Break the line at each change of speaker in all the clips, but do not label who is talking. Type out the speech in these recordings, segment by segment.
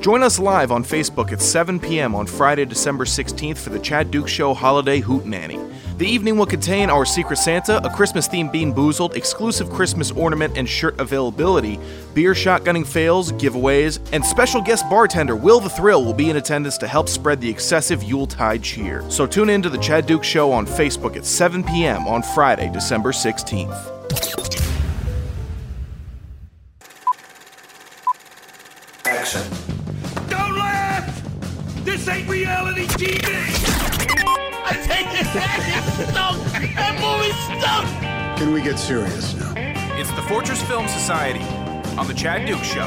Join us live on Facebook at 7 p.m. on Friday, December 16th for the Chad Duke Show Holiday Hootenanny. The evening will contain our Secret Santa, a Christmas themed Bean Boozled, exclusive Christmas ornament and shirt availability, beer shotgunning fails, giveaways, and special guest bartender Will the Thrill will be in attendance to help spread the excessive Yuletide cheer. So tune in to the Chad Duke Show on Facebook at 7 p.m. on Friday, December 16th.
Action.
Don't laugh! This ain't reality TV! I take it back, it's stunk! That movie stunk!
Can we get serious now?
It's the Fortress Film Society on the Chad Duke Show.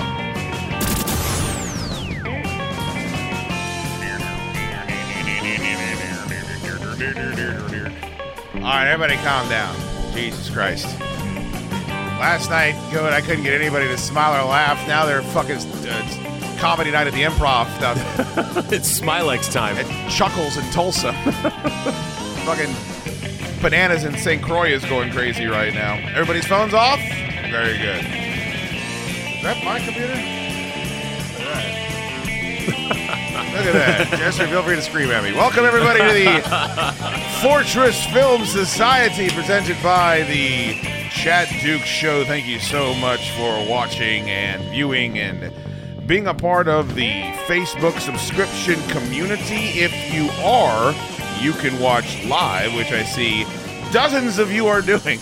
All right, everybody, calm down. Jesus Christ. Last night, good. I couldn't get anybody to smile or laugh. Now they're fucking uh, comedy night at the Improv. Now,
It's Smilex time.
at Chuckles in Tulsa. fucking bananas in St. Croix is going crazy right now. Everybody's phones off. Very good. Is that my computer? All right. Look at that. Jester, feel free to scream at me. Welcome, everybody, to the Fortress Film Society presented by the Chad Duke Show. Thank you so much for watching and viewing and being a part of the Facebook subscription community. If you are, you can watch live, which I see dozens of you are doing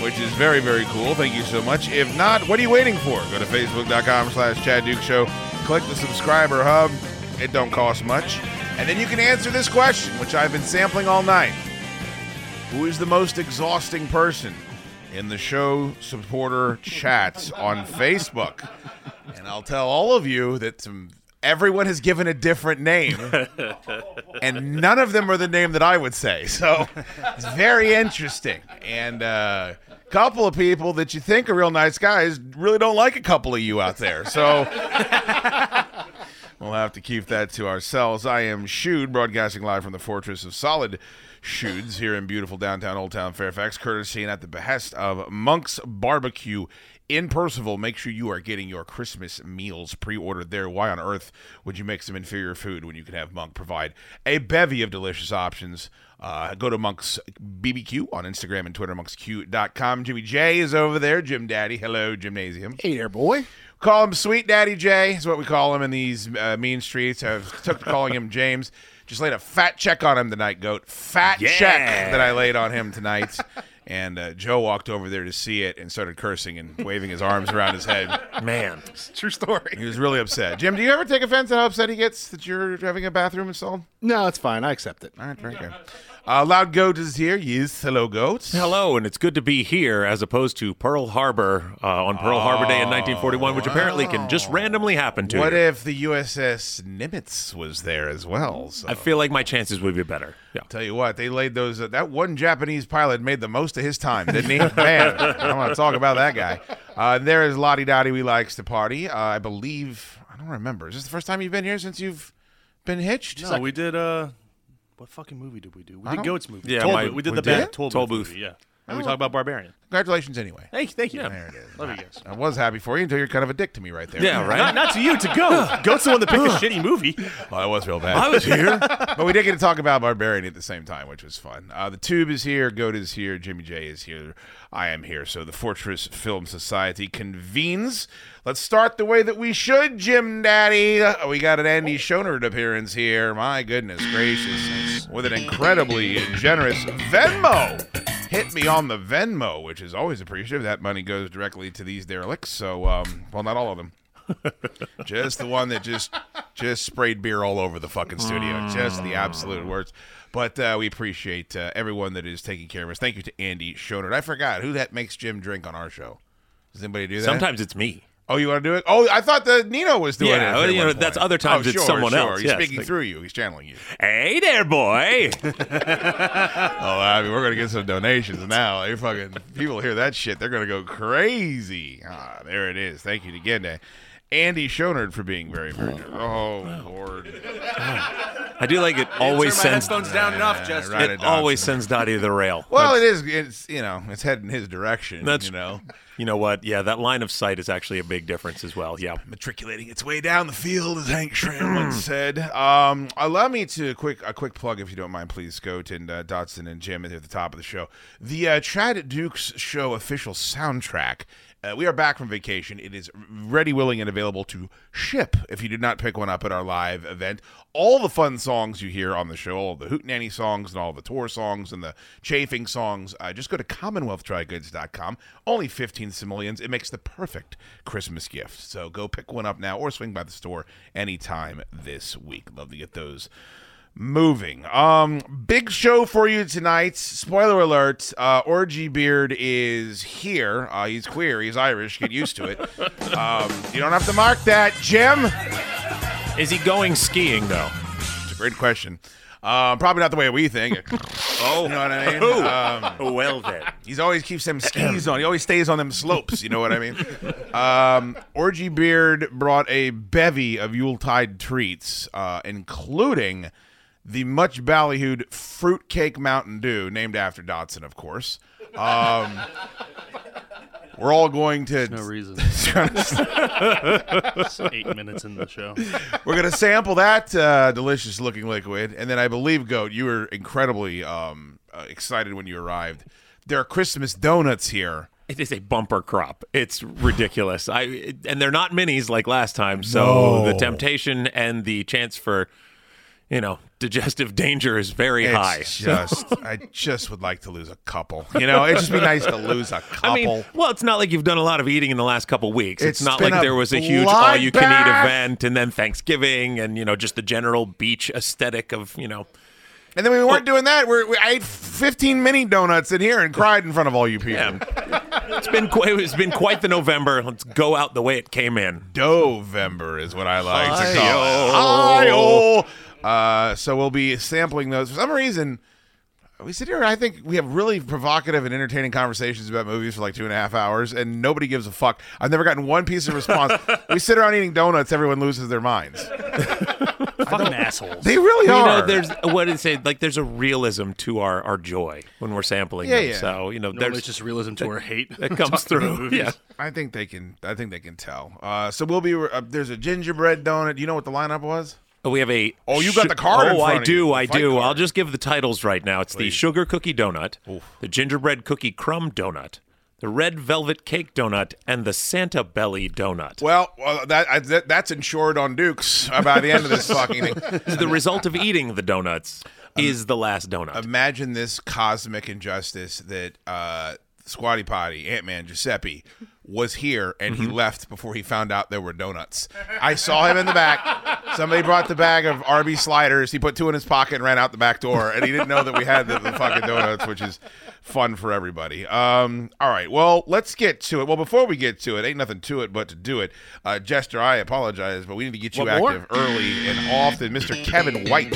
which is very, very cool. Thank you so much. If not, what are you waiting for? Go to facebook.com slash Chad Duke Show. Click the subscriber hub. It don't cost much. And then you can answer this question, which I've been sampling all night. Who is the most exhausting person in the show supporter chats on Facebook? And I'll tell all of you that some, everyone has given a different name, and none of them are the name that I would say. So it's very interesting. And a uh, couple of people that you think are real nice guys really don't like a couple of you out there. So. We'll have to keep that to ourselves. I am Shude, broadcasting live from the Fortress of Solid Shudes here in beautiful downtown Old Town Fairfax, courtesy and at the behest of Monk's Barbecue in Percival. Make sure you are getting your Christmas meals pre ordered there. Why on earth would you make some inferior food when you can have Monk provide a bevy of delicious options? Uh, go to Monk's BBQ on Instagram and Twitter, monksq.com. Jimmy J is over there. Jim Daddy. Hello, Gymnasium.
Hey there, boy.
Call him Sweet Daddy Jay is what we call him in these uh, mean streets. I've took to calling him James. Just laid a fat check on him tonight, goat. Fat check that I laid on him tonight. and uh, Joe walked over there to see it and started cursing and waving his arms around his head.
Man.
True story. He was really upset. Jim, do you ever take offense at how upset he gets that you're having a bathroom installed?
No, it's fine. I accept it.
All right, very good. Uh, Loud Goat is here. Yes, hello, goats.
Hello, and it's good to be here as opposed to Pearl Harbor uh, on Pearl Harbor Day in 1941, which apparently can just randomly happen to
Oh, What
you.
if the USS Nimitz was there as well? So.
I feel like my chances would be better. Yeah.
Tell you what, they laid those. Uh, that one Japanese pilot made the most of his time, didn't he? Man, I don't want to talk about that guy. Uh, there is Lottie Dottie. We likes to party. Uh, I believe. I don't remember. Is this the first time you've been here since you've been hitched?
No, we did. uh What fucking movie did we do? We
don't-
did Goats movie.
Yeah,
Toll
my-
Booth. we did
we
the
did?
bad Toll,
Toll
Booth
Booth.
movie, Yeah, and we talked about Barbarian.
Congratulations, anyway.
Thank, thank you.
There it is.
Love you guys.
I was happy for you until you're kind of a dick to me right there.
Yeah,
Not,
right?
not to you, to Goat. Goat's the one that picked a shitty movie.
Well, I was real bad.
I was here.
but we did get to talk about Barbarian at the same time, which was fun. Uh, the Tube is here, Goat is here, Jimmy J is here, I am here. So the Fortress Film Society convenes. Let's start the way that we should, Jim Daddy. Uh, We got an Andy Schonert appearance here. My goodness gracious. With an incredibly generous Venmo. Hit me on the Venmo, which is always appreciative. That money goes directly to these derelicts. So, um, well, not all of them. Just the one that just just sprayed beer all over the fucking studio. Just the absolute worst. But uh, we appreciate uh, everyone that is taking care of us. Thank you to Andy Schonert. I forgot who that makes Jim drink on our show. Does anybody do that?
Sometimes it's me.
Oh, you want to do it? Oh, I thought that Nino was doing
Yeah,
it.
well,
at
you know,
one
that's
point.
other times
Oh,
it's
sure,
someone
sure.
else.
He's
Yes,
speaking
like-
through you. He's channeling you.
Hey there, boy.
Oh, I mean, we're gonna get some donations now. You fucking people hear that shit, they're gonna go crazy. Ah, there it is. Thank you Oh, again to Andy Schonard for being very, very. Oh Lord,
I do like it. Always
Turn my
sends.
headphones down enough, Justin.
right.
It always sends Dottie to the rail.
Well, it is. It's you know, it's heading his direction.
That's-
you know,
You know what? Yeah, that line of sight is actually a big difference as well. Yeah.
matriculating its way down the field, as Hank Schramm once said. Um, allow me to quick a quick plug, if you don't mind, please. Goat and uh, Dotson and Jim at the top of the show. The uh, Chad Dukes show official soundtrack. Uh, we are back from vacation. It is ready, willing, and available to ship if you did not pick one up at our live event. All the fun songs you hear on the show, all the Hootenanny songs and all the tour songs and the chafing songs, uh, just go to CommonwealthTryGoods.com. Only 15 simoleons. It makes the perfect Christmas gift. So go pick one up now or swing by the store anytime this week. Love to get those moving. Um, big show for you tonight. Spoiler alert: uh, Orgy Beard is here. Uh, he's queer. He's Irish. Get used to it. Um, you don't have to mark that, Jim.
Is he going skiing though?
It's a great question. Uh, probably not the way we think. oh, you know what I mean. Um,
Well then.
He's always keeps them skis on. He always stays on them slopes. You know what I mean? Um, Orgy Beard brought a bevy of Yuletide treats, uh, including the much ballyhooed Fruitcake Mountain Dew, named after Dotson, of course. Um, we're all going to.
No reason. It's eight minutes in the show.
We're gonna sample that uh, delicious-looking liquid, and then I believe, Goat, you were incredibly um, uh, excited when you arrived. There are Christmas donuts here.
It is a bumper crop. It's ridiculous. I and they're not minis like last time. So the temptation and the chance for, you know, digestive danger is very
It's
high.
Just, I just would like to lose a couple. You know, it'd just be nice to lose a couple.
I mean, well, it's not like you've done a lot of eating in the last couple weeks. It's,
It's
not
been
like
a
there was a huge all-you-can-eat
bloodbath.
event and then Thanksgiving and you know just the general beach aesthetic of you know.
and then we weren't doing that. We're, we, I ate 15 mini donuts in here and cried in front of all you people.
It's been qu- it's been quite the November. Let's go out the way it came in.
Dovember is what I like to call it. Hi-oh. Uh, so we'll be sampling those. For some reason, we sit here. I think we have really provocative and entertaining conversations about movies for like two and a half hours, and nobody gives a fuck. I've never gotten one piece of response. we sit around eating donuts. Everyone loses their minds.
Fucking assholes.
They really
you
are.
know, there's what did it say? Like, there's a realism to our our joy when we're sampling
Yeah,
them.
yeah.
So you know,
Normally
there's
it's just realism to our hate.
that comes through. Yeah.
I think they can. I think they can tell. Uh, so we'll be. Uh, there's a gingerbread donut. You know what the lineup was?
We have a.
Oh, you got the card in
Oh,
front
I
of
do.
you, the
I
fight
do.
card.
I'll just give the titles right now. It's the sugar cookie donut, the gingerbread cookie crumb donut, the red velvet cake donut, and the Santa belly donut.
Well, well that, I, that that's insured on Dukes uh, by the end of this fucking thing.
The result of eating the donuts
Um,
is the last donut.
Imagine this cosmic injustice that uh, Squatty Potty Ant Man Giuseppe was here and he left before he found out there were donuts. I saw him in the back. Somebody brought the bag of Arby sliders. He put two in his pocket and ran out the back door, and he didn't know that we had the, the fucking donuts, which is fun for everybody. Um, all right, well, let's get to it. Well, before we get to it, ain't nothing to it but to do it. Uh, Jester, I apologize, but we need to get you
What more?
active early and often. Mr. Kevin White.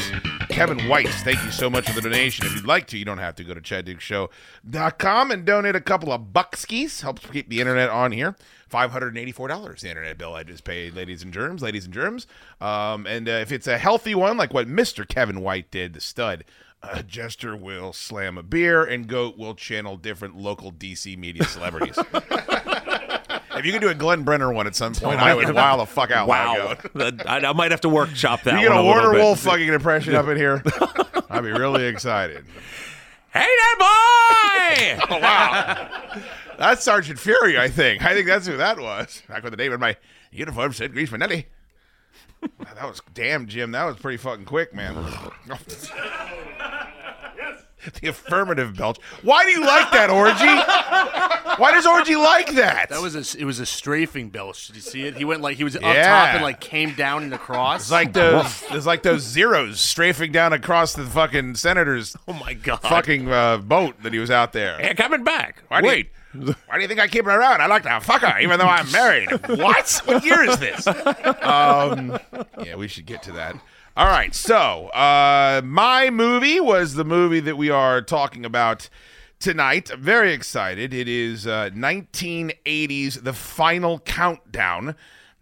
Kevin White, thank you so much for the donation. If you'd like to, you don't have to go to chaddukeshow.com and donate a couple of buckskies. Helps keep the internet on here. $584, the internet bill I just paid, ladies and germs, ladies and germs. Um, and uh, if it's a healthy one, like what Mr. Kevin White did, the stud, uh, Jester will slam a beer and Goat will channel different local DC media celebrities. if you could do a Glenn Brenner one at some point, I would wow the fuck out. loud,
wow.
Goat.
That- I, I might have to workshop that
oh You get
one
a
a little
Warner
bit.
Wolf fucking impression up in here. I'd be really excited.
Hey that boy!
That's Sergeant Fury, I think. I think that's who that was. Back with the name in my uniform said Grease Manelli. Wow, that was damn Jim. That was pretty fucking quick, man. the affirmative belch. Why do you like that orgy? Why does orgy like that?
That was a, it was a strafing belch. Did you see it? He went like he was up
Yeah.
top and like came down and across.
it's like those. It's like those zeros strafing down across the fucking senator's
oh my god!
fucking uh, boat that he was out there.
Hey, coming back.
Why do you-
Wait.
Why do you think I keep her around? I like to fuck her, even though I'm married. what? What year is this? Um, yeah, we should get to that. All right. So, uh, my movie was the movie that we are talking about tonight. I'm very excited. It is uh, 1980s The Final Countdown.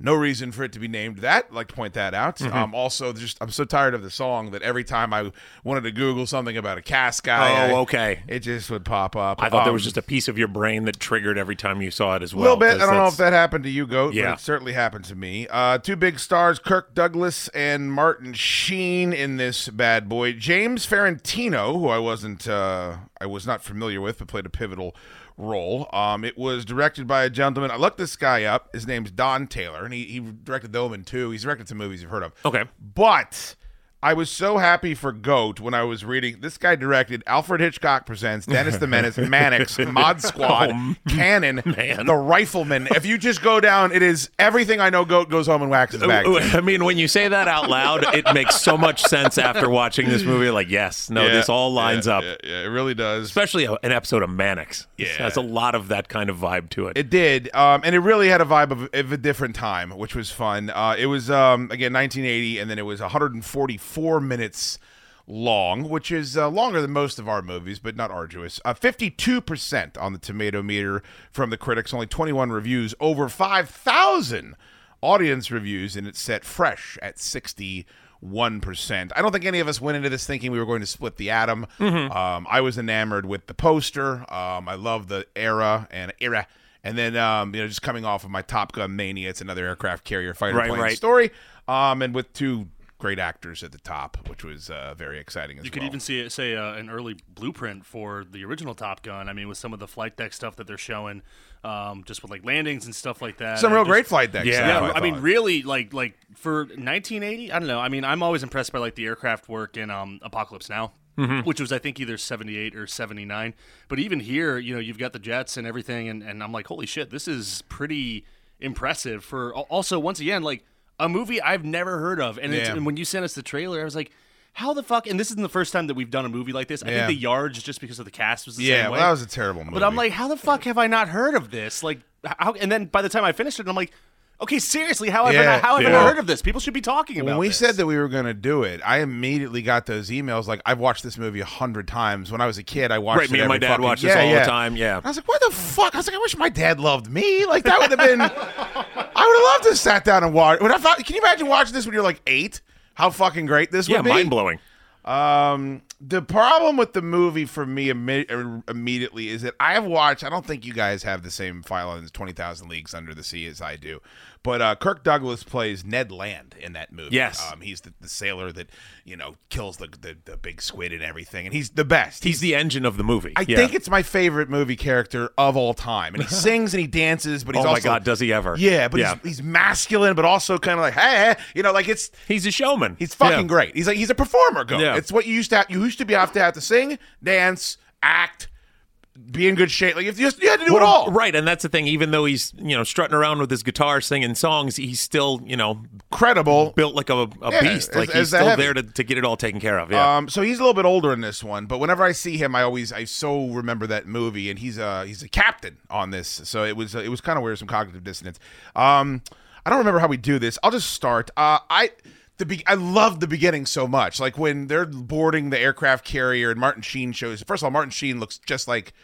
No reason for it to be named that. I'd like to point that out.
Mm-hmm.
Um, also, just I'm so tired of the song that every time I wanted to Google something about a cast guy,
Oh,
I-
okay.
it just would pop up.
I thought there was
Um,
just a piece of your brain that triggered every time you saw it as well.
little bit.
'cause
I don't know
that's-
if that happened to you, Goat,
Yeah.
but it certainly happened to me. Uh, two big stars, Kirk Douglas and Martin Sheen, in this bad boy. James Ferrantino, who I wasn't, uh, I was not familiar with, but played a pivotal role. Um, it was directed by a gentleman. I looked this guy up. His name's Don Taylor, and he, he directed The Omen too. He's directed some movies you've heard of.
Okay.
But I was so happy for Goat when I was reading. This guy directed Alfred Hitchcock Presents, Dennis the Menace, Mannix, Mod
Oh,
Squad, Cannon, The Rifleman. If you just go down, it is everything I know Goat goes home and waxes back.
I mean, when you say that out loud, it makes so much sense after watching this movie. Like, yes, no, this all lines up.
Yeah, yeah, it really does.
Especially a, an episode of Mannix.
Yeah.
Has a lot of that kind of vibe to it.
It did, um, and it really had a vibe of, of a different time, which was fun. Uh, it was um, again 1980, and then it was 144 minutes long, which is uh, longer than most of our movies, but not arduous. Uh, 52% on the tomato meter from the critics, only 21 reviews, over 5,000 audience reviews, and it's set fresh at 60 one percent. I don't think any of us went into this thinking we were going to split the atom.
Mm-hmm.
Um, I was enamored with the poster. Um, I love the era and era, and then um, you know just coming off of my Top Gun mania, it's another aircraft carrier fighter
Right,
plane
right.
story. Um, and with two great actors at the top, which was uh, very exciting as
You could
well.
even see it, say uh, an early blueprint for the original Top Gun. I mean, with some of the flight deck stuff that they're showing, um, just with like landings and stuff like that.
some
I
real
just-
great flight decks.
Yeah,
Yeah,
stuff,
I, mean,
thought.
really, like like for 1980, I don't know. I mean, I'm always impressed by like the aircraft work in um, Apocalypse Now,
Mm-hmm.
which was I think either 78 or 79. But even here, you know, you've got the jets and everything, and, and I'm like, holy shit, this is pretty impressive. For al- also, once again, like a movie I've never heard of, and, it's,
Yeah.
and when you sent us the trailer, I was like. How the fuck? And this isn't the first time that we've done a movie like this. I
Yeah.
think the yards just because of the cast was the
yeah,
same way.
well, that was a terrible movie.
But I'm like, how the fuck have I not heard of this? Like, h- how? And then by the time I finished it, I'm like, okay, seriously, how have I
Yeah,
not, how have I
yeah.
not heard of this? People should be talking about.
When we
this.
said that we were going to do it, I immediately got those emails like I've watched this movie a hundred times. When I was a kid, I watched
Right,
it
me and
every
my dad
fucking-
watched this
yeah,
all the
yeah.
time, yeah.
I was like, what the fuck? I was like, I wish my dad loved me. Like that would have been. I would have loved to have sat down and watch. When I thought, can you imagine watching this when you're like eight? How fucking great this
yeah,
would be!
mind blowing.
Um, the problem with the movie for me imme- er, immediately is that I have watched. I don't think you guys have the same file on Twenty Thousand Leagues Under the Sea as I do, but uh, Kirk Douglas plays Ned Land in that movie.
Yes.
um, he's the, the sailor that you know kills the, the the big squid and everything, and he's the best.
He's the engine of the movie.
I
yeah.
think it's my favorite movie character of all time, and he sings and he dances, but he's
Oh my
also-
God, does he ever?
Yeah, but
Yeah.
He's, he's masculine, but also kind of like hey, you know, like it's
He's a showman.
He's fucking
Yeah.
great. He's like he's a performer. Go.
Yeah.
It's what you used to have. You used to be have to have to sing, dance, act, be in good shape. Like if you, just, you had to do it all.
Right, and that's the thing. Even though he's you know strutting around with his guitar, singing songs, he's still you know
Credible.
built like a, a
Yeah,
beast.
as-
Like
as
he's
the
still
heavy.
there to, to get it all taken care of. Yeah.
Um, so he's a little bit older in this one, but whenever I see him, I always I so remember that movie, and he's a he's a captain on this. So it was it was kind of weird, some cognitive dissonance. Um, I don't remember how we do this. I'll just start. Uh, I. The be- I love the beginning so much. Like when they're boarding the aircraft carrier and Martin Sheen shows. First of all, Martin Sheen looks just like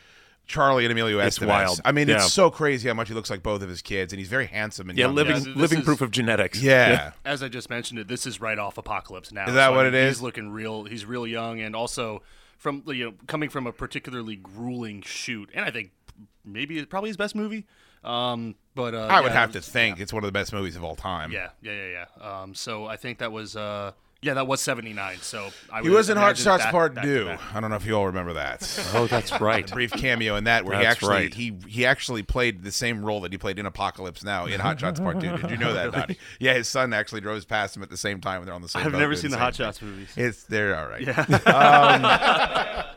Charlie and Emilio
It's
Estevez.
wild.
I mean,
Yeah.
it's so crazy how much he looks like both of his kids, and he's very handsome and
yeah,
young.
living
this
living
is-
proof of genetics.
Yeah.
as I just mentioned it, this is right off Apocalypse Now.
Is that
So, I
what
mean,
it is?
He's looking real. He's real young, and also from you know coming from a particularly grueling shoot, and I think maybe it's probably his best movie. Um, but uh,
I would
yeah,
have to think it's one of the best movies of all time.
Yeah, yeah, yeah, yeah. Um, so I think that was uh, yeah, that was '79. So I
He
would
was in Hard
imagine
Shots
that-
Part
that-
Two.
that-
I don't know if you all remember that.
Oh, that's right.
brief cameo in that where he
That's
actually
right.
he he actually played the same role that he played in Apocalypse Now in Hot Shots Part Two. Did you know that? Dottie? Yeah, his son actually drove past him at the same time when they're on the same.
I've
boat
never
doing
seen the
same
Hot
thing.
Shots movies.
It's they're all right.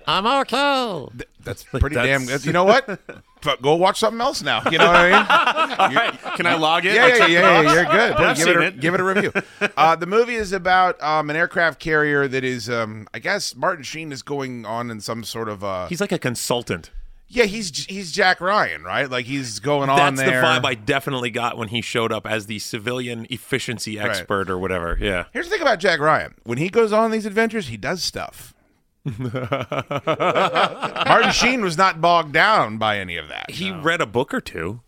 I'm okay.
That's pretty
That's-
damn good. You know what? Fuck, Go watch something else now. You know what I mean?
Can I log in?
Yeah,
Like,
yeah, yeah, yeah, you're good. Boy,
I've
give, it a,
seen it.
give it a review. Uh, the movie is about um, an aircraft carrier that is, um, I guess, Martin Sheen is going on in some sort of. Uh,
He's like a consultant.
yeah, he's he's Jack Ryan, right? Like he's going on
That's the
there.
vibe I definitely got when he showed up as the civilian efficiency expert or whatever. Yeah.
Here's the thing about Jack Ryan. When he goes on these adventures, he does stuff. Martin Sheen was not bogged down by any of that.
He read a book or two.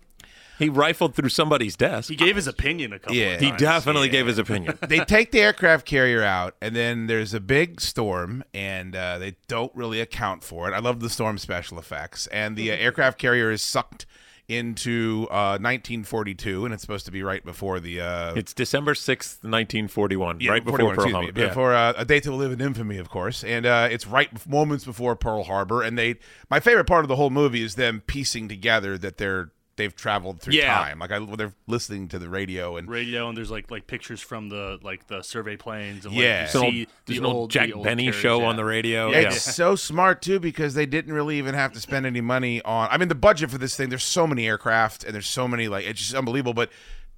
He rifled through somebody's desk.
He gave his opinion a couple
Yeah.
of
He
times.
definitely gave his opinion.
they take the aircraft carrier out, and then there's a big storm, and uh, they don't really account for it. I love the storm special effects, and the uh,
Mm-hmm.
aircraft carrier is sucked into uh, 1942, and it's supposed to be right before the uh,
It's December 6th, 1941,
yeah,
right before
41,
Pearl
excuse
Harbor.
me,
Yeah.
before uh, a day to live in infamy, of course, and uh, it's right bef- moments before Pearl Harbor. And they, my favorite part of the whole movie is them piecing together that they're they've traveled through
Yeah.
time. Like I, they're listening to the radio and
radio and there's like like pictures from the like the survey planes and
Yeah.
yeah.
There's an
like, you
old,
see
there's an
the
old
old
Jack
the old
Benny
carriers,
show
yeah.
on the radio.
It's so smart too because they didn't really even have to spend any money on. I mean, the budget for this thing. There's so many aircraft and there's so many like it's just unbelievable. But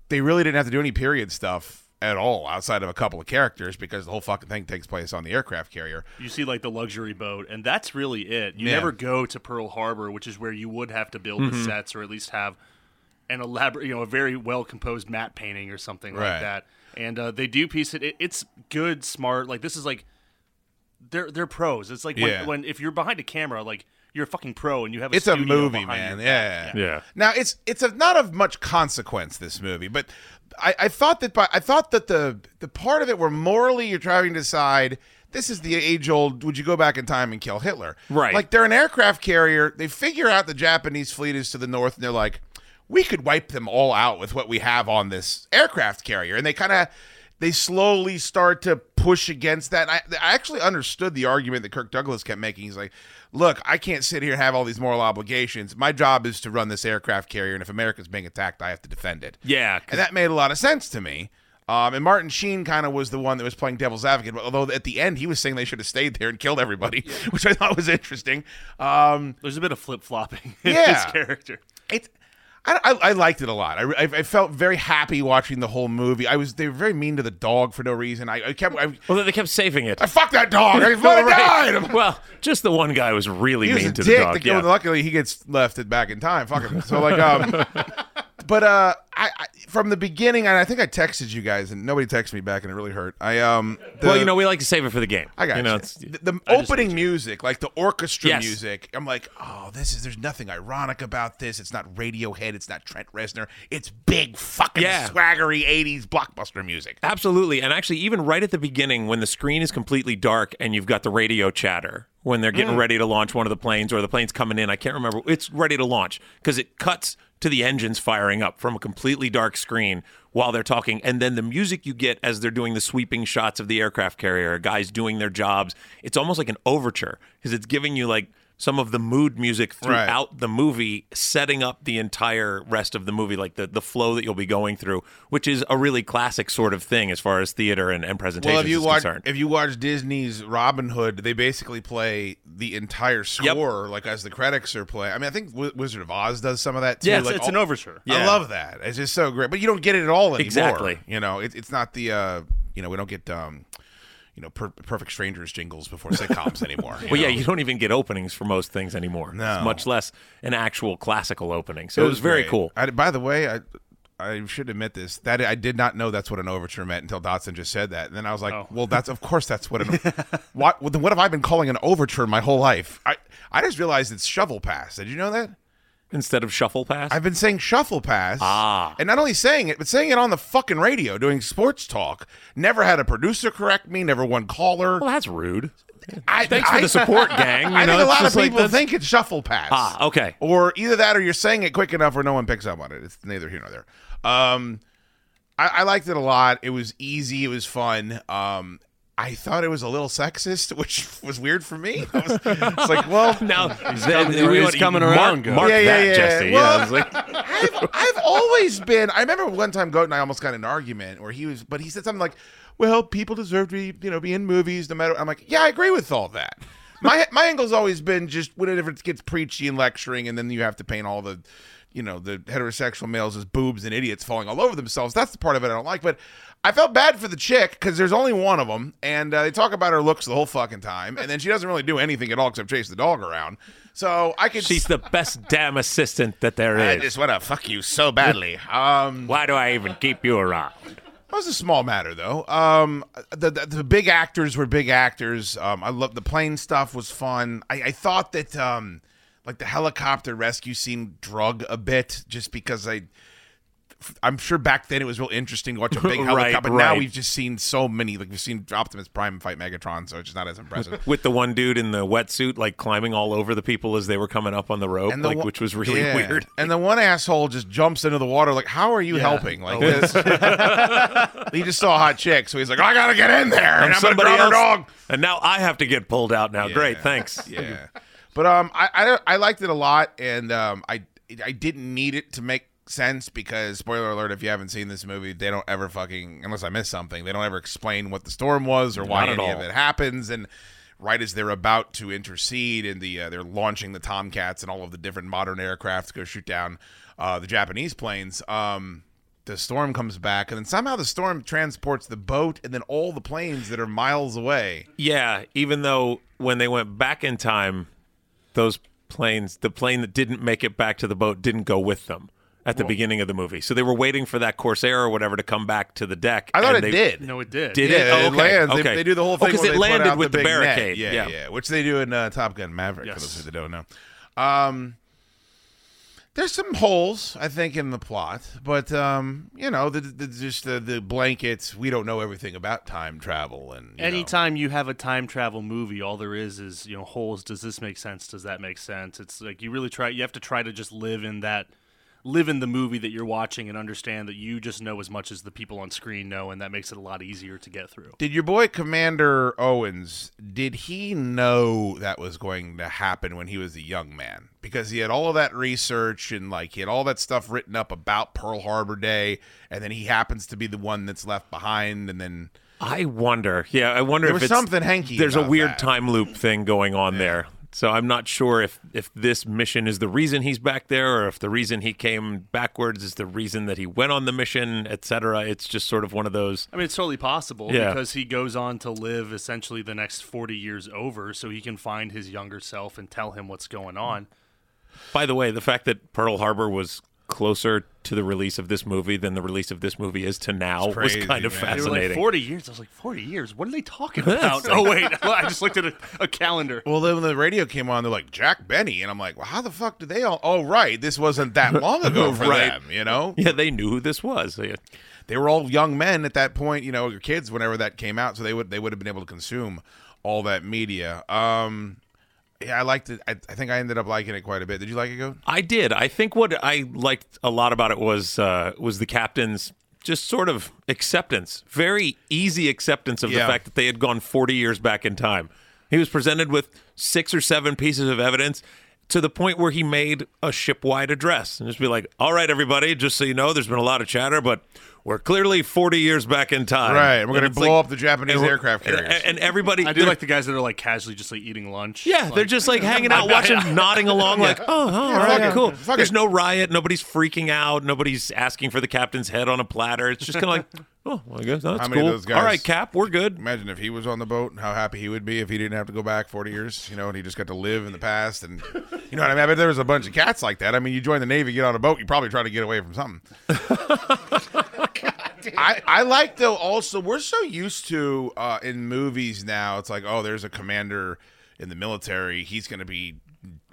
they really didn't have to do any period stuff at all outside of a couple of characters because the whole fucking thing takes place on the aircraft carrier.
You see like the luxury boat and that's really it. You
Yeah.
never go to Pearl Harbor, which is where you would have to build
Mm-hmm.
the sets or at least have an elaborate, you know, a very well composed matte painting or something
Right.
like that. And uh, they do piece it. it. It's good, smart. Like this is like they're they're pros. It's like when,
Yeah.
when if you're behind a camera, like you're a fucking pro and you have a
It's a
studio
movie, man.
behind your
Yeah.
Yeah.
Now it's it's of not of much consequence this movie, but I, I thought that by I thought that the the part of it where morally you're trying to decide this is the age old would you go back in time and kill Hitler?
Right.
Like they're an aircraft carrier. They figure out the Japanese fleet is to the north, and they're like, we could wipe them all out with what we have on this aircraft carrier. And they kind of they slowly start to push against that. And I, I actually understood the argument that Kirk Douglas kept making. He's like, look, I can't sit here and have all these moral obligations. My job is to run this aircraft carrier, and if America's being attacked, I have to defend it.
Yeah, 'cause-
And that made a lot of sense to me. Um, and Martin Sheen kind of was the one that was playing devil's advocate, although at the end he was saying they should have stayed there and killed everybody, which I thought was interesting. Um,
There's a bit of flip flopping in
Yeah.
his character.
it, I, I, I liked it a lot. I, I, I felt very happy watching the whole movie. I was they were very mean to the dog for no reason. I, I kept I,
Well, they kept saving it.
I fucked that dog. I
All
let it
right.
die. I'm-
Well, just the one guy was really
he was
mean
a
to
dick.
the dog.
guy-
yeah.
Luckily, he gets left it back in time. Fuck him. So like, um, but uh, I, I from the beginning, and I think I texted you guys, and nobody texted me back, and it really hurt. I um, the,
well, you know, we like to save it for the game.
I got
you.
you.
Know, it's,
the the opening music, like the orchestra
Yes.
music, I'm like, oh, this is. There's nothing ironic about this. It's not Radiohead. It's not Trent Reznor. It's big fucking
Yeah.
swaggery '80s blockbuster music.
Absolutely. And actually, even right at the beginning, when the screen is completely dark and you've got the radio chatter when they're getting ready to launch one of the planes or the plane's coming in, I can't remember. It's ready to launch because it cuts to the engines firing up from a completely dark screen while they're talking. And then the music you get as they're doing the sweeping shots of the aircraft carrier, guys doing their jobs, it's almost like an overture because it's giving you like some of the mood music
Right.
throughout the movie setting up the entire rest of the movie like the, the flow that you'll be going through which is a really classic sort of thing as far as theater and, and presentations
Well, if you
is
watch
concerned
if you watch Disney's Robin Hood, they basically play the entire score like as the credits are playing. I mean, I think Wi- Wizard of Oz does some of that too.
Yeah,
It's,
like,
it's an
all-
overture.
Yeah.
I love that. It's just so great, but you don't get it at all anymore.
Exactly.
You know, it, it's not the uh, you know we don't get um, you know per- Perfect Strangers jingles before sitcoms anymore.
well yeah
know?
you don't even get openings for most things anymore
No.
much less an actual classical opening so it was, very
great.
cool
I, by the way, I I should admit this that I did not know that's what an overture meant until Dotson just said that, and then I was like, well, that's of course that's what an what well, then what have I been calling an overture my whole life? I I just realized it's shovel pass. Did you know that?
instead of shuffle pass
I've been saying shuffle pass. Ah. And not only saying it, but saying it on the fucking radio doing sports talk. Never had a producer correct me, never one caller.
well that's rude
I,
thanks for the support, gang. You
I
know,
think a
it's
lot of
just like
people
that's-
think it's shuffle pass.
Ah, okay.
Or either that, or you're saying it quick enough, where no one picks up on it. It's neither here nor there. Um, I, I liked it a lot. It was easy. It was fun. Um, I thought it was a little sexist, which was weird for me. I was, it's like, well,
now
coming-
we
he's
want to
coming
mark-
around,
mark,
guys.
Yeah, yeah,
that
yeah.
jesse
Well-
yeah, it's like-
I've, I've always been. I remember one time Goat and I almost got in an argument where he was, but he said something like, "Well, people deserve to be, you know, be in movies no matter." I'm like, yeah, I agree with all that. My my angle's always been just whenever it gets preachy and lecturing, and then you have to paint all the, you know, the heterosexual males as boobs and idiots falling all over themselves. That's the part of it I don't like. But I felt bad for the chick because there's only one of them, and uh, they talk about her looks the whole fucking time, and then she doesn't really do anything at all except chase the dog around. So I could.
she's the best damn assistant that there
I
is
just want to fuck you so badly. Um,
why do i even keep you around
That was a small matter, though. Um, the, the the big actors were big actors. Um, I love the plane stuff was fun. I, I thought that um, like the helicopter rescue scene drug a bit just because I I'm sure back then it was real interesting to watch a big
Right,
helicopter. but now
right.
we've just seen so many. Like we've seen Optimus Prime fight Megatron, so it's just not as impressive.
with the one dude in the wetsuit like climbing all over the people as they were coming up on the rope,
the
like
one-
which was really
Yeah.
weird.
And the one asshole just jumps into the water. Like, how are you helping? Like this. he just saw a hot chick, so he's like, I gotta get in there, and, I'm gonna
somebody
grab her
else,
dog.
and now I have to get pulled out. Now, great,
Yeah.
thanks.
Yeah. But um, I, I I liked it a lot, and um, I I didn't need it to make sense because spoiler alert if you haven't seen this movie they don't ever fucking unless i miss something they don't ever explain what the storm was or why
Not at
any of
all.
it happens and right as they're about to intercede and the uh, they're launching the tomcats and all of the different modern aircraft to go shoot down uh, the japanese planes um the storm comes back and then somehow the storm transports the boat and then all the planes that are miles away
Yeah, even though when they went back in time, those planes, the plane that didn't make it back to the boat didn't go with them at the beginning of the movie. So they were waiting for that Corsair or whatever to come back to the deck.
i thought
and
it
they-
did
No, it did.
Did it?
Yeah,
Oh,
it
okay,
lands. They-
okay.
They, do the whole
Oh,
thing
'cause
when
it
they put
landed
out
with the
big net.
barricade.
Yeah, yeah,
Yeah.
which they do in uh, Top Gun Maverick. For
Yes.
those who don't know, um, there's some holes I think in the plot, but um, you know, the, the, just the, the blankets. We don't know everything about time travel and you know.
Anytime you have a time travel movie, all there is is you know holes. Does this make sense? Does that make sense? It's like you really try. You have to try to just live in that, live in the movie that you're watching, and understand that you just know as much as the people on screen know, and that makes it a lot easier to get through.
Did your boy Commander Owens, did he know that was going to happen when he was a young man? Because he had all of that research and like he had all that stuff written up about Pearl Harbor Day, and then he happens to be the one that's left behind, and then
I wonder. Yeah, I wonder
There
if
was
it's-
something hanky
There's a
about
weird
that.
time loop thing going on there. So I'm not sure if if this mission is the reason he's back there, or if the reason he came backwards is the reason that he went on the mission, etc. It's just sort of one of those.
I mean, it's totally possible
Yeah.
because he goes on to live essentially the next 40 years over, so he can find his younger self and tell him what's going on.
By the way, the fact that Pearl Harbor was closer to the release of this movie than the release of this movie is to now
crazy,
was kind of
man.
They were like,
fascinating.
40 years. I was like, 40 years? What are they talking about? oh, wait. I just looked at a, a calendar.
well then when the radio came on, they're like Jack Benny, and I'm like, Well, how the fuck did they all oh right, this wasn't that long ago for
Right.
them, you know?
yeah, they knew who this was. Yeah.
they were all young men at that point, you know, or kids whenever that came out, so they would they would have been able to consume all that media. Um yeah, I liked it. I, I think I ended up liking it quite a bit. Did you like it, Go?
I did. I think what I liked a lot about it was uh, was the captain's just sort of acceptance, very easy acceptance of
Yeah.
the fact that they had gone 40 years back in time. He was presented with six or seven pieces of evidence to the point where he made a shipwide address and just be like, "All right, everybody, just so you know, there's been a lot of chatter, but we're clearly 40 years back in time,
Right, and we're gonna
it's
blow up the Japanese
and we're-
aircraft
and-
carriers.
and, everybody.
I do like the guys that are like casually just like eating lunch.
Yeah, they're
Like,
just like hanging out, watching, nodding along, like, oh, oh, all right,
fuck it.
cool.
Fuck
There's
it.
no riot. Nobody's freaking out. Nobody's asking for the captain's head on a platter. It's just kind of like, oh, well, I guess that's
How many
cool.
of those guys-
All right, Cap, we're good.
Imagine if he was on the boat, and how happy he would be if he didn't have to go back 40 years, you know, and he just got to live in the past. And you know what I mean? I bet there was a bunch of cats like that. I mean, you join the Navy, get on a boat, you probably try to get away from something. I, I like though also we're so used to uh, in movies now it's like oh there's a commander in the military he's going to be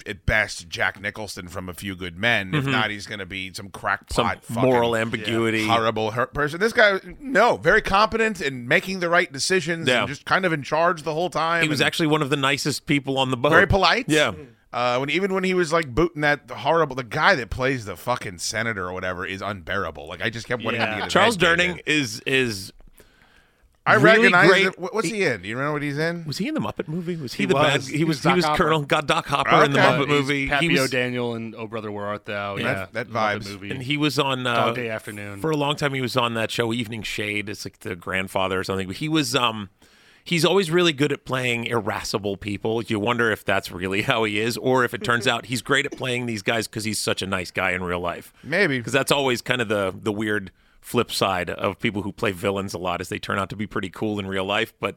at best Jack Nicholson from A Few Good Men if not he's going to be some
Mm-hmm. Some
crackpot fucking
moral ambiguity.
horrible her- person. This guy, no, very competent and making the right decisions
Yeah.
and just kind of in charge the whole time.
He was
and
actually one of the nicest people on the boat.
very polite.
Yeah.
Uh, when even when he was like booting that horrible, the guy that plays the fucking senator or whatever is unbearable. Like I just kept wanting him to
Yeah.
get his
Charles
head kicked in.
Durning is is
I
really
recognize
great-
it. Wh- What's he, in? Do you remember what he's in?
was he in the Muppet movie? Was he,
He
the
was.
bad? He was.
He was
He
Doc
was
Hopper.
Colonel God Doc Hopper in the
Okay.
Muppy
He's
movie.
Pappy
he was,
O'Daniel and Oh Brother Where Art Thou? Yeah,
that
love
vibes.
movie.
and he was on uh,
Dog Day Afternoon.
for a long time he was on that show evening shade it's like the grandfather or something but he was um he's always really good at playing irascible people you wonder if that's really how he is or if it turns out he's great at playing these guys because he's such a nice guy in real life
Maybe.
because that's always kind of the the weird flip side of people who play villains a lot is they turn out to be pretty cool in real life but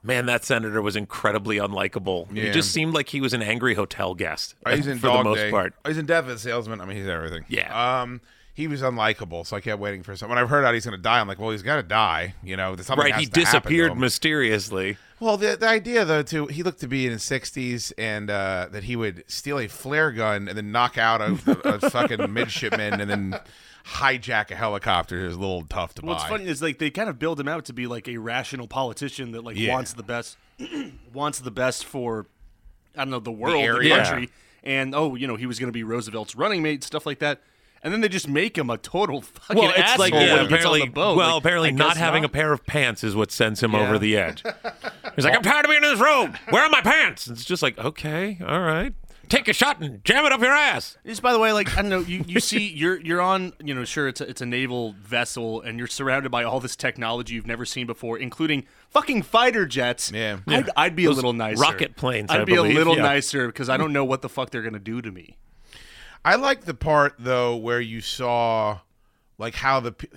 man that senator was incredibly unlikable
Yeah.
he just seemed like he was an angry hotel guest uh,
Oh, he's in
for
Dog
the most
Day.
part
Oh, he's in Death of the Salesman. I mean, he's everything.
Yeah.
Um, he was unlikable, so I kept waiting for something. When I've heard out he's going to die, I'm like, well, he's got to die. You know, something
right
has
he
to happen to
disappeared
him.
mysteriously
Well, the, the idea though too, he looked to be in his sixties, and uh, that he would steal a flare gun and then knock out a, a, fucking midshipman, and then hijack a helicopter is a little tough to
What's
buy.
funny is like they kind of build him out to be like a rational politician that like
Yeah.
wants the best, wants the best for, I don't know, the world, the,
area.
country, and oh, you know, he was going to be Roosevelt's running mate, stuff like that. And then they just make him a total fucking
Well, it's
asshole
like
when
yeah,
he gets on
apparently.
the boat.
Well,
Like,
apparently,
I
not
guess
having
not.
a pair of pants is what sends him
Yeah.
over the edge. He's like, I'm tired of being in this room. Where are my pants? It's just like, okay, all right, take a shot and jam it up your ass.
Just by the way, like I don't know, you, you see, you're you're on, you know, sure, it's a, it's a naval vessel, and you're surrounded by all this technology you've never seen before, including fucking fighter jets.
Yeah.
I'd, I'd be a little nicer.
rocket planes,
I'd
I
be
believe,
a little
yeah.
nicer because I don't know what the fuck they're gonna do to me.
I like the part though where you saw like how the pe-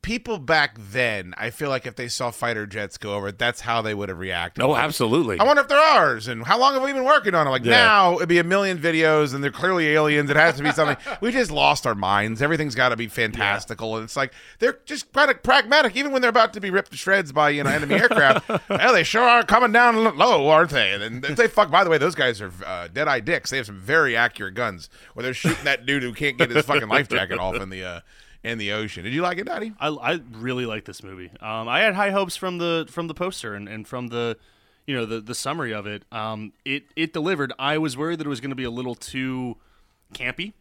people back then. I feel like if they saw fighter jets go over, it, that's how they would have reacted.
Oh,
Like,
absolutely.
I wonder if they're ours and how long have we been working on it? Like
Yeah.
now it'd be a million videos and they're clearly aliens. It has to be something. we just lost our minds. Everything's got to be fantastical. And it's like they're just kind of pragmatic, even when they're about to be ripped to shreds by you know enemy aircraft. well, they sure are coming down l- low, aren't they? And if they fuck, by the way, those guys are uh, dead eye dicks. They have some very accurate guns where they're shooting that dude who can't get his fucking life jacket off in the uh, in the ocean. Did you like it, Daddy?
I, I really like this movie. Um, I had high hopes from the from the poster and, and from the you know the the summary of it. Um, it it delivered. I was worried that it was going to be a little too campy,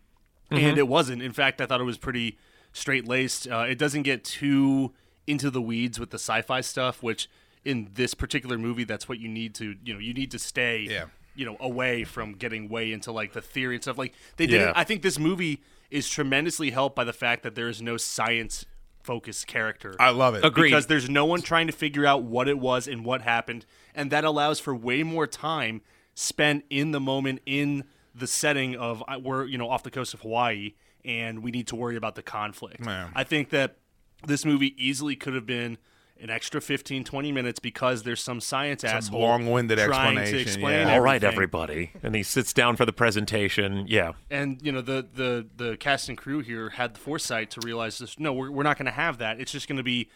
and it wasn't. In fact, I thought it was pretty straight laced. Uh, it doesn't get too into the weeds with the sci-fi stuff, which in this particular movie, that's what you need to you know you need to stay
Yeah.
you know away from getting way into like the theory and stuff. Like they did.
Yeah.
not I think this movie is tremendously helped by the fact that there is no science focused character.
I love it.
Agreed.
Because there's no one trying to figure out what it was and what happened, and that allows for way more time spent in the moment in the setting of uh, we're you know off the coast of Hawaii and we need to worry about the conflict.
Yeah.
I think that this movie easily could have been an extra 15 20 minutes because there's some science asshole
long-winded
trying
explanation,
to explain
yeah.
all right,
everything
everybody. And he sits down for the presentation. Yeah.
and you know the the the cast and crew here had the foresight to realize this. No, we're, we're not going to have that. It's just going to be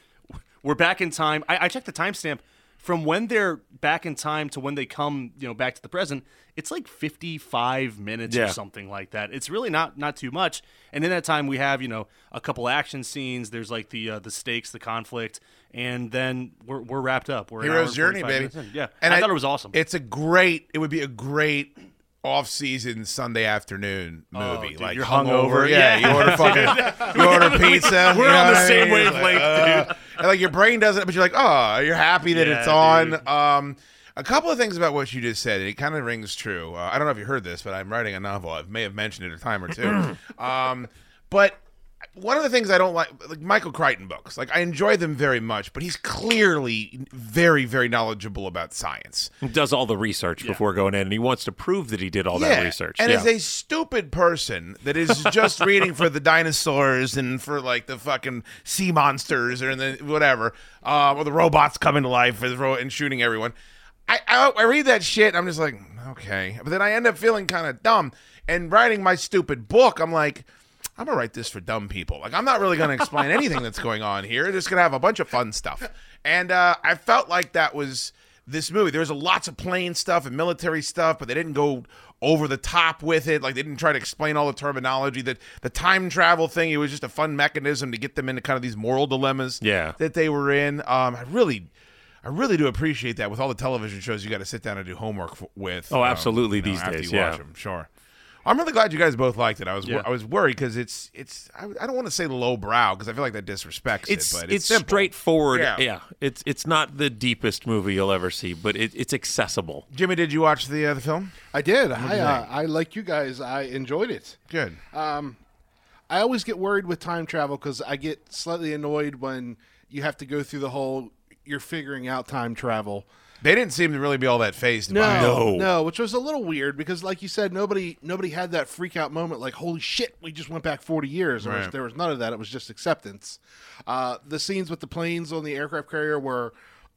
we're back in time. I, I checked the timestamp from when they're back in time to when they come, you know, back to the present. It's like fifty five minutes
Yeah.
or something like that. It's really not not too much. And in that time, we have you know a couple action scenes. There's like the uh, the stakes, the conflict, and then we're, we're wrapped up. We're an hour
Hero's
and
Journey,
45
baby.
minutes in. Yeah, and I, thought it was awesome.
It's a great. It would be a great off-season Sunday afternoon movie.
Oh, dude,
like
you're
hungover.
hungover.
Yeah, you order fucking, you order pizza.
We're
you know
on the
what I
same
mean? It's
wavelength,
like, uh, and like your brain doesn't, but you're like, oh, you're happy that it's
Yeah,
on.
dude.
Um, a couple of things about what you just said, and it kind of rings true. Uh, I don't know if you heard this, but I'm writing a novel. I may have mentioned it a time or two. um, but one of the things I don't like, like Michael Crichton books, like I enjoy them very much, but he's clearly very, very knowledgeable about science.
He does all the research before going in, and he wants to prove that he did all that research.
And
yeah.
as a stupid person that is just reading for the dinosaurs and for like the fucking sea monsters or the whatever, uh, or the robots coming to life and ro- and shooting everyone. I, I, I read that shit. I'm just like, okay. But then I end up feeling kind of dumb. And writing my stupid book, I'm like, I'm gonna write this for dumb people. Like I'm not really gonna explain anything that's going on here. Just gonna have a bunch of fun stuff. And uh, I felt like that was this movie. There was lots of plane stuff and military stuff, but they didn't go over the top with it. Like they didn't try to explain all the terminology. That the time travel thing, it was just a fun mechanism to get them into kind of these moral dilemmas
Yeah.
that they were in. Um, I really. I really do appreciate that. With all the television shows, you got to sit down and do homework f- with. um,
Oh, absolutely,
you know,
these
after
days,
you watch
yeah.
'em, sure. I'm really glad you guys both liked it. I was
Yeah.
I was worried because it's it's I, I don't want to say low brow because I feel like that disrespects
it's
it, but
it's,
it's, simple.
straightforward.
Yeah.
Yeah. it's it's not the deepest movie you'll ever see, but it, it's accessible.
Jimmy, did you watch the uh, the film?
I did. I, uh, I like you guys. I enjoyed it.
Good.
Uh, I always get worried with time travel because I get slightly annoyed when you have to go through the whole you're figuring out time travel.
they didn't seem to really be all that phased. by it.
no, no, which was a little weird because, like you said, nobody nobody had that freak out moment like "Holy shit, we just went back forty years." There, was,
Right.
there was none of that. It was just acceptance. Uh, the scenes with the planes on the aircraft carrier were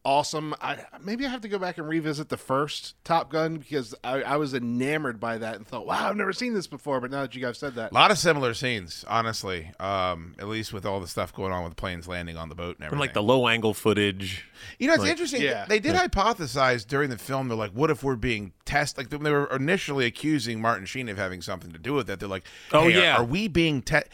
awesome. I maybe I have to go back and revisit the first Top Gun because I, I was enamored by that and thought, wow, I've never seen this before. But now that you guys said that,
A lot of similar scenes, honestly. Um, at least with all the stuff going on with planes landing on the boat and everything.
From like the low angle footage.
You know, it's interesting.
yeah.
They did hypothesize during the film. They're like, "What if we're being tested?" Like they were initially accusing Martin Sheen of having something to do with that. They're like,
Oh,
"Hey, are-
yeah.
are, we being tested?"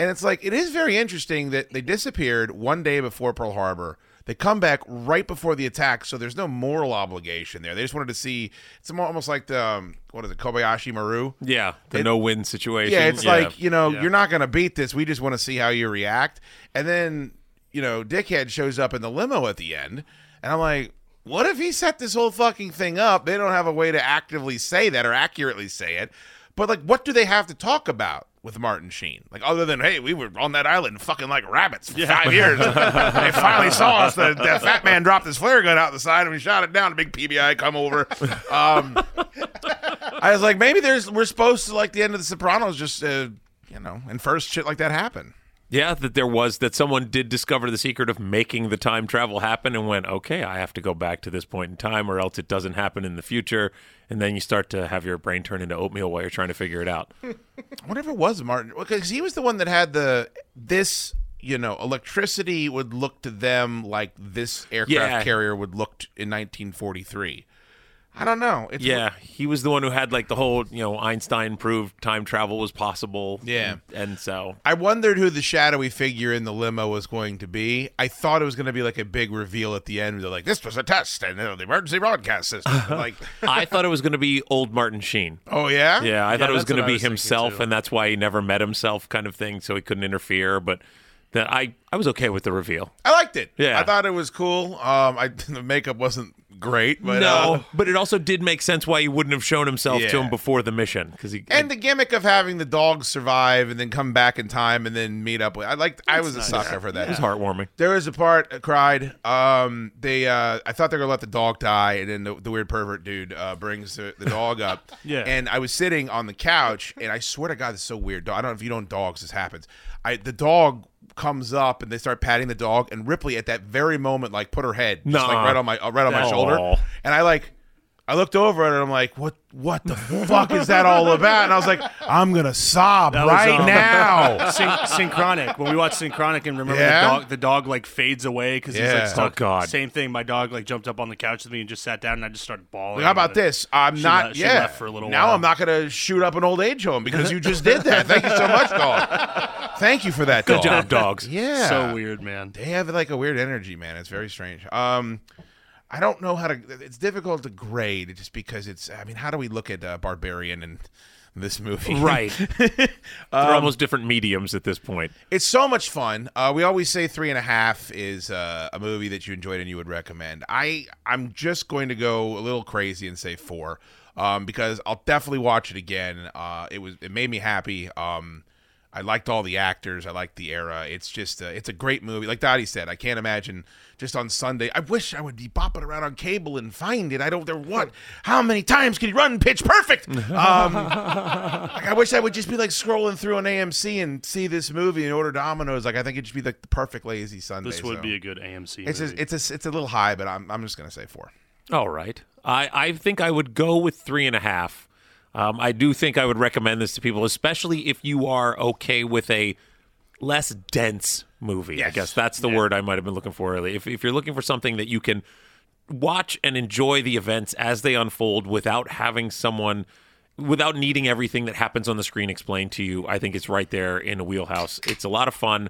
And it's like it is very interesting that they disappeared one day before Pearl Harbor. They come back right before the attack, so there's no moral obligation there. They just wanted to see. It's mo- almost like the um, what is it, Kobayashi Maru?
Yeah, the no win situation.
Yeah, it's like, you know, you're not going to beat this. We just want to see how you react. And then, you know, Dickhead shows up in the limo at the end. And I'm like, what if he set this whole fucking thing up? They don't have a way to actively say that or accurately say it. But, like, what do they have to talk about? With Martin Sheen, like other than hey, we were on that island fucking like rabbits for five years. they finally saw us. The, the fat man dropped his flare gun out the side and we shot it down. A big PBI come over. Um, I was like, maybe there's we're supposed to like the end of The Sopranos, just uh, you know, and first shit like that happen.
Yeah, that there was that someone did discover the secret of making the time travel happen and went, okay, I have to go back to this point in time or else it doesn't happen in the future. And then you start to have your brain turn into oatmeal while you're trying to figure it out.
Whatever it was, Martin, because he was the one that had the this. You know, electricity would look to them like this aircraft
Yeah.
carrier would look t- in 1943. I don't know. It's
yeah, he was the one who had like the whole, you know, Einstein proved time travel was possible.
Yeah.
And, and so
I wondered who the shadowy figure in the limo was going to be. I thought it was going to be like a big reveal at the end. They're like, "This was a test, and uh, the emergency broadcast system." I'm like,
I thought it was going to be old Martin Sheen.
oh yeah,
Yeah, I thought it was
that's
going
what
to
I
be
was thinking,
himself,
too.
and that's why he never met himself, kind of thing, so he couldn't interfere. But that I, I was okay with the reveal.
I liked it.
Yeah.
I thought it was cool. Um, I the makeup wasn't great, but
no,
uh,
but it also did make sense why he wouldn't have shown himself to
Yeah.
him before the mission because he
and the gimmick of having the dog survive and then come back in time and then meet up with I liked. I was a sucker for that.
it was heartwarming.
There was a part I cried. Um, they uh, I thought they were gonna let the dog die, and then the, the weird pervert dude uh, brings the, the dog up.
Yeah.
And I was sitting on the couch, and I swear to God, this is so weird. I don't know if you don't dogs. This happens. I the dog comes up, and they start patting the dog, and Ripley at that very moment like put her head just,
Nuh-uh.
like right on my uh, right on my
Aw.
shoulder, and I like. I looked over at her and I'm like, what what the fuck is that all about? And I was like, I'm gonna sob
was,
right
um,
now.
Syn- synchronic. When we watch Synchronic and remember
Yeah.
the dog, the dog like fades away because he's
Yeah.
like stuck.
Oh, God.
Same thing. My dog like jumped up on the couch with me and just sat down, and I just started bawling.
Like, how about
it.
this? I'm
She
not.
left- she
yeah.
left for a little
now
while.
I'm not going to shoot up an old age home because you just did that. Thank you so much, dog. Thank you for that.
Good
dog.
job, dogs.
Yeah.
So weird, man.
They have like a weird energy, man. It's very strange. Um, I don't know how to. It's difficult to grade just because it's. I mean, how do we look at uh, Barbarian and this movie?
Right,
Um,
they're almost different mediums at this point.
It's so much fun. Uh, we always say three and a half is uh, a movie that you enjoyed and you would recommend. I I'm just going to go a little crazy and say four, um, because I'll definitely watch it again. Uh, it was it made me happy. Um, I liked all the actors. I liked the era. It's just uh, it's a great movie. Like Dottie said, I can't imagine just on Sunday. I wish I would be bopping around on cable and find it. I don't. There what? How many times can you run Pitch Perfect? Um, like, I wish I would just be like scrolling through on AMC and see this movie and order Domino's. Like I think it'd just be like the perfect lazy Sunday.
This would
so.
be a good AMC.
It's
movie.
a, it's a, it's a little high, but I'm I'm just gonna say four.
All right. I, I think I would go with three and a half. Um, I do think I would recommend this to people, especially if you are okay with a less dense movie. I guess that's the word I might have been looking for earlier. If, if you're looking for something that you can watch and enjoy the events as they unfold without having someone, without needing everything that happens on the screen explained to you, I think it's right there in a wheelhouse. It's a lot of fun.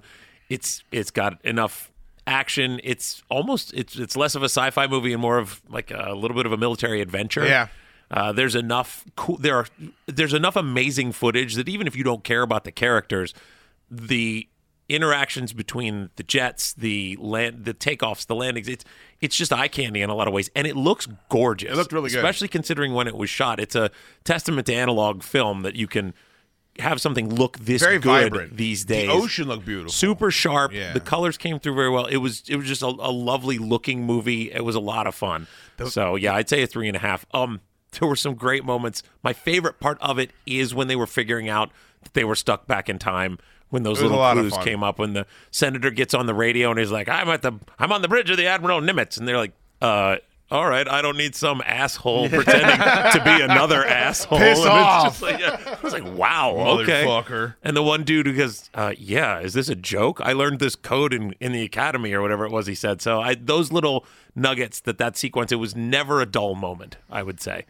It's it's got enough action. It's almost it's it's less of a sci-fi movie and more of like a little bit of a military adventure.
Yeah.
Uh, there's enough cool. There are there's enough amazing footage that even if you don't care about the characters, the interactions between the jets, the land, the takeoffs, the landings, it's it's just eye candy in a lot of ways, and it looks gorgeous. It
looked really good.
especially considering when it was shot. It's a testament to analog film that you can have something look this
Very
good
vibrant
these days.
The ocean looked beautiful.
Super sharp.
Yeah.
The colors came through very well. It was it was just a, a lovely looking movie. It was a lot of fun. so yeah, I'd say a three and a half. Um, there were some great moments. My favorite part of it is when they were figuring out that they were stuck back in time. When those
It was a
little
lot of
clues
fun.
came up, when the senator gets on the radio and he's like, "I'm at the I'm on the bridge of the Admiral Nimitz," and they're like, uh, all right, I don't need some asshole pretending to be another asshole.
Piss
And it's
off.
just like, yeah. I was like, wow, okay.
Motherfucker.
And the one dude who goes, uh, yeah, is this a joke? I learned this code in, in the academy or whatever it was he said. So I, those little nuggets that that sequence, it was never a dull moment, I would say.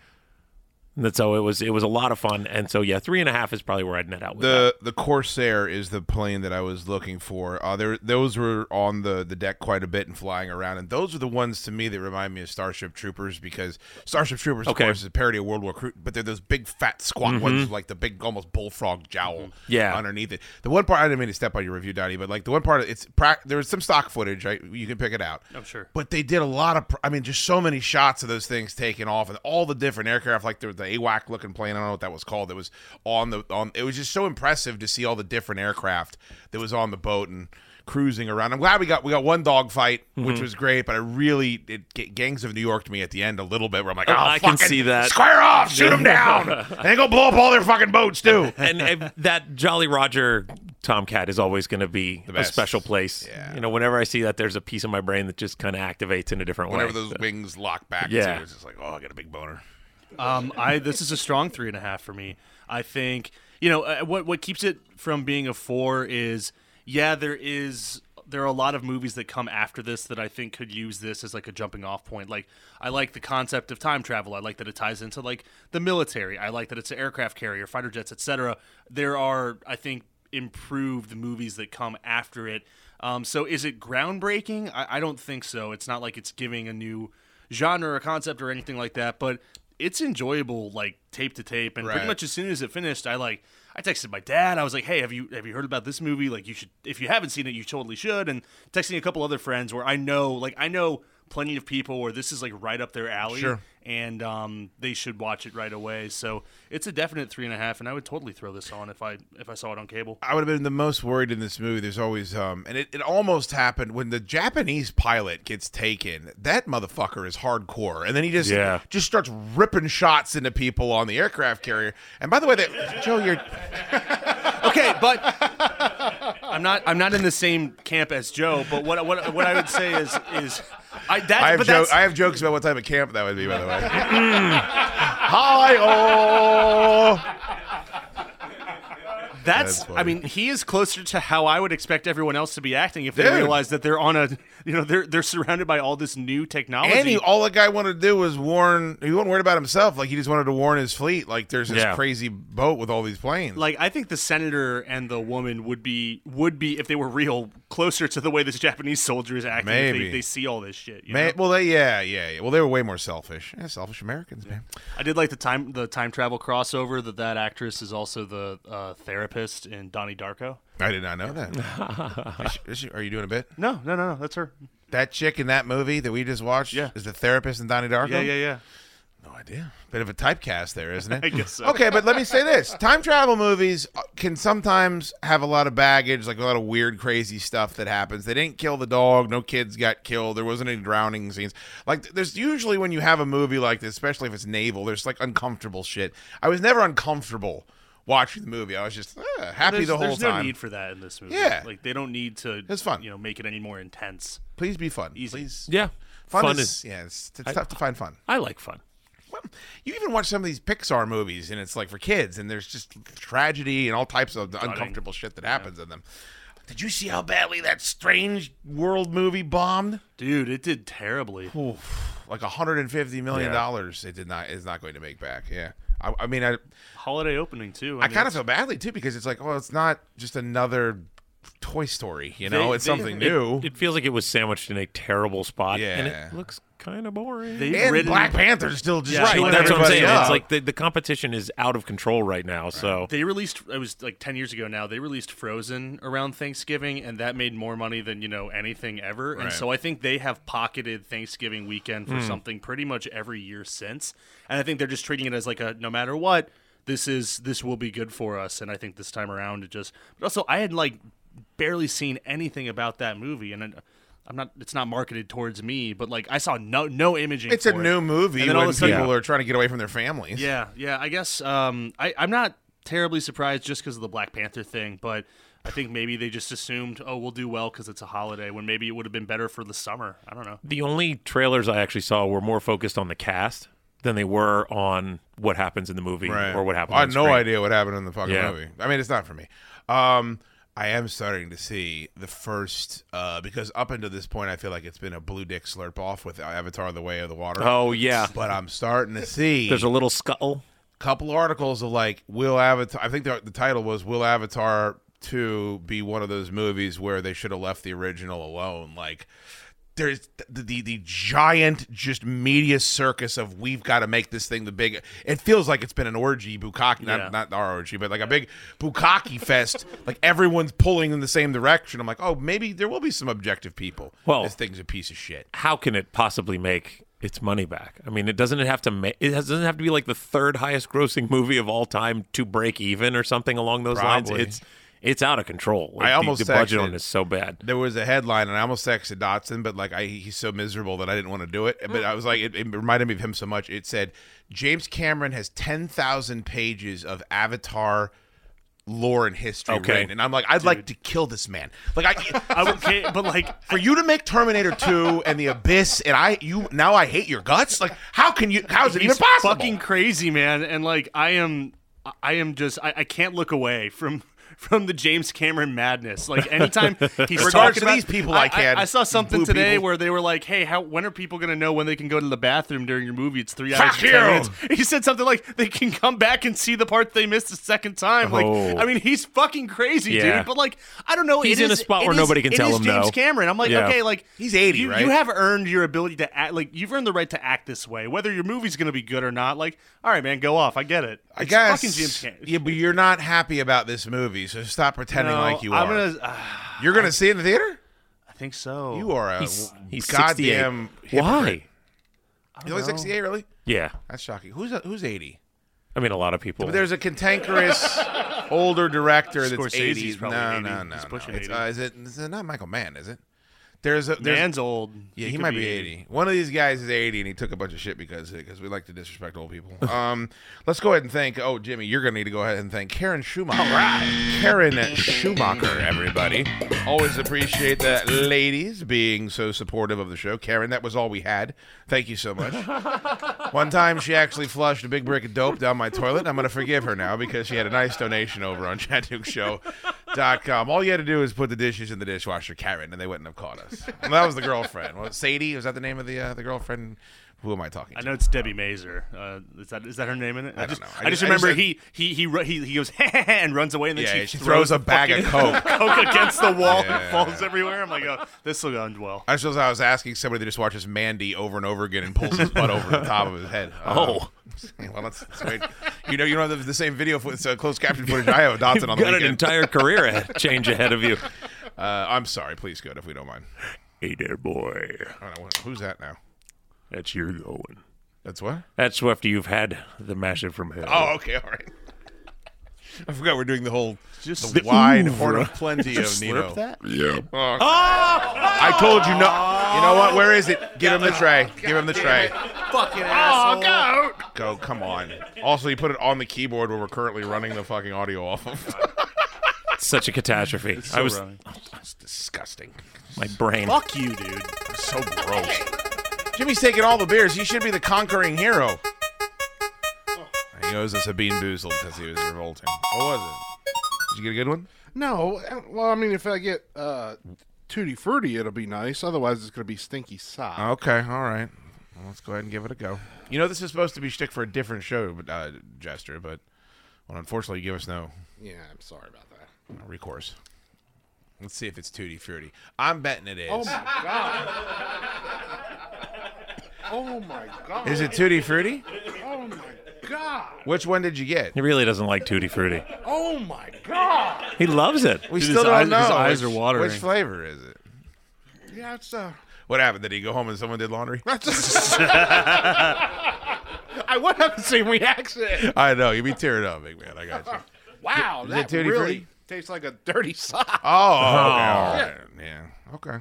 And so it was it was a lot of fun. And so, yeah, three and a half is probably where I'd net out with that.
The the Corsair is the plane that I was looking for. Uh, there, those were on the, the deck quite a bit and flying around, and those are the ones to me that remind me of Starship Troopers because Starship Troopers,
Okay.
of course, is a parody of World War II, but they're those big fat squat
Mm-hmm.
ones, with, like the big almost bullfrog jowl,
Yeah.
underneath it. The one part I didn't mean to step on your review, Donnie, but like the one part it's pra- there was some stock footage. Right, you can pick it out.
Oh, sure.
But they did a lot of, pr- I mean, just so many shots of those things taking off and all the different aircraft, like there was the AWAC looking plane. I don't know what that was called. That was on the on. It was just so impressive to see all the different aircraft that was on the boat and cruising around. I'm glad we got we got one dog fight,
Mm-hmm.
which was great. But I really it, g Gangs of New York to me at the end a little bit where I'm like, oh,
I can
fucking
see that.
Square off, shoot them down, and they go blow up all their fucking boats too.
and if that Jolly Roger Tomcat is always going to be a
best.
special place.
Yeah.
You know, whenever I see that, there's a piece of my brain that just kind of activates in a different
Whenever
way.
those wings lock back,
Yeah.
too, it's just like, oh, I got a big boner.
Um, I this is a strong three and a half for me. I think you know uh, what what keeps it from being a four is yeah there is there are a lot of movies that come after this that I think could use this as like a jumping off point. Like I like the concept of time travel. I like that it ties into like the military. I like that it's an aircraft carrier, fighter jets, etc. There are I think improved movies that come after it. Um, so is it groundbreaking? I, I don't think so. It's not like it's giving a new genre or concept or anything like that, but it's enjoyable like tape to tape and
Right.
pretty much as soon as it finished I like I texted my dad. I was like, "Hey, have you have you heard about this movie? Like you should if you haven't seen it, you totally should." And texting a couple other friends where I know like I know plenty of people where this is like right up their alley
Sure.
and um, they should watch it right away. So it's a definite three and a half, and I would totally throw this on if I if I saw it on cable.
I would have been the most worried in this movie. There's always um, and it, it almost happened when the Japanese pilot gets taken. That motherfucker is hardcore, and then he just
Yeah.
just starts ripping shots into people on the aircraft carrier. And by the way, that Joe, you're
Okay, but I'm not I'm not in the same camp as Joe. But what what what I would say is is I that
I have
but
jo-
that's,
I have jokes about what type of camp that would be. By the way, hi oh,
That's,
That's
I mean, he is closer to how I would expect everyone else to be acting if they
Dude.
realize that they're on a, you know, they're they're surrounded by all this new technology.
and he, all the guy wanted to do was warn. He wasn't worried about himself. Like he just wanted to warn his fleet. Like there's this
Yeah.
crazy boat with all these planes.
like I think the senator and the woman would be would be if they were real closer to the way this Japanese soldier is acting. if
Maybe.
they, they see all this shit. you
Man,
know?
well, they, yeah, yeah, yeah. Well, they were way more selfish. Yeah, selfish Americans, man.
I did like the time the time travel crossover that that actress is also the uh, therapist in Donnie Darko.
I did not know that. Is she- is she- are you doing a bit?
No, no, no, no, that's her.
That chick in that movie that we just watched
Yeah.
is the therapist in Donnie Darko?
Yeah, yeah, yeah.
No idea. Bit of a typecast there, isn't it?
I guess so.
Okay, but let me say this. Time travel movies uh, can sometimes have a lot of baggage, like a lot of weird, crazy stuff that happens. They didn't kill the dog. No kids got killed. There wasn't any drowning scenes. Like, th- there's usually when you have a movie like this, especially if it's naval, there's like uncomfortable shit. I was never uncomfortable watching the movie. I was just uh, happy
There's,
the whole
there's
time.
no need for that in this movie.
Yeah.
like they don't need to.
It's fun.
you know, make it any more intense.
Please be fun.
Easy.
Please.
yeah.
Fun,
fun
is,
is-
yeah, it's, it's tough to find fun.
I like fun.
Well, you even watch some of these Pixar movies, and it's like for kids, and there's just tragedy and all types of uncomfortable shit that happens in them. Did you see how badly that Strange World movie bombed?
Dude, it did terribly.
Like 150 million
Yeah.
dollars. It did not. It's not going to make back. Yeah. I, I mean, I
Holiday opening too.
I kind of
it's-
feel badly too because it's like, well, it's not just another Toy Story. You know,
They-
it's
they-
something
It-
new.
It, feels like it was sandwiched in a terrible spot. And
Yeah.
it looks kind of boring.
they've
and
written
Black Panther's still just
Yeah, Right,
chewing
That's what I'm
everybody
saying.
up.
It's like the, the competition is out of control right now. So
They released it was like ten years ago now. They released Frozen around Thanksgiving, and that made more money than you know anything ever.
Right. Hmm.
And so I think they have pocketed Thanksgiving weekend for something pretty much every year since. And I think they're just treating it as like a no matter what. This is this will be good for us. And I think this time around it just. But also, I had like barely seen anything about that movie, and. I- I'm not. It's not marketed towards me, but like I saw no no imaging.
It's a
for it.
new movie when
And then all of a
people
sudden-
are trying to get away from their families.
Yeah, yeah. I guess um, I, I'm not terribly surprised just because of the Black Panther thing, but I think maybe they just assumed, oh, we'll do well because it's a holiday. When maybe it would have been better for the summer. I don't know.
The only trailers I actually saw were more focused on the cast than they were on what happens in the movie or what happens.
I
on
had no
screen.
idea what happened in the fucking
Yeah.
movie. I mean, it's not for me. Um, I am starting to see the first uh, because up until this point, I feel like it's been a blue dick slurp off with Avatar: The Way of the Water.
Oh yeah,
But I'm starting to see
there's a little scuttle.
couple articles of like will avatar i think the, the title was will avatar 2 be one of those movies where they should have left the original alone like there's the, the the giant just media circus of we've got to make this thing the big it feels like it's been an orgy bukkake not,
Yeah.
not our orgy but like a big bukkake fest like everyone's pulling in the same direction i'm like oh maybe there will be some objective people
Well-
this thing's a piece of shit
How can it possibly make its money back? I mean, it doesn't have to. Ma- it has, doesn't have to be like the third highest grossing movie of all time to break even or something along those
Probably.
lines. It's it's out of control. Like, the-
almost
the, budget
texted-
on it is so bad.
there was a headline and I almost texted Dotson, but like I, he's so miserable that I didn't want to do it.
Mm.
But I was like, it, it reminded me of him so much. It said, James Cameron has 10,000 pages of Avatar lore and history
Okay.
written. And I'm like, I'd like to kill this man. Like I,
I would, ca- but like,
for you to make Terminator 2 and the Abyss and I, you, now I hate your guts. Like how can you, how is it even
he's
possible?
fucking crazy, man. And like, I am, I am just, I, I can't look away from. From the James Cameron madness, like anytime he's
Regards
talking
to
about,
these people, I can.
I, saw something
Blue
today
people.
where they were like, "Hey, how when are people going to know when they can go to the bathroom during your movie? It's three hours
Fuck
and ten
you.
minutes." He said something like, "They can come back and see the part they missed the second time." Like,
Oh.
I mean, he's fucking crazy,
Yeah.
dude. But like, I don't know.
He's
it
in a
is-
spot
it
where
is-
nobody can
it
tell
is
him
James
no.
Cameron. I'm like,
Yeah.
okay, like
He's 80,
you,
right?
You have earned your ability to act. Like, you've earned the right to act this way, whether your movie's going to be good or not. Like, all right, man, go off. I get it.
I
It's
guess.
fucking James Cameron.
Yeah, but you're not happy about this movie, so stop pretending
No,
like you
I'm
are.
gonna. Uh,
you're going to see it in the theater?
I think so.
You are a
He's, he's
goddamn
68. Why?
He's only 68, really?
Yeah,
That's shocking. Who's who's 80?
I mean, a lot of people.
Oh.
But there's a cantankerous older director that's
Scorsese's
80.
probably
no,
80.
no, no,
He's
no.
pushing
It's,
80.
uh, is it is it not Michael Mann, is it? There's a there's,
Man's old.
Yeah, he,
could
might be 80. One of these guys is 80 and he took a bunch of shit because because we like to disrespect old people. Um, let's go ahead and thank Oh, Jimmy, you're going to need to go ahead and thank Karen Schumacher. All right. Karen Schumacher, everybody. Always appreciate that ladies being so supportive of the show. Karen, that was all we had. Thank you so much. One time she actually flushed a big brick of dope down my toilet. I'm going to forgive her now because she had a nice donation over on ChatDukeShow.com. All you had to do was put the dishes in the dishwasher, Karen, and they wouldn't have caught us. And that was the girlfriend. Was it Sadie? Was that the name of the uh, the girlfriend? Who am I talking
I
to?
know it's Debbie Mazer. Uh, is that is that her name in it? I,
don't
just
know. I
I, just
just- I just
remember
said-
he he he ru- he he goes and runs away and then
Yeah, she,
she,
throws, a
the
bag of
fucking
Coke.
Coke against the wall
Yeah.
and falls everywhere. I'm like, oh, this will end well.
I just realized I was asking somebody that just watches Mandy over and over again and pulls his butt over the top of his head. Uh,
Oh.
well, that's, that's great. You know, you don't have the same video with uh, closed caption footage I have of Dotson on
You've
the
got an
weekend.
entire career ahead, change ahead of you.
uh, I'm sorry. Please, good, if we don't mind.
Hey there, boy.
I don't know, who's that now?
That's your going.
That's what?
That's after you've had the massive from hell.
Oh, okay, all right. I forgot we're doing the whole
Just
the wide horn of plenty of Nino. Ah!
yeah.
Oh, I told you no. You know what? Where is it? Give him the tray. Give him the tray. Oh,
fucking asshole.
Go, come on. Also, you put it on the keyboard where we're currently running the fucking audio off of.
Such a catastrophe. I was
It's disgusting.
my brain.
Fuck you, dude.
So gross. Jimmy's taking all the beers. He should be the conquering hero. He owes us a bean boozled because he was revolting. What was it? Did you get a good one?
No, uh, well, I mean, if I get uh, tutti frutti, it'll be nice. Otherwise, it's gonna be stinky sock.
Okay, all right. Well, let's go ahead and give it a go. You know, this is supposed to be shtick for a different show, but, uh, Jester, but well, unfortunately, you give us no
Yeah, I'm sorry about that.
no recourse. Let's see if it's tutti frutti. I'm betting it is.
Oh my god. Oh my god.
is it tutti frutti?
Oh my god.
Which one did you get?
He really doesn't like Tutti Frutti.
Oh my god.
He loves it.
We
Dude,
still
his
don't
eyes- his
know.
eyes
which,
are watering.
Which flavor is it?
Yeah, it's uh.
What happened? Did he go home and someone did laundry?
I would have the same reaction.
I know. You'd be tearing up, big man. I got you.
Wow,
it
that
tutti
really
frutti?
tastes like a dirty sock.
Oh, okay, all right.
Oh.
yeah. Okay.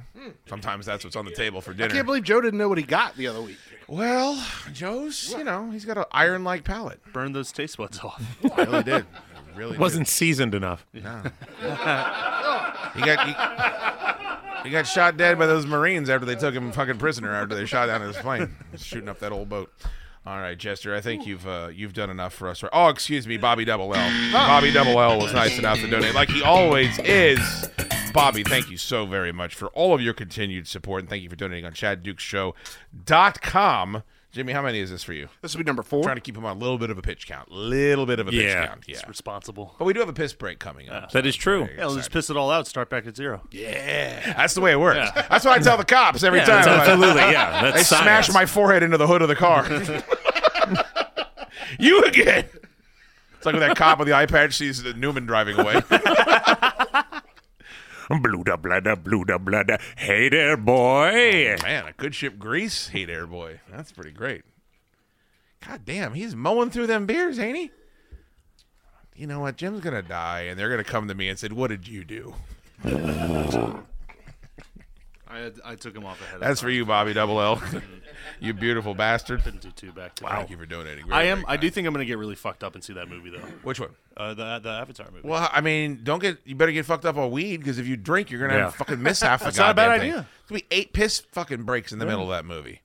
Sometimes that's what's on the table for dinner.
I can't believe Joe didn't know what he got the other week.
well, Joe's, you know, he's got an iron like palate.
Burn those taste buds off.
I really did. really did.
Wasn't seasoned enough.
He got he, he got shot dead by those Marines after they took him fucking prisoner after they shot down his plane, shooting up that old boat. All right, Jester, I think you've uh, you've done enough for us. Oh, excuse me, Bobby Double L. Bobby Double L was nice enough to donate, like he always is. Bobby, thank you so very much for all of your continued support, and thank you for donating on ChadDukesShow.com. Jimmy, how many is this for you?
This will be number four.
trying to keep him on a little bit of a pitch count, little bit of a pitch
Yeah.
count, yeah.
Responsible.
But we do have a piss break coming up.
That is true.
Yeah, let's just piss it all out. Start back at zero.
That's the way it works. That's what I tell the cops every time. I'm like,
absolutely. Yeah, that's
They
science.
smashed my forehead into the hood of the car. you again. It's like when that cop with the iPad sees the Newman driving away.
blue da blada blue da blada. Hey there, boy.
Man, a good ship grease. Hey there, boy. That's pretty great. God damn, he's mowing through them beers, ain't he? You know what? Jim's gonna die, and they're gonna come to me and said, "What did you do?"
I, I took him off ahead.
That's for you, Bobby Double L. you beautiful bastard.
couldn't do two back to back.
Thank you for donating. Really
I am.
great
I do
guy.
think I'm going to get really fucked up and see that movie though.
Which one?
Uh, the the Avatar movie.
Well, I mean, don't get you better get fucked up on weed because if you drink, you're gonna
Yeah.
have fucking miss half the That's
not a bad
thing.
idea.
It's gonna be eight piss fucking breaks in the middle of that movie.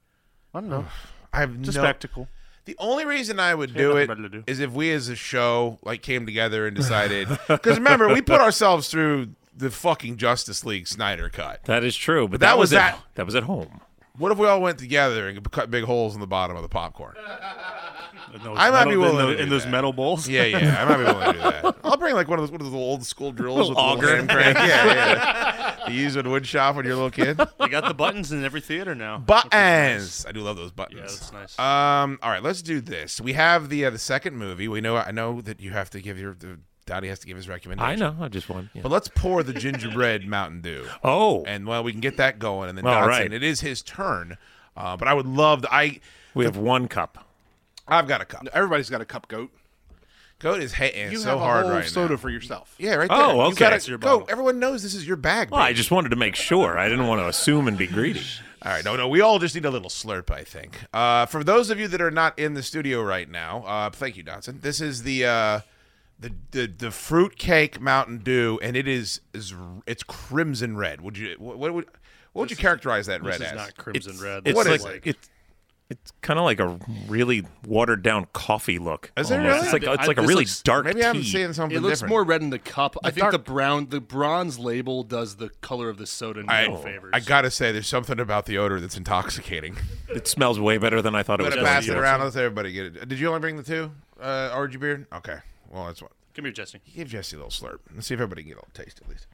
I don't know.
I have
It's a
no.
spectacle.
The only reason I would do
nothing
it
better to do.
is if we as a show like came together and decided because remember we put ourselves through the fucking Justice League Snyder cut.
That is true. But
that
that,
was
was,
that-
At, that was at home.
What if we all went together and cut big holes in the bottom of the popcorn?
Uh, No,
I might be willing
in,
to do
in those
that.
metal bowls.
Yeah, yeah, I might be willing to do that. I'll bring like one of those, one of those old school drills with a little
auger.
hand crank. Yeah, yeah. You use at wood shop when you're a little kid.
they got the buttons in every theater now.
buttons. I do love those buttons.
Yeah, that's nice.
Um. All right, let's do this. We have the uh, the second movie. We know. I know that you have to give your the daddy has to give his recommendation.
I know. I just won. Yeah.
But let's pour the gingerbread Mountain Dew,
Oh,
and well, we can get that going. And then
All
Dotson,
right.
it is his turn. Uh, but I would love. To, I
we have one cup.
I've got a cup.
Everybody's got a cup goat.
Goat is hitting
You
so
have a
hard
whole
right
soda
now.
for yourself.
Yeah, right there.
Oh,
You
okay.
gotta-
That's your
go.
bottle.
Everyone knows this is your bag.
Well, I
baby.
just wanted to make sure. I didn't want to assume and be greedy.
All right, no, no, we all just need a little slurp, I think. Uh, for those of you that are not in the studio right now, uh, thank you, Dotson. This is the uh, the the the fruitcake Mountain Dew, and it is is it's crimson red. Would you what, what would what would you characterize that
this
red
is
as?
not crimson red.
It's
What
like,
is it?
it's it's kind of like a really watered down coffee look.
Is it
almost.
really?
It's like
I-
it's like a
this
really
looks-
dark
Maybe
tea.
I'm seeing something
It looks
different.
more red in the cup. I think
dark-
the brown, the bronze label does the color of the soda
I,
no favors.
I gotta say, there's something about the odor that's intoxicating.
it smells way better than I thought it
I'm
was.
gonna
going
pass
to
it
be.
around. Let's everybody get it. Did you only bring the two uh, orangey beer? Okay, well that's one.
Come here, Jesse.
Give Jesse a little slurp. Let's see if everybody can get a little taste at least.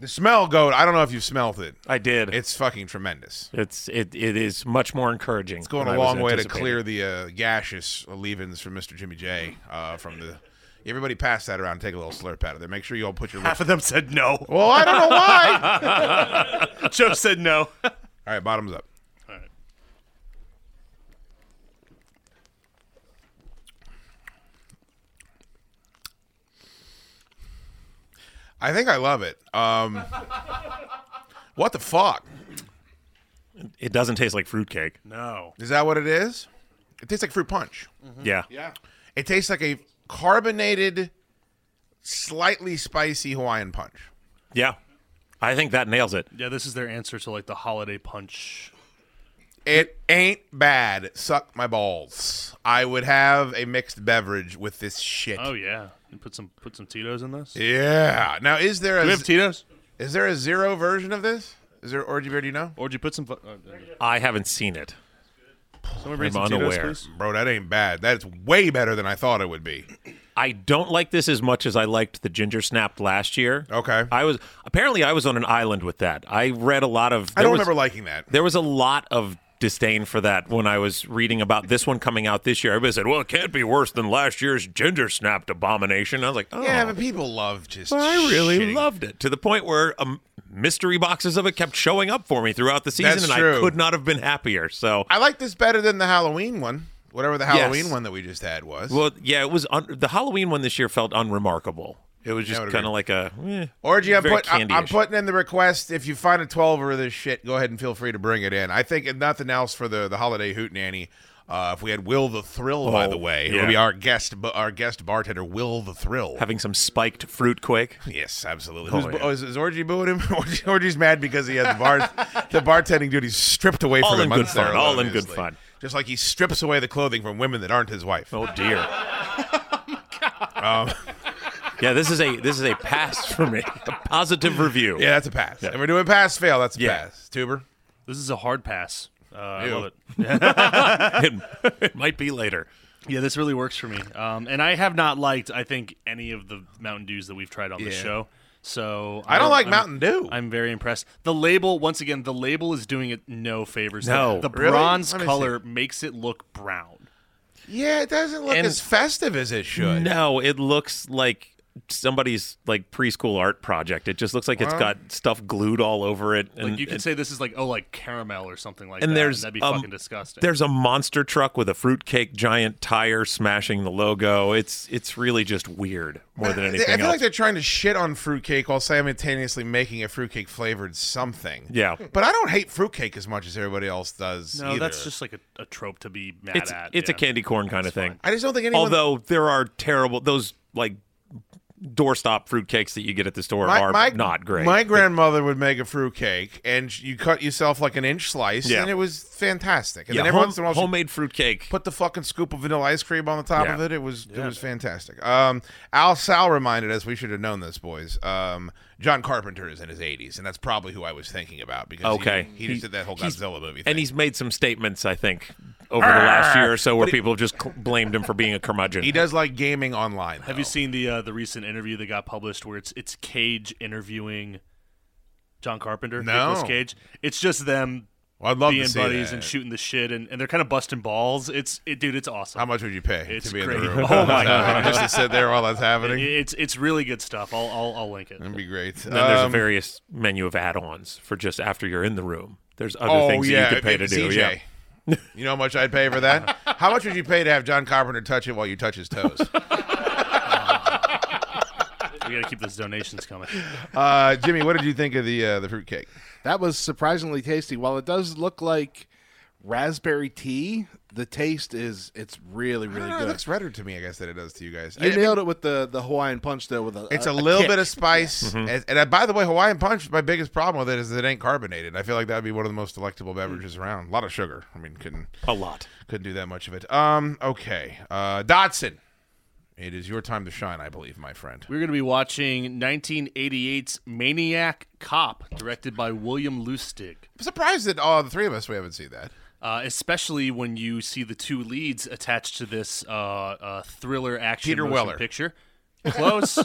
The smell, goat. I don't know if you smelled it.
I did.
It's fucking tremendous.
It's it it is much more encouraging.
It's going a long way to clear the uh, gaseous leavings from Mr. Jimmy J. Uh, from the everybody, pass that around. and Take a little slurp out of there. Make sure you all put your lips.
Half of them said no.
well, I don't know why.
Joe said no.
all right, bottoms up. I think I love it. Um, what the fuck?
It doesn't taste like fruitcake.
No.
Is that what it is? It tastes like fruit punch.
Yeah.
It tastes like a carbonated, slightly spicy Hawaiian punch.
Yeah. I think that nails it.
Yeah, this is their answer to like the holiday punch.
It ain't bad. Suck my balls. I would have a mixed beverage with this shit.
Oh yeah, you put some put some Tito's in this.
yeah. Now is there a
Do we have Tito's,
is there a zero version of this? Is there orgy beer? Do you know,
or did you put some? fu- Uh,
I haven't seen it.
someone bring
I'm
some Tito's,
unaware.
please.
bro? That ain't bad. That's way better than I thought it would be.
I don't like this as much as I liked the ginger snap last year.
Okay.
I was apparently I was on an island with that. I read a lot of
I
there
don't
was-
remember liking that.
There was a lot of disdain for that when I was reading about this one coming out this year. Everybody said, "Well, it can't be worse than last year's ginger snapped abomination." I was like, "Oh,
Yeah, but people love just.
I really
shitting
loved it to the point where um, mystery boxes of it kept showing up for me throughout the season,
That's
and
true.
I could not have been happier. So,
I like this better than the Halloween one. Whatever the Halloween
Yes.
one that we just had was.
well, yeah, it was un- the Halloween one this year felt unremarkable. It was just
would
kind of like a eh,
Orgy, I'm,
very
put, I, am
candy-ish.
putting in the request. If you find a 12 or this shit, go ahead and feel free to bring it in. I think if nothing else for the, the holiday hoot nanny, Uh, if we had Will the Thrill, by the way,
Oh, yeah.
it'll be our guest, bu- our guest bartender, Will the Thrill.
Having some spiked fruit quake.
yes, absolutely. Who's, oh, is, is Orgy booing him? Orgy, Orgy's mad because he had the bar, the bartending duties stripped away
All
from
in
him.
good
unfair
fun, all in good
obviously.
fun.
Just like he strips away the clothing from women that aren't his wife.
Oh dear.
Oh,
Um, yeah, this is a this is a pass for me. A positive review.
Yeah, that's a pass. And we're doing pass fail. That's a
Yeah.
pass. Tuber.
This is a hard pass. Uh, I
Ew.
love it.
It, it might be later.
Yeah, this really works for me. Um, and I have not liked, I think, any of the Mountain Dews that we've tried on this
Yeah.
show. So
I don't like
I'm-
Mountain Dew.
I'm very impressed. The label, once again, the label is doing it no favors.
No.
the, the
Really?
bronze
Let me see.
color makes it look brown.
Yeah, it doesn't look
And-
as festive as it should.
No, it looks like somebody's like preschool art project. It just looks like it's
Well-
got stuff glued all over it. And,
Mm,
Like you could
and-
say this is like oh, like caramel or something like
and
that.
there's
that'd be
um,
fucking disgusting.
There's a monster truck with a fruitcake giant tire smashing the logo. It's it's really just weird more than
I
anything
feel
else.
like they're trying to shit on fruitcake while simultaneously making a fruitcake flavored something.
Yeah.
But I don't hate fruitcake as much as everybody else does.
no,
either.
that's just like a, a trope to be mad
it's
at.
it's
yeah.
a candy corn kind of thing.
I just don't think anyone.
Although there are terrible those like doorstop fruitcakes that you get at the store
my,
are
my-
not great.
My grandmother would make a fruitcake, and sh- you cut yourself like an inch slice,
Yeah.
and it was fantastic. And
yeah,
then every
home-
once in a while, she
homemade fruitcake.
put the fucking scoop of vanilla ice cream on the top
Yeah.
of it. It was it was fantastic. Um, Al Sal reminded us we should have known this, boys. Um, John Carpenter is in his 80s, and that's probably who I was thinking about because he-
Okay.
he, just did that whole
he's-
Godzilla movie. Thing.
and he's made some statements, I think, over the last year or so, where people have just cl- blamed him for being a curmudgeon.
he does like gaming online.
Have you seen the uh, the recent interview that got published where it's it's Cage interviewing John Carpenter,
No.
Nicolas Cage? It's just them
Well, I'd love
being
to see
buddies
that.
and shooting the shit, and, and they're kind of busting balls. It's it, dude, it's awesome.
How much would you pay
It's
to be in
great.
the room?
Oh my God.
Just to sit there while that's
It-
happening.
it's it's really good stuff. I'll I'll, I'll link it.
That'd be great.
And then there's a
Um,
various menu of add-ons for just after you're in the room. There's other
oh
things
yeah,
that you could pay to do.
CJ.
Yeah.
You know how much I'd pay for that? How much would you pay to have John Carpenter touch it while you touch his toes?
We got to keep those donations coming.
Uh, Jimmy, what did you think of the uh, the fruitcake?
That was surprisingly tasty. While it does look like raspberry tea, the taste is it's really
I
really
don't know, It
good.
looks redder to me, I guess, than it does to you guys.
You
Ah, I-
nailed it with the the Hawaiian punch though. With a
it's
a
a, little
kick.
bit of spice, and, and I, by the way, Hawaiian Punch. My biggest problem with it is it ain't carbonated. I feel like that would be one of the most delectable beverages around. A lot of sugar. I mean, couldn't
A lot.
couldn't do that much of it. Um, okay, uh, Dotson, it is your time to shine, I believe, my friend.
We're going to be watching 1988's Maniac Cop, directed by William Lustig.
I'm surprised that all the three of us we haven't seen that.
Uh, especially when you see the two leads attached to this uh, uh, thriller action
Peter
motion
Weller.
picture. Close.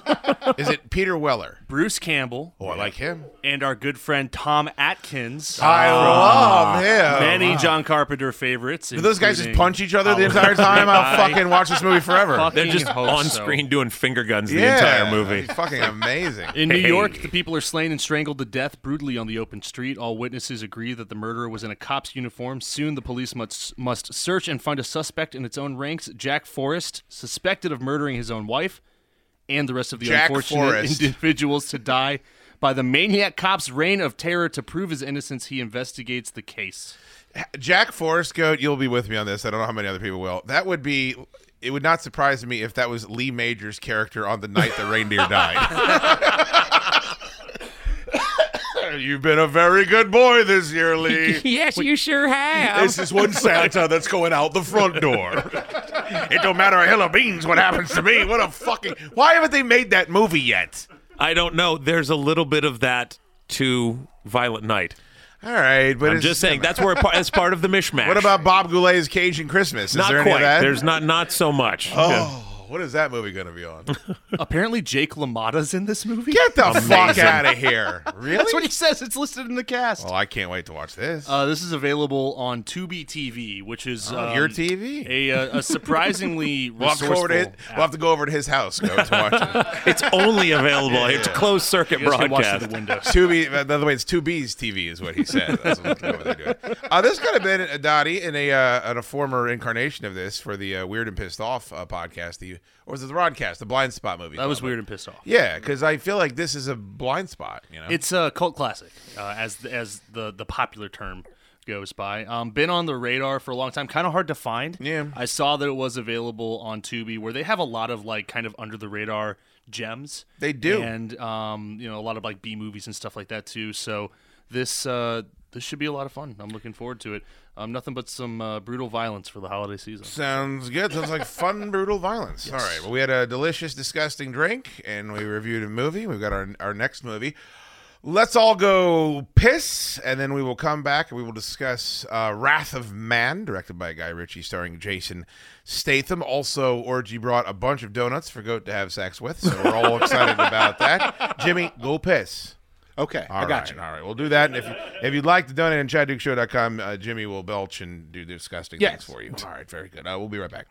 Is it Peter Weller?
Bruce Campbell
Oh, I like him.
and our good friend Tom Atkins. Uh,
I love him.
many John Carpenter favorites.
Do those guys just
including-
punch each other the entire time? I'll fucking watch this movie forever.
They're
Fucking
just
hope
on
so.
screen doing finger guns the
Yeah,
entire movie.
that'd be Fucking amazing.
In New
Hey.
York, the people are slain and strangled to death brutally on the open street. All witnesses agree that the murderer was in a cop's uniform. Soon, the police must must search and find a suspect in its own ranks. Jack Forrest, suspected of murdering his own wife, and the rest of the
Jack
unfortunate
Forrest.
individuals to die by the maniac cop's reign of terror. To prove his innocence, he investigates the case.
Jack Forrest Goat, you'll be with me on this. I don't know how many other people will. That would be. It would not surprise me if that was Lee Major's character on the night the reindeer died. You've been a very good boy this year, Lee.
yes, you sure have.
This is one Santa that's going out the front door. it don't matter a hill of beans what happens to me. What a fucking. Why haven't they made that movie yet?
I don't know. There's a little bit of that to Violent Night.
All right, but
I'm
it's-
just saying that's where it par- that's part of the mishmash.
What about Bob Goulet's Cajun Christmas? Is
not
there any
quite?
of that?
There's not not so much.
Oh, what is that movie going to be on?
Apparently, Jake LaMotta's in this movie.
Get the fuck out of here! Really?
That's what he says. It's listed in the cast.
oh, I can't wait to watch this.
Uh, this is available on Tubi TV, which is um,
your TV?
A, uh, a surprisingly
we'll, have to go over to his,
resourceful.
we'll have to go over to his house go to watch it.
It's only available. It's closed circuit
You guys can watch through
broadcast.
the windows.
Tubi, by the way, it's two B's TV is what he said. That's what they're doing. Uh, this could have been a Dottie in a uh, in a former incarnation of this for the uh, Weird and Pissed Off uh, podcast, the or was it the Rodcast, the Blind Spot movie?
That was
club.
weird and pissed off.
Yeah, because I feel like this is a blind spot. You know,
It's a cult classic, uh, as as the the popular term goes by. Um, been on the radar for a long time. Kind of hard to find.
Yeah.
I saw that it was available on Tubi, where they have a lot of like kind of under the radar gems.
They do.
and um, you know a lot of like B movies and stuff like that too. So this uh, this should be a lot of fun. I'm looking forward to it. Um, nothing but some uh, brutal violence for the holiday season.
Sounds good. Sounds like fun, brutal violence. All right. Well, we had a delicious, disgusting drink, and we reviewed a movie. We've got our our next movie. Let's all go piss, and then we will come back and we will discuss uh, Wrath of Man, directed by Guy Ritchie, starring Jason Statham. Also, Orgy brought a bunch of donuts for Goat to have sex with, so we're all excited about that. Jimmy, go piss.
Okay,
All
I got
right,
you.
All right, we'll do that. And if you, if you'd like to donate on ChadDukeShow.com, uh, Jimmy will belch and do disgusting
Yes.
things for you. All right, very good. Uh, we'll be right back.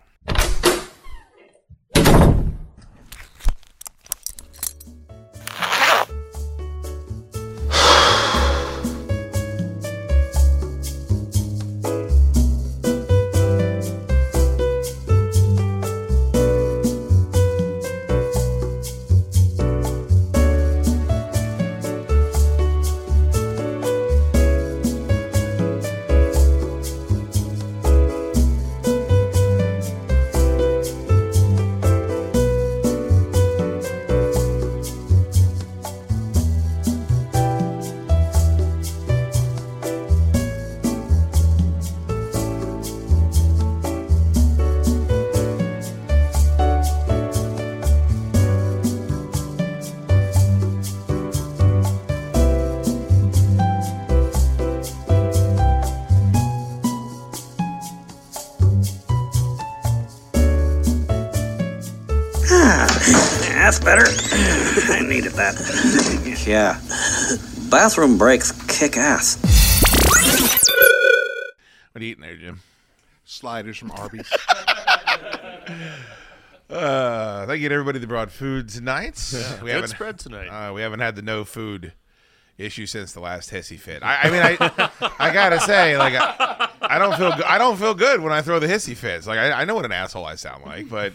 That's better. I needed that. yeah. Bathroom breaks kick ass.
What are you eating there, Jim?
Sliders from Arby's.
Uh, thank you to everybody that brought food tonight. we
Good
haven't
spread tonight.
Uh, we haven't had the no food issue since the last hissy fit. I, I mean, I I gotta say, like, I, I don't feel go- I don't feel good when I throw the hissy fits. Like, I, I know what an asshole I sound like, but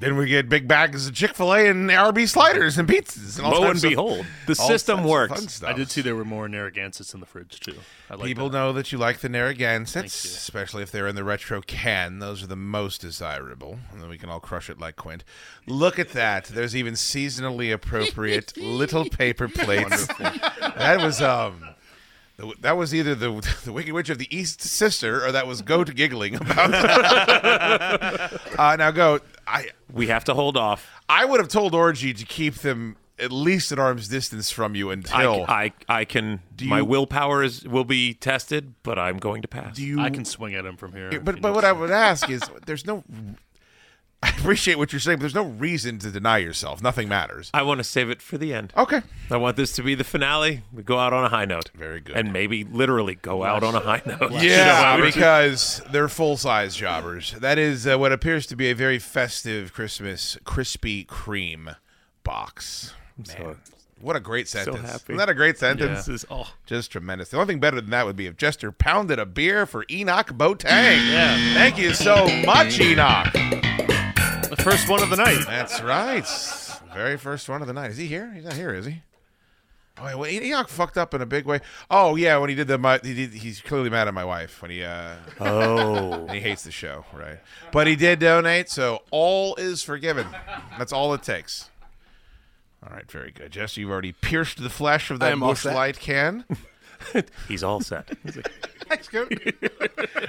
then we get big bags of Chick Fil A and RB sliders and pizzas. And all
Lo and
types of-
behold, the
all
system
types of
works.
fun stuff.
I did see there were more Narragansetts in the fridge too. I like
People
that.
know that you like the Narragansetts, especially if they're in the retro can. Those are the most desirable. And then we can all crush it like Quint. Look at that. There's even seasonally appropriate little paper plates. that was um the- that was either the the Wicked Witch of the East Sister or that was Goat giggling about uh, now Goat, I
We have to hold off.
I would have told Orgy to keep them at least at arm's distance from you
I,
until
I, I can. my
you-
willpower is will be tested, but I'm going to pass.
do you
I can swing at him from here. if
But
he
but what
needs
I
to.
would ask is, there's no. I appreciate what you're saying, but there's no reason to deny yourself. Nothing matters.
I want to save it for the end.
Okay.
I want this to be the finale. We go out on a high note.
Very good.
And maybe literally go out on a high note.
Yeah, because they're full size jobbers. That is uh, what appears to be a very festive Christmas Krispy Kreme box. Man, what a great sentence!
happy.
Isn't that a great sentence?
This is all.
Just tremendous. The only thing better than that would be if Jester pounded a beer for Enoch Botang. Yeah. Thank you so much, Enoch.
the first one of the night.
That's right. Very first one of the night. Is he here? He's not here, is he? Oh, wait, well, Enoch fucked up in a big way. Oh yeah, when he did the, my, he did, he's clearly mad at my wife when he uh
Oh.
and he hates the show, right? But he did donate, so all is forgiven. That's all it takes. All right, very good, Jess. You've already pierced the flesh of
I
that
am all
bush
set.
light can.
He's all set.
Thanks, Coop.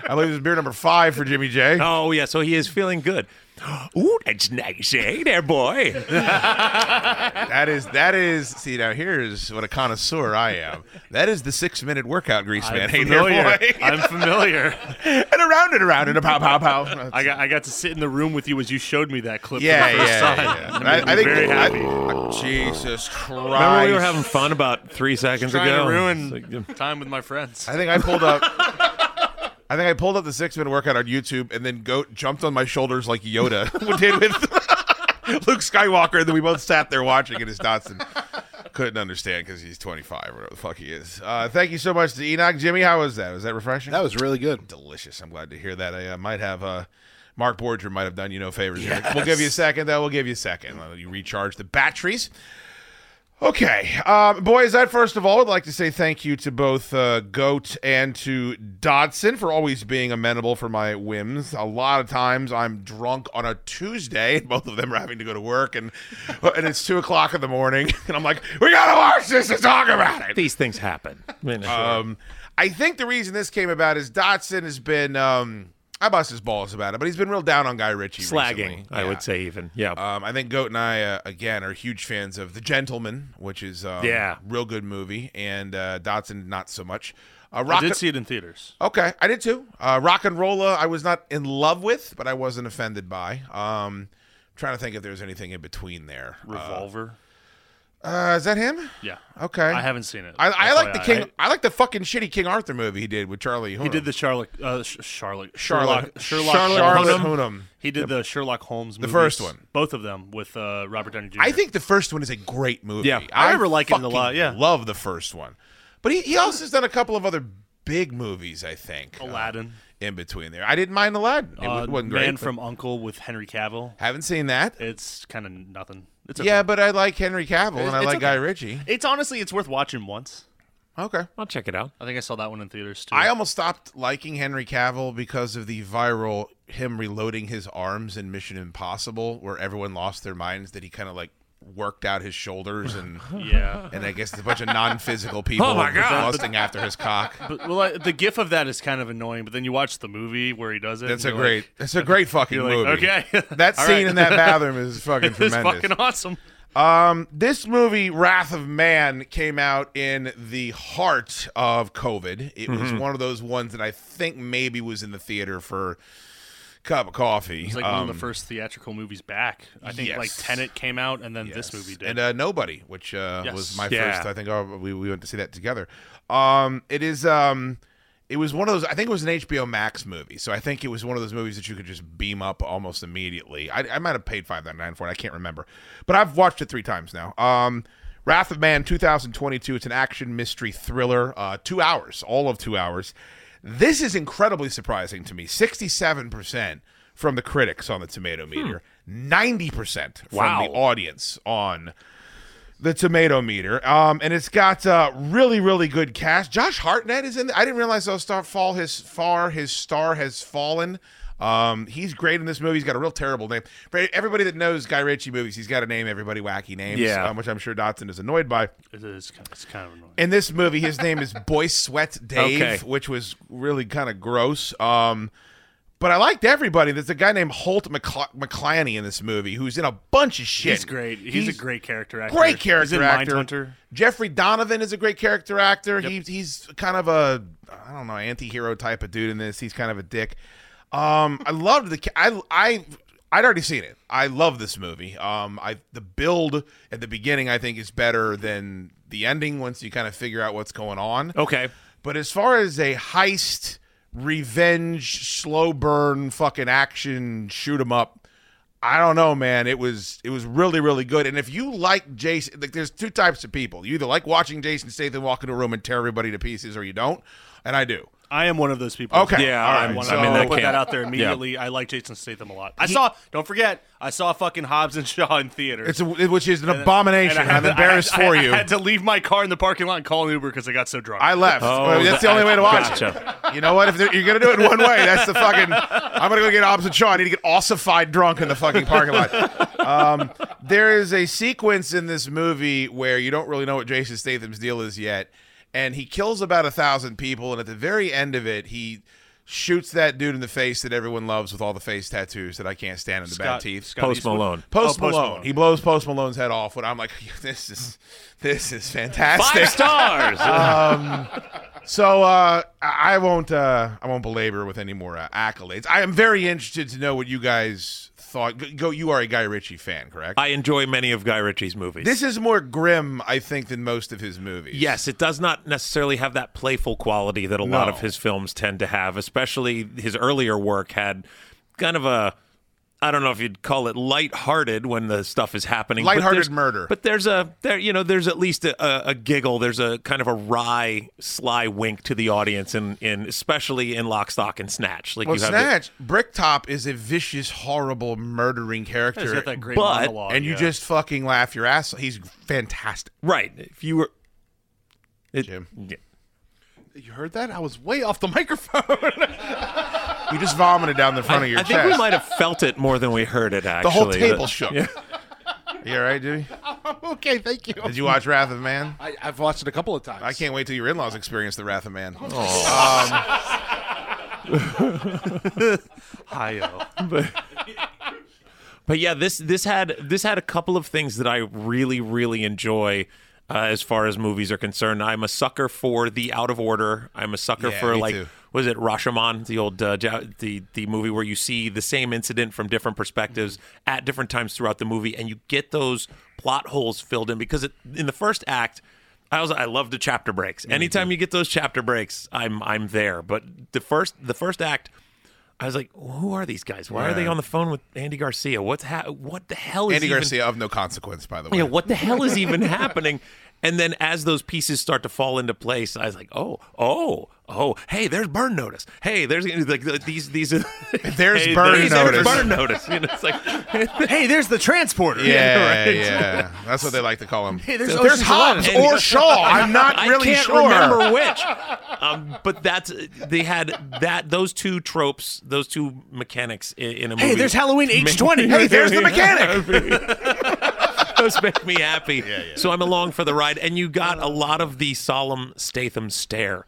I believe it's beer number five for Jimmy J.
oh, yeah. So he is feeling good. Ooh, that's nice. Hey there, boy.
That is that is see now here's what a connoisseur I am. That is the six minute workout grease man. Hey there,
familiar.
boy.
I'm familiar.
and around and around and a pow pow pow.
I got I got to sit in the room with you as you showed me that clip.
yeah,
for
yeah,
the first time.
yeah.
That made
I, I
me
think
very
I-
happy.
I- Jesus Christ!
Remember we were having fun about three seconds
trying
ago?
to
It's like,
ruin time with my friends.
I think I pulled up. I think I pulled up the six minute workout on YouTube and then goat jumped on my shoulders like Yoda did with Luke Skywalker, and then we both sat there watching it as Dotson couldn't understand because he's 25 or whatever the fuck he is. Uh, thank you so much to Enoch, Jimmy. How was that? Was that refreshing?
That was really good.
delicious. I'm glad to hear that. I uh, might have uh, Mark Borger might have done you no favors. here. We'll give you a second, though. We'll give you a second. Uh, You recharge the batteries. Okay, um, boys. I first of all would like to say thank you to both uh, Goat and to Dodson for always being amenable for my whims. A lot of times I'm drunk on a Tuesday. Both of them are having to go to work, and and it's two o'clock in the morning, and I'm like, we gotta watch this and talk about it.
These things happen. I mean,
Um, I think the reason this came about is Dodson has been. Um, I bust his balls about it, but he's been real down on Guy Ritchie.
slagging,
recently.
I
Yeah.
would say even. Yeah.
Um, I think Goat and I, uh, again, are huge fans of The Gentleman, which is um,
Yeah.
real good movie, and uh, Dotson not so much. Uh,
I
rock
did see it in theaters.
Okay, I did too. Uh, rock and Rolla, I was not in love with, but I wasn't offended by. Um, trying to think if there's anything in between there.
Revolver.
Uh, is that him?
yeah.
Okay.
I haven't seen it.
I, I like the
FYI.
King. I, like the fucking shitty King Arthur movie he did with Charlie. Hunnam.
He did the Charlotte, uh, Sh- Charlotte,
Charlotte
Sherlock, Sherlock,
Charlotte
Holmes.
Hunnam.
He did the Sherlock Holmes, movies,
first one.
both of them with uh, Robert Downey Jr.
I think the first one is a great movie.
Yeah.
I remember liking it a
fucking
lot, yeah.
love the first one, but he, he also has done a couple of other big movies. I think uh,
Aladdin,
in between there, I didn't mind Aladdin. It
uh,
wa- wasn't great.
Man
but-
from Uncle with Henry Cavill.
haven't seen that.
It's kind of nothing. It's okay.
Yeah, but I like Henry Cavill and I
It's
like
okay.
Guy Ritchie.
It's honestly, it's worth watching once.
Okay.
I'll check it out.
I think I saw that one in theaters too.
I almost stopped liking Henry Cavill because of the viral him reloading his arms in Mission Impossible, where everyone lost their minds that he kind of like worked out his shoulders and
yeah.
and I guess it's a bunch of non-physical people
Oh my God.
lusting after his cock.
But, well, I, the gif of that is kind of annoying. But then you watch the movie where he does it.
That's a
and you're
great.
like-
That's a great fucking
you're
movie.
like, okay.
That
All
scene
right.
in that bathroom is fucking
it's
tremendous.
fucking awesome.
Um, this movie, Wrath of Man, came out in the heart of COVID. It
Mm-hmm.
was one of those ones that I think maybe was in the theater for a cup of coffee.
It's like
Um,
one of the first theatrical movies back. I think like
yes.
Tenet came out, and then this movie did.
And uh, Nobody, which uh,
Yes.
was my
Yeah.
first. I think oh, we, we went to see that together. Um, it is. Um, it was one of those. I think it was an HBO Max movie, so I think it was one of those movies that you could just beam up almost immediately. I, I might have paid five ninety nine for it. I can't remember, but I've watched it three times now. Um, Wrath of Man, two thousand twenty two. It's an action mystery thriller. Uh, two hours, all of two hours. This is incredibly surprising to me. Sixty seven percent from the critics on the Tomato Meter, ninety percent from
Wow.
the audience on the tomato meter. Um, and it's got uh, really, really good cast. Josh Hartnett is in. th- I didn't realize how star fall his far his star has fallen. Um, he's great in this movie. He's got a real terrible name. But everybody that knows Guy Ritchie movies, he's got a name. Everybody wacky names.
Yeah.
um, which I'm sure Dotson is annoyed by.
It is, ki- it's kind of annoying.
In this movie, his name is Boy Sweat Dave,
Okay.
which was really kind of gross. Um, but I liked everybody. There's a guy named Holt McCl- McClaney in this movie who's in a bunch of shit.
He's great. He's, a great character actor.
Great character
He's in
actor.
Mindhunter.
Jeffrey Donovan is a great character actor. He, he's kind of a I don't know anti-hero type of dude in this. He's kind of a dick. Um, I loved the ca- I I I'd already seen it. I love this movie. Um, I the build at the beginning I think is better than the ending once you kind of figure out what's going on.
Okay.
But as far as a heist, revenge, slow burn, fucking action, shoot 'em up, I don't know, man. It was it was really really good. And if you like Jason, like there's two types of people. You either like watching Jason Statham walk into a room and tear everybody to pieces, or you don't. And I do.
I am one of those people.
Okay.
Yeah,
All
I'm-
right.
I want
so-
to
in that
put
camp.
that out there
Yeah.
immediately. I like Jason Statham a lot. I saw. Don't forget, I saw fucking Hobbs and Shaw in theater.
It's a, which is an
And-
abomination.
and I had
I'm
to-
embarrassed
I had-
for
I-
you.
I had to leave my car in the parking lot and call an Uber because I got so drunk.
I left.
Oh,
Well, that's the only way to watch it. You know what? If they're- you're gonna do it one way, that's the fucking. I'm gonna go get Hobbs and Shaw. I need to get ossified drunk in the fucking parking lot. Um, there is a sequence in this movie where you don't really know what Jason Statham's deal is yet, and he kills about a thousand people, and at the very end of it, he shoots that dude in the face that everyone loves with all the face tattoos that I can't stand in the bad
Scott-
teeth.
Scott
Post
Eastwood.
Malone.
Post,
Oh, Post
Malone.
Malone.
He blows Post Malone's head off. When I'm like, this is, this is fantastic.
Five stars.
So uh, I I won't uh, I won't belabor with any more uh, accolades. I am very interested to know what you guys thought. G- Go, you are a Guy Ritchie fan, correct?
I enjoy many of Guy Ritchie's movies.
this is more grim, I think, than most of his movies.
Yes, it does not necessarily have that playful quality that a lot
No.
of his films tend to have, especially his earlier work had kind of a I don't know if you'd call it lighthearted when the stuff is happening. but
Lighthearted
there's-
murder.
But there's a there you know there's at least a, a, a giggle. There's a kind of a wry, sly wink to the audience, in, in especially in Lock, Stock, and Snatch. Like
Well,
you have the-
Snatch, Bricktop is a vicious, horrible, murdering
He's
character.
got that great
But-
monologue.
and you
yeah.
just fucking laugh your ass He's fantastic.
right. If you were it-
Jim.
yeah.
You heard that? I was way off the microphone.
You just vomited down the front
I,
of your
I think
chest.
we might have felt it more than we heard it.
the
Actually,
whole table
Uh,
shook. You all right, Jimmy?
okay, thank you.
Did you watch Wrath of Man?
I, I've watched it a couple of times.
I can't wait till your in-laws experience the Wrath of Man.
Oh, But yeah, this this had this had a couple of things that I really really enjoy uh, as far as movies are concerned. I'm a sucker for the out of order. I'm a sucker
Yeah,
for
me
like
too.
was it Rashomon, the old uh, ja- the the movie where you see the same incident from different perspectives at different times throughout the movie, and you get those plot holes filled in because it, in the first act. I also I love the chapter breaks. Anytime you get those chapter breaks, I'm I'm there. But the first the first act, I was like, who are these guys? Why are they on the phone with Andy Garcia? What's ha- what the hell is
Andy
even-
Garcia of no consequence, by the way.
yeah, what the hell is even happening? And then as those pieces start to fall into place, I was like, oh, oh, oh, hey, there's burn notice. Hey, there's like the- these these. There's
There's burn notice.
There's burn notice. You know, it's like
hey, there's the transporter.
yeah,
right.
yeah. That's what they like to call him.
Hey, there's,
There's
Ocean's
Hobbs
Eleven.
And-
or Shaw. I'm not
I
really
can't
sure.
remember which. Um, but that's they had that those two tropes, those two mechanics i- in a movie.
Hey, there's Halloween H20.
Hey, there's the mechanic.
Those make me happy. So I'm along for the ride. And you got a lot of the solemn Statham stare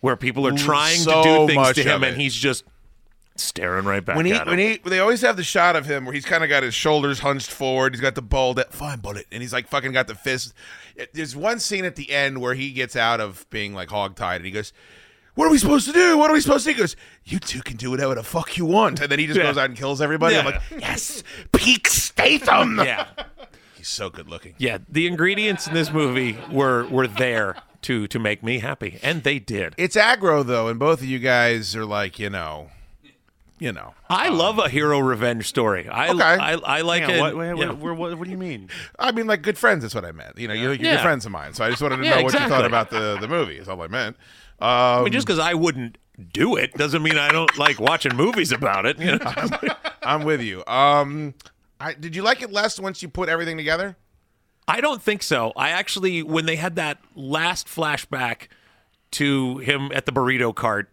where people are trying
so
to do things
much
to him
of
and
it.
he's just staring right back
When he,
at him.
when he, they always have the shot of him where he's kind of got his shoulders hunched forward. He's got the ball that fine bullet, and he's like fucking got the fist. There's one scene at the end where he gets out of being like hogtied, and he goes, "What are we supposed to do? What are we supposed to?" do? He goes, "You two can do whatever the fuck you want," and then he just
Yeah.
goes out and kills everybody. I'm
Yeah.
like, "Yes, peak Statham."
yeah.
he's so good looking.
Yeah. The ingredients in this movie were were there to to make me happy. And they did.
It's aggro though, and both of you guys are like, you know, you know.
I love a hero revenge story. I
Um, Okay.
I, I like
Yeah,
it.
what, what,
yeah.
what, what, what do you mean?
I mean, like good friends is what I meant. You know, you're, you're
Yeah.
good friends of mine, so I just wanted to
Yeah,
know what you thought
exactly.
about the the movie. Is all I meant. Um,
I mean, just because I wouldn't do it doesn't mean I don't like watching movies about it. You know?
I'm with you. Um, I, did you like it less once you put everything together?
I don't think so. I actually, when they had that last flashback to him at the burrito cart,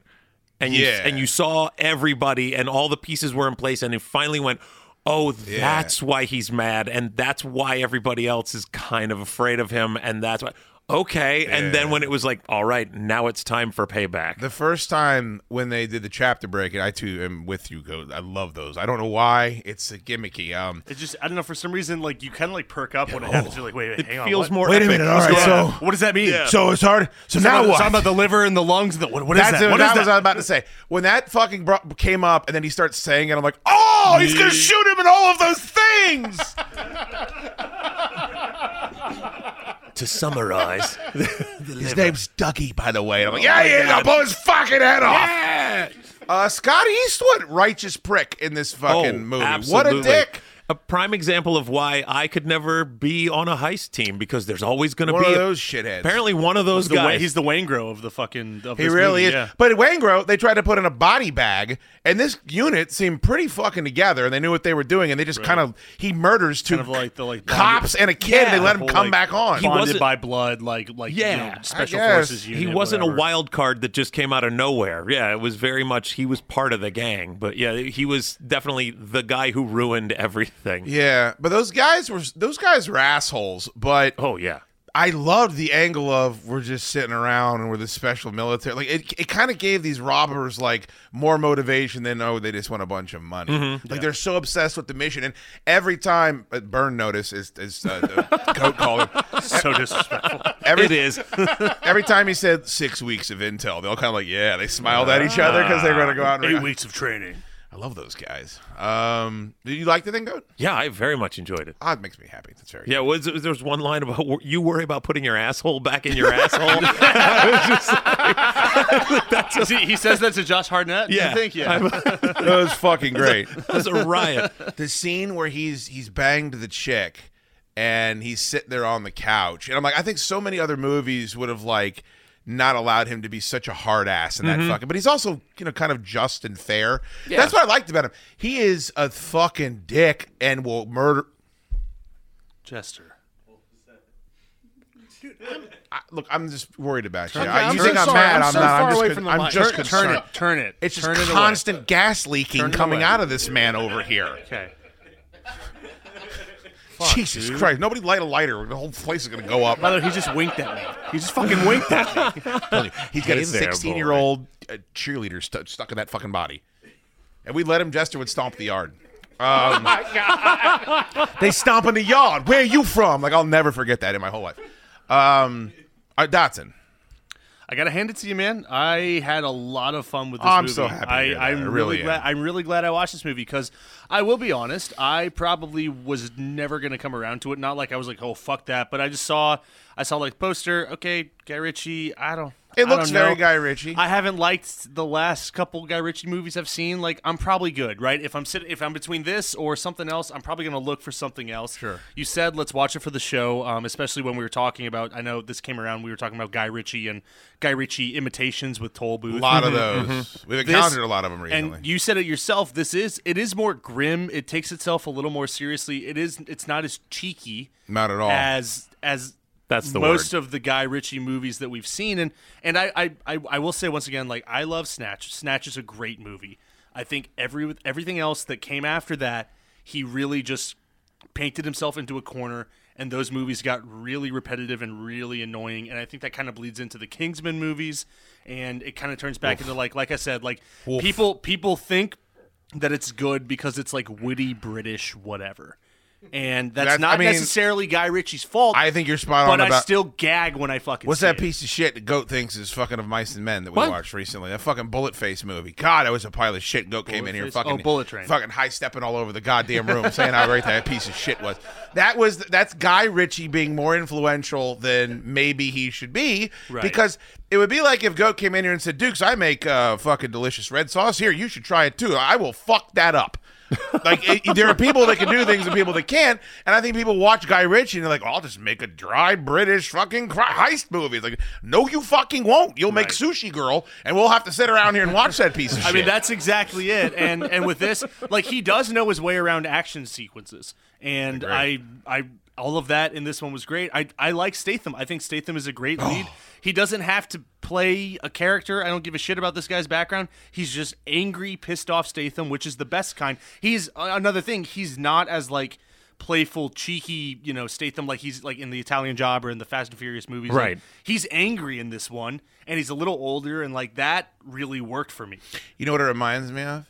and you
Yeah.
and you saw everybody and all the pieces were in place, and it finally went, "Oh, that's why he's mad, and that's why everybody else is kind of afraid of him, and that's why." Okay, and then when it was like, "All right, now it's time for payback,"
The first time when they did the chapter break, and I too am with you. Go, I love those. I don't know why it's a gimmicky. Um,
It's just I don't know. For some reason, like you kind of like perk up when it happens. You're like, wait, wait,
it
hang on.
feels
what?
more.
Wait a
epic.
minute, all
What's
right,
going on?
so-
What does that mean?
so it's hard. So
Talking about- talking about the liver and the lungs. The, what, what is
That's
that?
it.
What
that
is
was what I was about to say. When that fucking bro- came up, and then he starts saying it, I'm like, oh, he's gonna shoot him in all of those things.
To summarize,
His name's Dougie, by the way. And I'm like, yeah, yeah, I'll blow his fucking head off. Uh, Scott Eastwood, righteous prick in this fucking
Oh,
movie. What a
Oh, absolutely.
dick.
A prime example of why I could never be on a heist team because there's always going to
One
be
of
a-
those shitheads.
apparently one of those
The
guys.
way, he's the Wayne Grow of the fucking. Of
He
this
really
movie,
is.
Yeah.
But at Wangro, they tried to put in a body bag, and this unit seemed pretty fucking together, and they knew what they were doing, and they just kind of he murders two
Kind of like the, like,
cops and a kid, and they let him come back on.
He
bonded
wasn't-
by blood, like like you
Yeah,
know,
I
special
guess.
forces
He
unit.
wasn't
whatever.
a wild card that just came out of nowhere. Yeah, it was very much he was part of the gang, but yeah, he was definitely the guy who ruined everything.
yeah, but those guys were those guys were assholes. But
Oh yeah.
I loved the angle of we're just sitting around and we're the special military. Like it, it kind of gave these robbers like more motivation than oh they just want a bunch of money. Like they're so obsessed with the mission, and every time uh, burn notice is is uh, the coat caller.
so disrespectful.
Every
It is.
every time he said six weeks of intel, they all kind of like yeah they smiled at each other because they were gonna go out and
Eight weeks of training.
I love those guys. Um, do you like the thing goat?
Yeah, I very much enjoyed it.
Ah, it makes me happy. That's very
Yeah, was there was one line about wor- you worry about putting your asshole back in your asshole. I was just like, that's a,
Is he, he says that to Josh Hartnett.
Yeah.
thank you.
good. that was fucking great.
that's a riot.
the scene where he's he's banged the chick and he's sitting there on the couch and i'm like i think so many other movies would have like not allowed him to be such a hard ass in that fucking but he's also you know kind of just and fair that's what i liked about him he is a fucking dick and will murder
Jester.
I, look i'm just worried about you
Okay,
I-
I'm
you
so
think i'm
sorry.
mad
I'm
i'm
so
not
far
i'm just,
away
con-
from the
I'm
mic.
just
Turn, turn
concerned
it. Turn it.
it's just
turn it away.
constant gas leaking
Turn it
coming
away.
out of this man over here
Okay.
jesus christ nobody light a lighter the whole place is gonna go up
By the way, he just winked at me. He just fucking winked at me.
He's got
Hey
a
there,
16 year old uh, cheerleader stu- stuck in that fucking body. And we let him, Jester would stomp the yard. Um, they stomp in the yard. Where you from? Like, I'll never forget that in my whole life. Um, uh, Dotson.
I gotta hand it to you, man. I had a lot of fun with this
Oh, I'm
movie.
so happy to
I,
hear that. I
I'm
really am.
glad. I'm really glad I watched this movie because I will be honest. I probably was never gonna come around to it. Not like I was like, oh fuck that. But I just saw. I saw like poster. Okay, Guy Ritchie. I don't.
It
I
looks
don't know.
very Guy Ritchie.
I haven't liked the last couple Guy Ritchie movies I've seen. Like I'm probably good, right? If I'm sitting, if I'm between this or something else, I'm probably gonna look for something else. Sure. You said let's watch it for the show, um, especially when we were talking about. I know this came around. We were talking about Guy Ritchie and Guy Ritchie imitations with Toll Booth.
A lot of those. We've
Mm-hmm. This-
encountered a lot of them recently.
And you said it yourself. This is it is more grim. It takes itself a little more seriously. It is. It's not as cheeky
Not at all.
as as
That's the
most
word.
of the Guy Ritchie movies that we've seen. And and I, I I I will say once again, like I love Snatch. Snatch is a great movie. I think every with everything else that came after that, he really just painted himself into a corner. And those movies got really repetitive and really annoying, and I think that kind of bleeds into the Kingsman movies, and it kind of turns back into like, like I said, like people people think that it's good because it's like witty British whatever, and that's,
That's-
not
I mean-
necessarily Guy Ritchie's fault.
I think you're spot on
But I
about-
still gag when I fucking.
What's
see
that
it.
piece of shit that Goat thinks is fucking of mice and men that we
What?
watched recently? That fucking bullet face movie. God, that was a pile of shit. Goat came in here
Face?
fucking
Oh, Bullet Train.
fucking high stepping all over the goddamn room, saying how great that piece of shit was. That was that's Guy Ritchie being more influential than maybe he should be
Right.
because it would be like if Goat came in here and said, "Dukes, I make uh, fucking delicious red sauce here. You should try it too. I will fuck that up." like it, there are people that can do things and people that can't, and I think people watch Guy Ritchie and they're like, "Oh, "I'll just make a dry British fucking cri- heist movie." It's like, no, you fucking won't. You'll make Sushi Girl, and we'll have to sit around here and watch that piece of
I
shit.
mean, that's exactly it. And and with this, like he does know his way around action sequences, and I
Agreed.
I all of that in this one was great. I I like Statham. I think Statham is a great lead.
Oh.
He doesn't have to play a character. I don't give a shit about this guy's background. He's just angry, pissed off Statham, which is the best kind. He's another thing. He's not as like playful, cheeky, you know, Statham like he's like in the Italian Job or in the Fast and Furious movies. Like,
Right.
he's angry in this one, and he's a little older, and like that really worked for me.
You know what it reminds me of?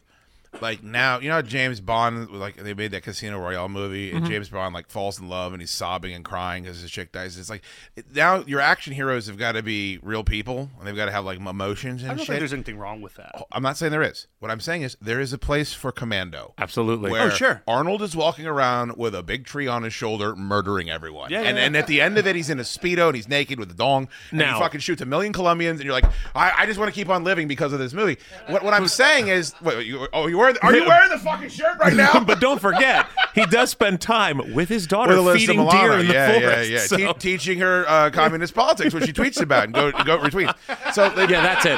Like now, you know how James Bond like they made that Casino Royale movie,
Mm-hmm.
and James Bond like falls in love and he's sobbing and crying because his chick dies. It's like it- now your action heroes have got to be real people and they've got to have like emotions and
I don't
shit.
think there's anything wrong with that.
I'm not saying there is. What I'm saying is there is a place for commando.
Absolutely.
Where
Oh,
sure.
Arnold is walking around with a big tree on his shoulder, murdering everyone.
Yeah,
and
yeah,
and at the end of it, he's in a speedo and he's naked with a dong. And
Now-
he fucking shoots a million Colombians, and you're like, I, I just want to keep on living because of this movie. What what I'm saying is, wait, you, oh, you wearing, are you wearing the fucking shirt right now?
but don't forget, he does spend time with his
With
daughter
Alyssa
feeding
Milano.
deer in the
yeah,
forest.
yeah, yeah,
so-
Te- teaching her uh, communist politics, which she tweets about and go, go retweets. So they,
yeah, that's it.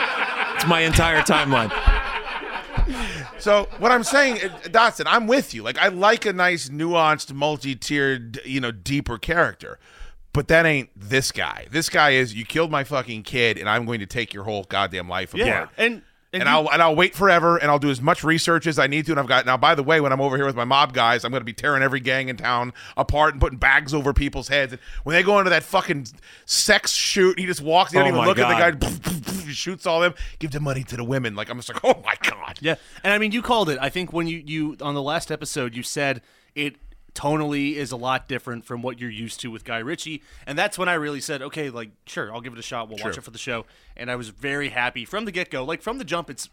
It's my entire timeline.
So what I'm saying, uh, Dotson, I'm with you. Like I like a nice, nuanced, multi-tiered, you know, deeper character. But that ain't this guy. This guy is you killed my fucking kid, and I'm going to take your whole goddamn life apart.
and
And,
and, you-
I'll and I'll wait forever, and I'll do as much research as I need to. And I've got now. By the way, when I'm over here with my mob guys, I'm going to be tearing every gang in town apart and putting bags over people's heads. And when they go into that fucking sex shoot, he just walks. He
Oh
doesn't even
my
look at
God.
the guy. Shoots all them. Give the money to the women. Like I'm just like, oh my god.
yeah, and I mean, you called it. I think when you you on the last episode, you said it tonally is a lot different from what you're used to with Guy Ritchie, and that's when I really said, okay, like sure, I'll give it a shot. We'll watch it for the show, and I was very happy from the get go. Like from the jump, it's.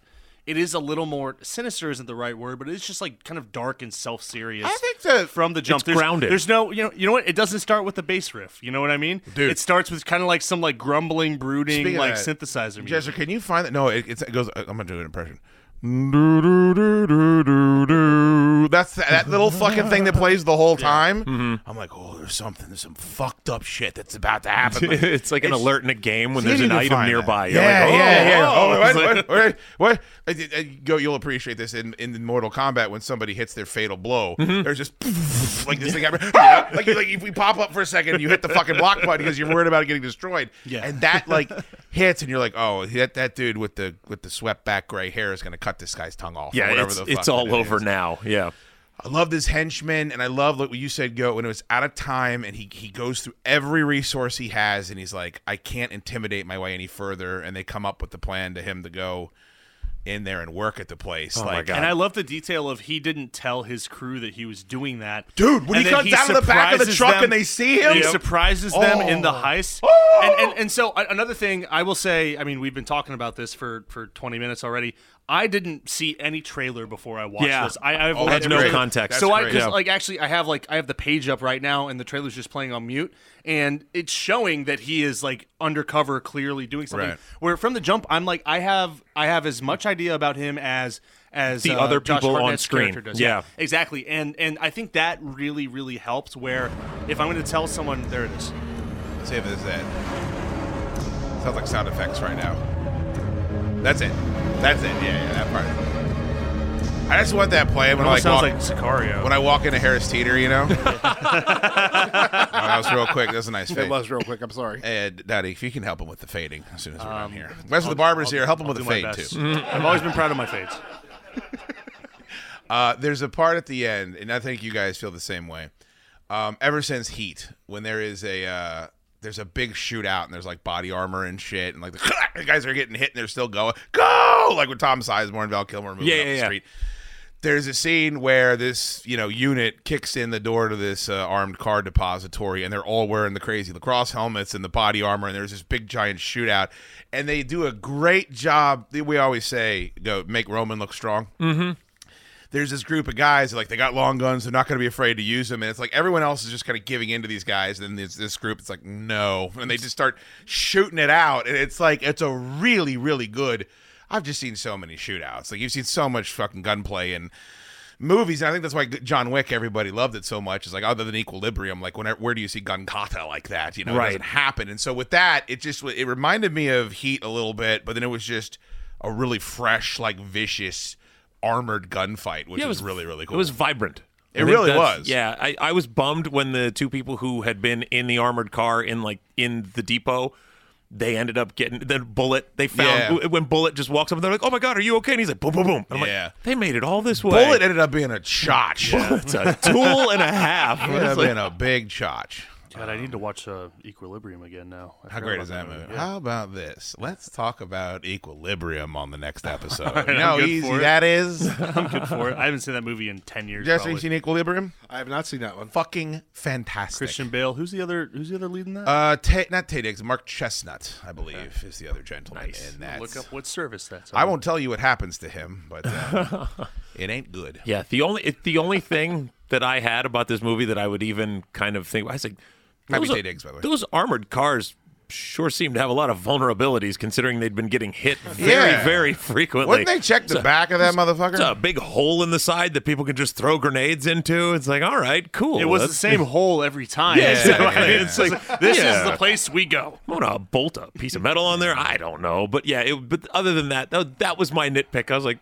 It is a little more sinister, isn't the right word, but it's just like kind of dark and self serious.
I think that-
from the jump,
It's
there's,
grounded.
There's no, you know, you know what? It doesn't start with the bass riff. You know what I mean?
Dude.
it starts with kind of like some like grumbling, brooding,
Speaking of
like
that,
synthesizer music.
uh, Jester, can you find that? No, it, it's, it goes. uh, I'm gonna do an impression. Do-do-do-do-do-do. That's that, that little fucking thing that plays the whole time. I'm like, oh, there's something, there's some fucked up shit that's about to happen. Like,
it's like an alert in a game when
See,
there's
you
an
can
item
find that.
nearby. You're
Yeah,
like, oh,
yeah, yeah.
oh.
Oh,
It's
what,
like-
what, what, what? I, I, I, go, you'll appreciate this in, in Mortal Kombat when somebody hits their fatal blow.
Mm-hmm.
There's just like this thing. happen- like, like if we pop up for a second, you hit the fucking block button because you're worried about it getting destroyed. Yeah. And that like hits, and you're like, oh, that, that dude with the with the swept back gray hair is gonna cut this guy's tongue off. or
yeah,
whatever
it's,
the fuck
it's
it
all over
is.
now. Yeah.
I love this henchman, and I love like what you said, Go, when it was out of time, and he he goes through every resource he has, and he's like, I can't intimidate my way any further, and they come up with the plan to him to go in there and work at the place. Oh like,
God.
And I love the detail of he didn't tell his crew that he was doing that.
Dude, when he
And then
comes out of the back of the
surprises
truck and they see him?
he
Yep.
surprises them in the heist.
Oh.
And, and and so a- another thing I will say, I mean, we've been talking about this for for 20 minutes already. I didn't see any trailer before I watched
Yeah.
this. I I've
Oh,
I
that's
had
no
great.
context.
That's
so I
great.
because like actually I have like I have the page up right now and the trailer's just playing on mute and it's showing that he is like undercover clearly doing something.
Right.
Where from the jump I'm like I have I have as much idea about him as as
The
uh,
other
Josh
people on
Hartnett's
screen.
character Does.
Yeah.
exactly. And and I think that really really helps. Where if I'm going to tell someone, there it is.
Let's see if this is it. Sounds like sound effects right now. That's it. That's it. Yeah, yeah, that part. I just want that play when I
Almost
like, walk,
sounds like Sicario.
when I walk into Harris Teeter, you know. oh, that was real quick. That was a nice fade.
It was real quick. I'm sorry.
And Daddy, if you can help him with the fading as soon as we're done here. Wes with the barber's here, help him with the fade too.
I've always been proud of my fades.
Uh, there's a part at the end, and I think you guys feel the same way. Um, ever since Heat, when there is a uh, there's a big shootout and there's like body armor and shit, and like the, the guys are getting hit and they're still going go like with Tom Sizemore and Val Kilmer moving
Yeah,
up
yeah,
the
yeah.
street. There's a scene where this you know unit kicks in the door to this uh, armed car depository, and they're all wearing the crazy lacrosse helmets and the body armor, and there's this big giant shootout, and they do a great job. We always say go make Roman look strong there's this group of guys like they got long guns they're not going to be afraid to use them and it's like everyone else is just kind of giving in to these guys and then there's this group it's like no and they just start shooting it out and it's like it's a really really good i've just seen so many shootouts like you've seen so much fucking gunplay and movies and i think that's why john wick everybody loved it so much is like other than equilibrium like whenever where do you see gun kata like that you know it
Right.
doesn't happen and so with that it just it reminded me of heat a little bit but then it was just a really fresh like vicious armored gunfight which
Yeah, it
was,
was
really really cool
It was vibrant.
It
I think
really
that's-
was.
Yeah, I, I was bummed when the two people who had been in the armored car in like in the depot, they ended up getting the bullet. They found
Yeah.
when Bullet just walks up and they're like, "Oh my god, are you okay?" And he's like, "Boom, boom, boom." And I'm
Yeah.
like, "They made it all this way."
bullet ended up being a chotch
It's a tool and a half.
ended
It's
up
like-
being a big chotch
God, I need to watch uh, Equilibrium again now. I
how
forgot
great
about
is that movie?
Yeah.
How about this? Let's talk about equilibrium on the next episode.
I'm
you know how
good
easy
for it.
that is.
I'm good for it. I haven't seen that movie in ten years.
Jesse, you
probably.
seen equilibrium?
I have not seen that one.
Fucking fantastic.
Christian Bale. Who's the other? Who's the other leading that?
Uh, Tay not Tay Diggs, Mark Chestnut, I believe, is the other gentleman. And that's,
Look up what service that's.
I won't tell you what happens to him, but uh, it ain't good.
Yeah, the only it, the only thing that I had about this movie that I would even kind of think I said
Might be
those-
Tay Diggs, by the way.
Those armored cars sure seem to have a lot of vulnerabilities considering they'd been getting hit very
Yeah.
very frequently.
Wouldn't they check the back of that
It's a
motherfucker?
big hole in the side that people can just throw grenades into. It's like, all right, cool.
It was the
That's-
same hole every time.
Yeah,
So, I
yeah,
mean,
yeah.
It's like this
Yeah.
is the place we go.
I'm gonna bolt a piece of metal on there. I don't know, but yeah. It, but other than that, that, that was my nitpick. I was like,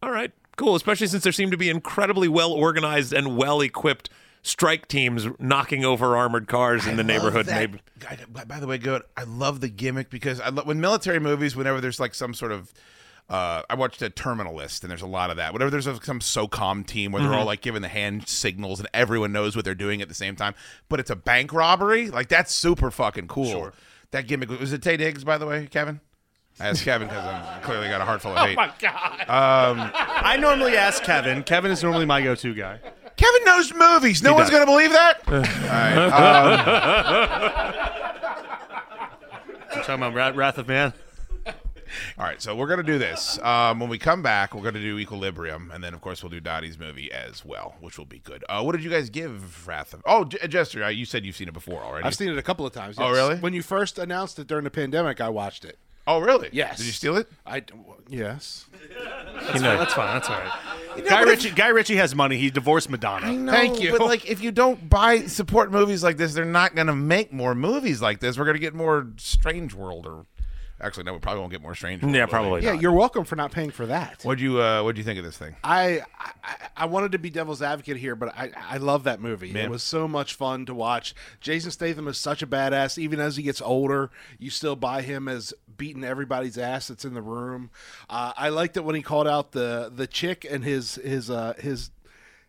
all right, cool. Especially since there seemed to be incredibly well organized and well equipped strike teams knocking over armored cars in the neighborhood.
Love
Maybe
that- God, by- by the way, good. I love the gimmick because I love when military movies. Whenever there's like some sort of, uh, I watched a Terminalist, and there's a lot of that. Whenever there's a, some SOCOM team where
Mm-hmm.
they're all like giving the hand signals and everyone knows what they're doing at the same time, but it's a bank robbery. Like that's super fucking cool. That gimmick was it. Tay Diggs, by the way, Kevin. I asked Kevin because I'm clearly got a heart
Oh
full of hate.
I normally ask Kevin. Kevin is normally my go-to guy.
Kevin knows movies. No one's
does.
going to believe that. All right. Um,
talking about Wrath of Man.
All right, so we're gonna do this. Um, when we come back, we're gonna do Equilibrium, and then of course we'll do Dottie's movie as well, which will be good. Uh, what did you guys give Wrath of? Oh, J- Jester, uh, you said you've seen it before already.
I've seen it a couple of times.
Oh,
yes.
really?
When you first announced it during the pandemic, I watched it.
oh, really?
Yes.
Did you steal it?
I yes.
That's, fine, that's fine. That's all right. Guy Ritchie, Guy Ritchie has money. He divorced Madonna.
Thank you.
But like, if you don't buy support movies like this, they're not gonna make more movies like this. We're gonna get more Strange World, or actually, no, we probably won't get more Strange. World,
Yeah,
will we?
probably.
Yeah, you're welcome for not paying for that.
What'd you uh, What'd you think of this thing?
I, I I wanted to be devil's advocate here, but I I love that movie. It was so much fun to watch. Jason Statham is such a badass. Even as he gets older, you still buy him as beating everybody's ass that's in the room. Uh, I liked it when he called out the the chick and his his uh, his.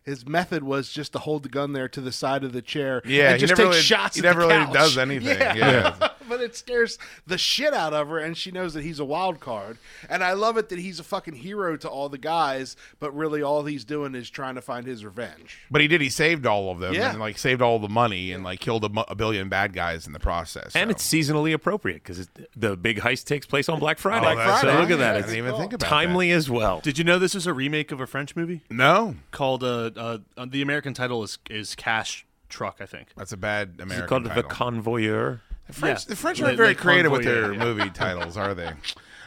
His method was just to hold the gun there to the side of the chair.
Yeah,
and
he
just
never
take
really-
shots.
he
at the
never really
couch.
does anything, yeah.
but it scares the shit out of her, and she knows that he's a wild card. And I love it that he's a fucking hero to all the guys, but really all he's doing is trying to find his revenge.
But he did. He saved all of them.
Yeah.
And, like saved all the money and like killed a, mu- a billion bad guys in the process.
And
so.
it's seasonally appropriate because the big heist takes place on Black Friday.
Oh, that's
so
right.
look at that.
I
It's
didn't even think about
timely as well.
Did you know this is a remake of a French movie
That. No,
called uh, uh, uh, the American title is is Cash Truck, I think.
that's a bad American
Is it called
title.
The Convoyeur?
the French,
Yeah.
the French
Le-
aren't very
Le
creative with their
Convoyeur, yeah.
movie titles, are they?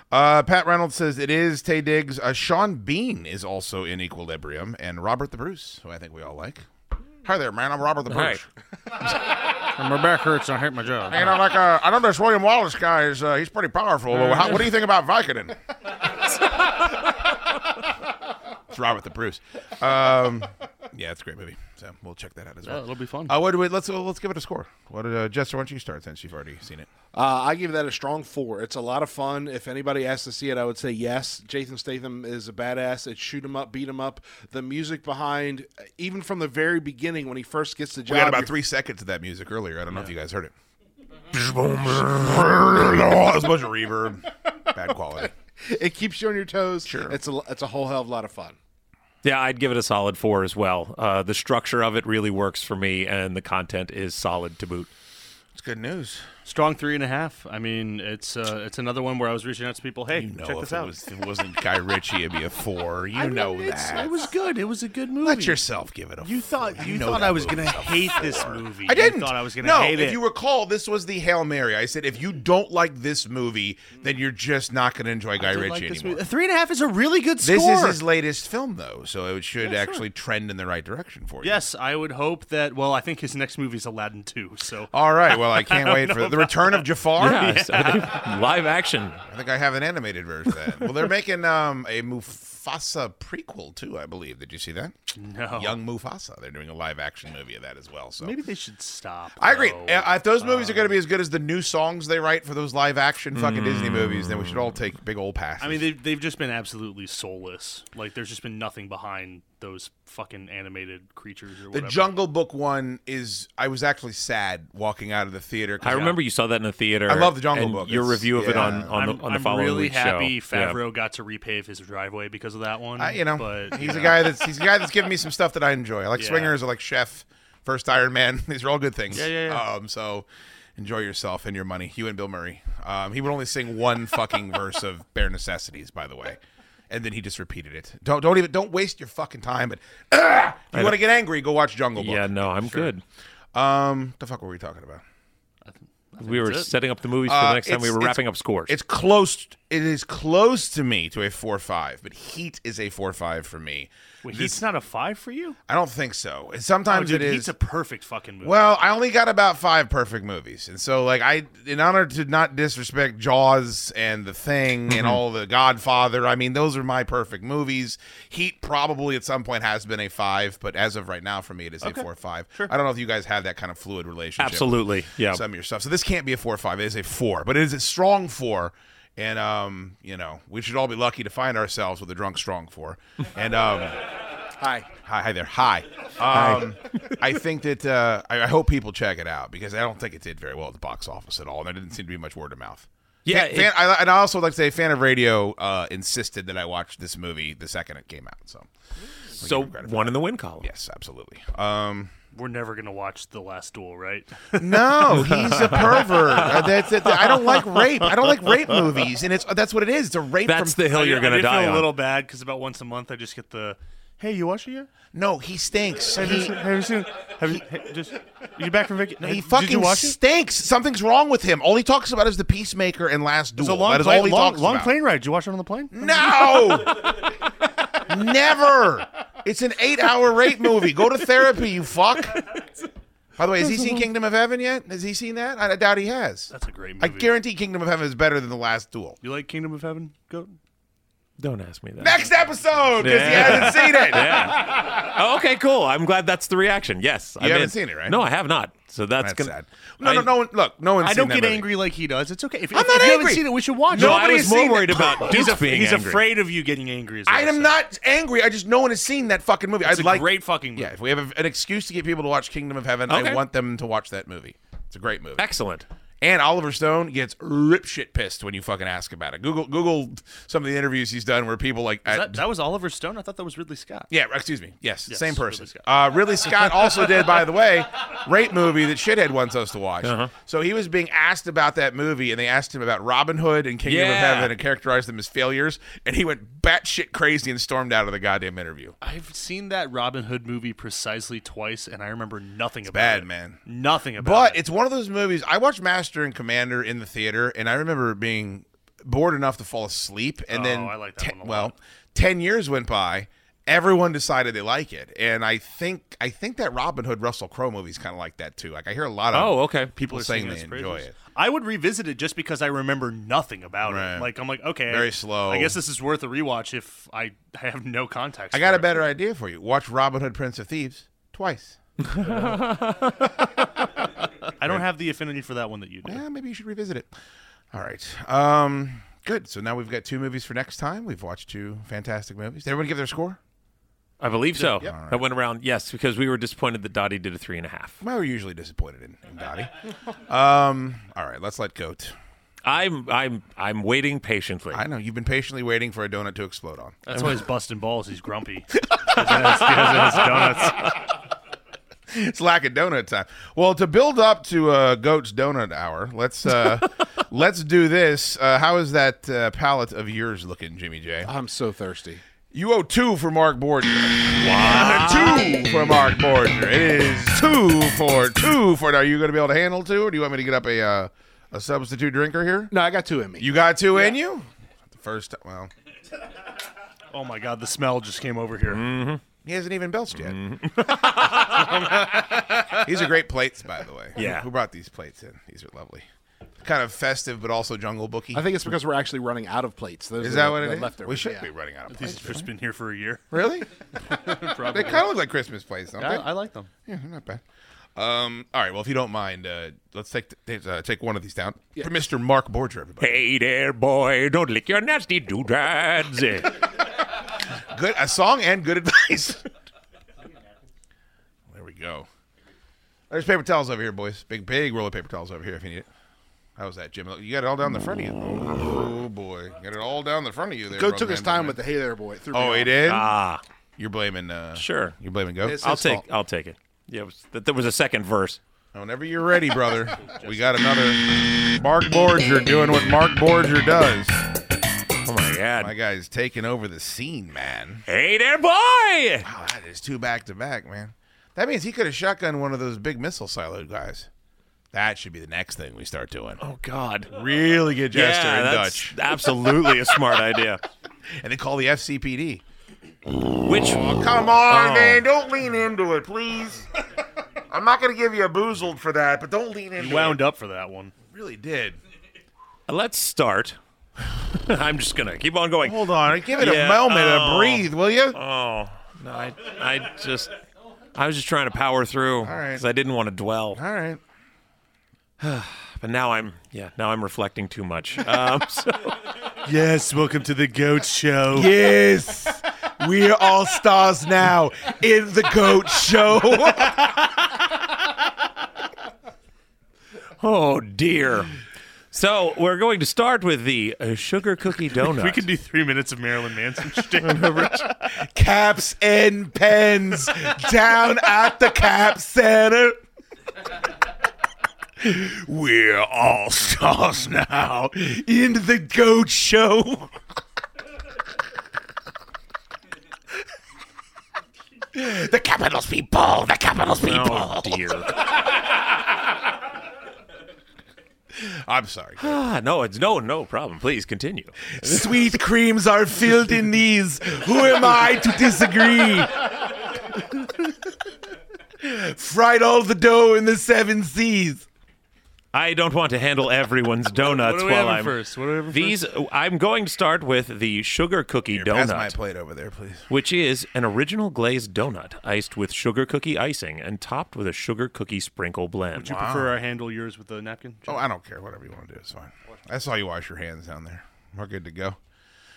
Uh, Pat Reynolds says it is Tay Diggs. Uh, Sean Bean is also in Equilibrium, and Robert the Bruce, who I think we all like. Hi there, man. I'm Robert the Bruce.
Hi.
My back hurts. I hate my job.
You know, like uh, I know this William Wallace guy is uh, he's pretty powerful. But how, what do you think about Vicodin? it's Robert the Bruce. Um, yeah, it's a great movie. So we'll check that out as well.
it'll be fun.
Uh, what do we, let's let's give it a score. What uh, Jester? Why don't you start since you've already seen it?
Uh, I give that a strong four. It's a lot of fun. If anybody asks to see it, I would say yes. Jason Statham is a badass. It's shoot 'em up, beat 'em up. The music behind, even from the very beginning when he first gets the job,
We had
you're-
about three seconds of that music earlier. I don't know if you guys heard it. That was a bunch of reverb, bad quality.
it keeps you on your toes. Sure, it's a it's a whole hell of a lot of fun.
Yeah, I'd give it a solid four as well. Uh, the structure of it really works for me, and the content is solid to boot.
It's good news.
Strong three and a half. I mean, it's uh, it's another one where I was reaching out to people. Hey,
You know,
check
if
this
it,
out.
was, if it wasn't Guy Ritchie, it'd be a four. You know that.
It was good. It was a good movie.
Let yourself give it a.
You thought
four.
you,
know
thought
that
I was
movie's
gonna
a
hate this
four.
movie.
I didn't.
You thought I was gonna
no,
hate
if
it.
you recall, this was the hail mary. I said, if you don't like this movie, then you're just not going to enjoy Guy Ritchie
Like this
anymore.
movie- Three and a half is a really good score.
This is his latest film, though, so it should actually trend in the right direction for you.
yes, I would hope that. Well, I think his next movie is Aladdin two. So
All right. Well, I can't wait for the return of Jafar.
Yeah, so they- live action.
I think I have an animated version of that. well, they're making um, a Mufasa prequel too, I believe. Did you see that?
no,
Young Mufasa. They're doing a live action movie of that as well. So
maybe Oh, they should stop.
I agree.
though.
Uh, If those movies are going to be as good as the new songs they write for those live action fucking Disney movies, then we should all take big old passes.
Hmm. I mean, they've, they've just been absolutely soulless. Like, there's just been nothing behind those fucking animated creatures or
the
whatever.
Jungle Book one is. I was actually sad walking out of the theater. 'cause-
I remember you saw that in the theater.
I love The Jungle
and
Book.
Your
It's-
review of it
yeah.
on, on
I'm,
the, on the
I'm
following
really
week's
happy
show. Yeah.
Favreau got to repave his driveway because of that one.
I- you know,
but
he's
you
a
know.
guy that's he's a guy that's given me some stuff that I enjoy. I like
Yeah.
swingers. I like Chef, First Iron Man. These are all good things.
Yeah, yeah, yeah.
Um, so enjoy yourself and your money. You and Bill Murray. Um, he would only sing one fucking verse of Bare Necessities, by the way. And then he just repeated it. Don't don't even don't waste your fucking time. But ah, if you want to get angry, go watch Jungle Book.
Yeah, no, I'm good.
Um, the fuck were we talking about?
We were setting up the movies for
Uh,
the next time.
it's-
We were
it's-
wrapping up scores.
It's close. It is close to me to a four five, but Heat is a four five for me.
Wait, Heat's not a five for you?
I don't think so. And
Oh,
sometimes
dude,
it is.
Heat's a perfect fucking movie.
Well, I only got about five perfect movies, and so like I, in honor to not disrespect Jaws and The Thing and all the Godfather, I mean those are my perfect movies. Heat probably at some point has been a five, but as of right now for me it is a four or five. I don't know if you guys have that kind of fluid relationship.
Absolutely. Yeah.
with Some of your stuff. So this can't be a four or five. It is a four, but it is a strong four. And um, you know, we should all be lucky to find ourselves with a drunk strong four. And um.
Hi.
Hi, hi there. Hi. Um, I think that uh, I, I hope people check it out because I don't think it did very well at the box office at all. and There didn't seem to be much word of mouth.
Yeah,
Fan,
it-
fan- I, and I also like to say, fan of radio uh, insisted that I watch this movie the second it came out. So
so one in the win column.
yes, absolutely. Um,
we're never gonna watch The Last Duel, right?
No, he's a pervert. Uh, That's it. I don't like rape. I don't like rape movies, and it's that's what it is. It's a rape.
That's
from,
the hill you're
I
going to
did
die
feel
on.
a little bad because about once a month I just get the, hey, you watch it yet?
no. He stinks.
Have
He-
you seen? Have you seen? Have you hey, just? You back from vacation?
He
Did
fucking
you watch it?
stinks. Something's wrong with him. All he talks about is the peacemaker and last duel.
It's a long,
that is
plane,
all he
long,
talks
long
about.
plane ride. Did you watch it on the plane?
No, never. It's an eight-hour rape movie. Go to therapy, you fuck. By the way, has he seen Kingdom of Heaven yet? Has he seen that? I, I doubt he has.
That's a great
I
movie.
guarantee Kingdom of Heaven is better than the Last Duel.
You like Kingdom of Heaven? Go.
Don't ask me that.
Next episode, because he
Yeah.
hasn't seen it.
Oh, okay, cool. I'm glad that's the reaction. Yes, I
haven't seen it, right?
No, I have not. So that's,
That's
gonna,
sad. No,
I-
no, no. One, look, no one's
I don't
seen that
get
movie.
angry like he does. It's okay. If,
I'm not
if you
angry.
haven't seen it, we should watch
No,
it.
I was
has
more
seen
worried
it.
about
he's
Duke
a,
being
he's
angry.
afraid of you getting angry. Is what
I
I'm
am
saying.
not angry. I just no one has seen that fucking movie.
It's
I'd
a
like
great fucking movie.
Yeah, if we have a, an excuse to get people to watch Kingdom of Heaven, I
Okay.
want them to watch that movie. It's a great movie.
Excellent.
And Oliver Stone gets rip shit pissed when you fucking ask about it. Google Google some of the interviews he's done where people like at-
That, that was Oliver Stone. I thought that was Ridley Scott.
yeah, excuse me. Yes,
Yes,
same person.
Ridley Scott.
Uh, Ridley Scott also did, by the way, rape movie that Shithead wants us to watch.
Uh-huh.
So he was being asked about that movie, and they asked him about Robin Hood and Kingdom of
Yeah.
Heaven and characterized them as failures, and he went batshit crazy and stormed out of the goddamn interview.
I've seen that Robin Hood movie precisely twice, and I remember nothing about
bad,
it.
man.
Nothing about
But
it.
it's one of those movies. I watched Master and Commander in the theater, and I remember being bored enough to fall asleep. And
Oh,
then,
I like that
ten-
one a
well,
lot.
ten years went by. Everyone decided they like it, and I think I think that Robin Hood Russell Crowe movie is kind of like that too. Like I hear a lot of
Oh, okay.
people saying they
its praises.
enjoy it.
I would revisit it just because I remember nothing about
Right.
it. Like I'm like, okay,
Very slow.
I guess this is worth a rewatch if I have no context.
I got
for
a
it.
better idea for you. Watch Robin Hood Prince of Thieves twice.
I don't have the affinity for that one that you do.
Yeah, maybe you should revisit it. All right. Um, good. So now we've got two movies for next time. We've watched two fantastic movies. Did everyone give their score?
I believe so. I went around, yes, because we were disappointed that Dottie did a three and a half.
Well, we're usually disappointed in, in Dottie. um, all right, let's let Goat.
I'm I'm I'm waiting patiently.
I know you've been patiently waiting for a donut to explode on.
That's why he's busting balls. He's grumpy. He doesn't have- he doesn't have his donuts.
It's lack of donut time. Well, to build up to uh, Goat's donut hour, let's uh, let's do this. Uh, how is that uh, palate of yours looking, Jimmy J?
I'm so thirsty.
You owe two for Mark Borger. Two for Mark Borger. It is two for two for. Are you going to be able to handle two, or do you want me to get up a uh, a substitute drinker here?
No, I got two in me.
You got two in you. The first, ti- well,
Oh my god, the smell just came over here.
Mm. He hasn't even belched yet. these are great plates, by the way.
Yeah.
Who brought these plates in? These are lovely. Kind of festive, but also jungle booky.
I think it's because we're actually running out of plates. Those
is
are
that
the-
what it
the
is?
Leftovers.
we should
yeah.
be running out of
These
plates.
have just been here for a year.
Really?
Probably.
They kind of look like Christmas plates, don't
I,
they?
I like them.
yeah, not bad. Um, all right. Well, if you don't mind, uh, let's take th- uh, take one of these down for Mr. Mark Borger, everybody.
Hey there, boy, don't lick your nasty doodads.
Good a song and good advice. there we go. There's paper towels over here, boys. Big, big roll of paper towels over here if you need it. How was that, Jim? You got it all down the front of you. Oh boy, got it all down the front of you there.
Goat
brother
took his
man.
time with the hey there boy. It threw me
Oh, he
off.
did.
ah,
You're blaming. Uh,
sure.
You're blaming Goat.
It's
I'll
his
take
fault.
I'll take it. Yeah, it was, that there was a second verse.
Whenever you're ready, brother. we got another Mark Borger doing what Mark Borger does.
Oh my god.
My guy's taking over the scene, man.
Hey there, boy.
Wow, that is two back to back, man. That means he could have shotgunned one of those big missile silo guys. That should be the next thing we start doing.
Oh god.
Really good gesture
yeah,
in
that's
Dutch.
absolutely a smart idea.
And then call the FCPD.
Which
Come on,
Oh.
man. Don't lean into it, please. I'm not going to give you a boozled for that, but don't lean into
You wound up for that one.
it. really did.
let's start. I'm just gonna keep on going.
Hold on. Give it
Yeah,
a moment to
oh.
breathe, will you?
Oh no, I, I just, I was just trying to power through
right.
because I didn't want to dwell.
All right.
But now I'm, yeah, now I'm reflecting too much. Um, so-
Yes, welcome to the Goat Show.
Yes. We are all stars now in the GOAT show.
oh dear. So we're going to start with the uh, sugar cookie donut.
We can do three minutes of Marilyn Manson shtick.
Caps and pens down at the cap center. We're all stars now in the goat show. the capital's people, the capital's people.
Oh dear!
I'm sorry.
Ah, no, it's no, no problem. Please continue.
Sweet creams are filled in these. Who am I to disagree? Fried all the dough in the seven seas.
I don't want to handle everyone's
What
donuts
are we
while
having
I'm
first? What are we having
these. I'm going to start with the sugar cookie
Pass my
donut,
plate over there, please.
which is an original glazed donut iced with sugar cookie icing and topped with a sugar cookie sprinkle blend.
Would you prefer I handle yours with a napkin?
Oh, I don't care. Whatever you want to do, it's fine. I saw you wash your hands down there. We're good to go.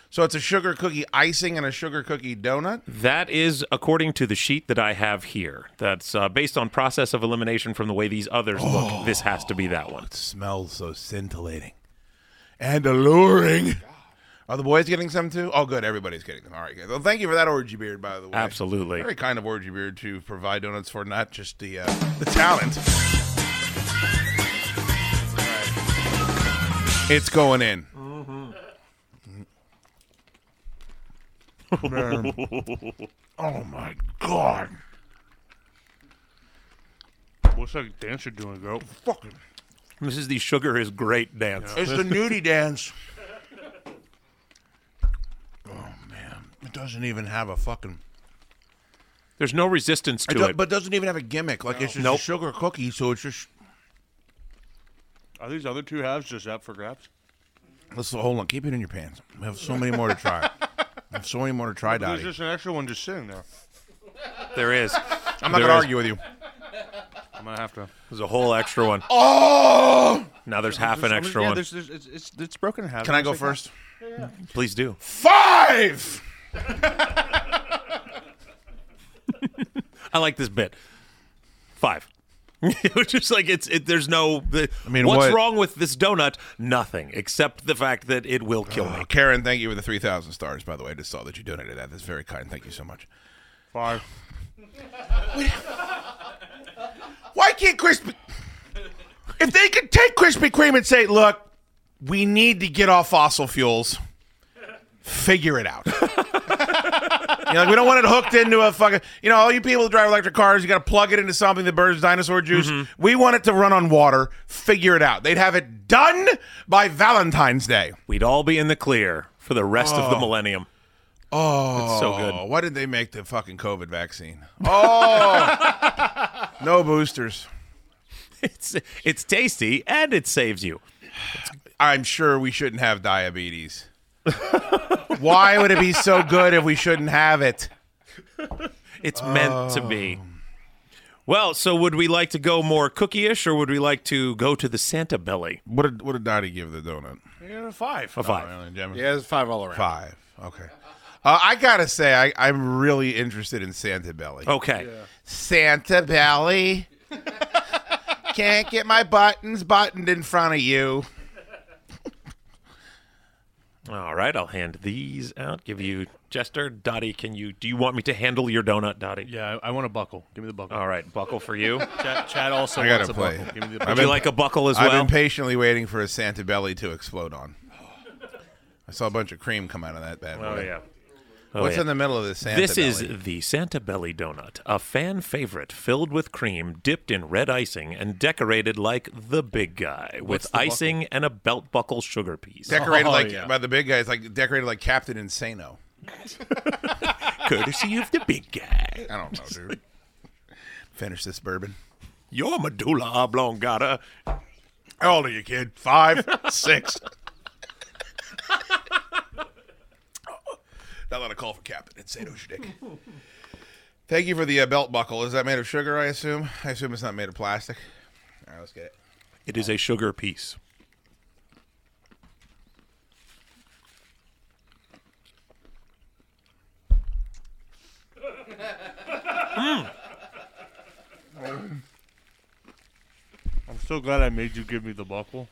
So it's a sugar cookie icing and a sugar cookie donut.
That is according to the sheet that I have here. That's uh, based on process of elimination from the way these others look. This has to be that one.
Smells so scintillating and alluring. Are the boys getting some too? Oh, good. Everybody's getting them. All right, good. Well, thank you for that orgy beard, by the way.
Absolutely.
Very kind of orgy beard to provide donuts for not just the uh, the talent. It's going in.
Mm-hmm.
Man. oh my god!
What's that dance you're doing, girl?
Fucking,
This is the sugar is great dance.
it's the nudie dance. Oh man, it doesn't even have a fucking.
There's no resistance
It
to
do-
it.
but doesn't even have a gimmick. Like it's just a sugar cookie, so it's just.
Are these other two halves just up for grabs?
Let's hold on. Keep it in your pants. We have so many more to try. we have so many more to try, Dottie.
an extra one just sitting there.
there is.
I'm not
there
gonna
is.
argue with you.
I'm gonna have to.
There's a whole extra one.
Oh!
Now there's half an extra
yeah,
one.
There's, there's, it's, it's, it's broken in half.
Can I go first?
Please do.
Five.
I like this bit. Five. It's just like it's it, there's no. The, I
mean,
what's
what-
wrong with this donut? Nothing except the fact that it will kill me.
Oh, Karen, thank you for the three thousand stars. By the way, I just saw that you donated that. That's very kind. Thank you so much.
Five.
Why can't Krispy? If they could take Krispy Kreme and say, "Look, we need to get off fossil fuels," figure it out. you know, like we don't want it hooked into a fucking. You know, all you people that drive electric cars, you got to plug it into something that burns dinosaur juice. We want it to run on water. Figure it out. They'd have it done by Valentine's Day.
We'd all be in the clear for the rest of the millennium.
Oh,
It's so good.
Why did they make the fucking COVID vaccine? Oh, no boosters.
It's it's tasty and it saves you.
I'm sure we shouldn't have diabetes. Why would it be so good if we shouldn't have it?
It's meant to be.
Oh.
Well, so would we like to go more cookie-ish, or would we like to go to the Santa belly?
What did what did Dottie give the donut?
A
Oh,
five.
Yeah, it's five all around.
Five. Okay. Uh, I gotta say, I, I'm really interested in Santa Belly.
Okay.
Santa Belly, can't get my buttons buttoned in front of you.
All right. I'll hand these out. Give you Jester, Dottie. Can you? Do you want me to handle your donut, Dottie?
Yeah, I, I want a buckle. Give me the buckle.
All right. Buckle for you. Would
Chad, Chad also
I gotta
wants a
play.
buckle. Give me the
I've
buckle.
been-
you like a buckle as
I've
well?
been patiently waiting for a Santa Belly to explode on. I saw a bunch of cream come out of that bad boy.
oh yeah. Oh,
What's
yeah.
in the middle of this Santa
This
Belly?
is the Santa Belly donut, a fan favorite filled with cream, dipped in red icing, and decorated like the big guy with icing and a belt buckle sugar piece.
decorated
Oh,
like
yeah.
by the big guys, like decorated like Captain Insano.
courtesy of the big guy.
I don't know, dude. Finish this bourbon.
Your medulla oblongata.
How old are you, kid? Five, six. Not allowed to call for Captain Insano Schnick. Thank you for the uh, belt buckle. Is that made of sugar? I assume. I assume it's not made of plastic. All right, let's get it.
It is a sugar piece.
I'm so glad I made you give me the buckle.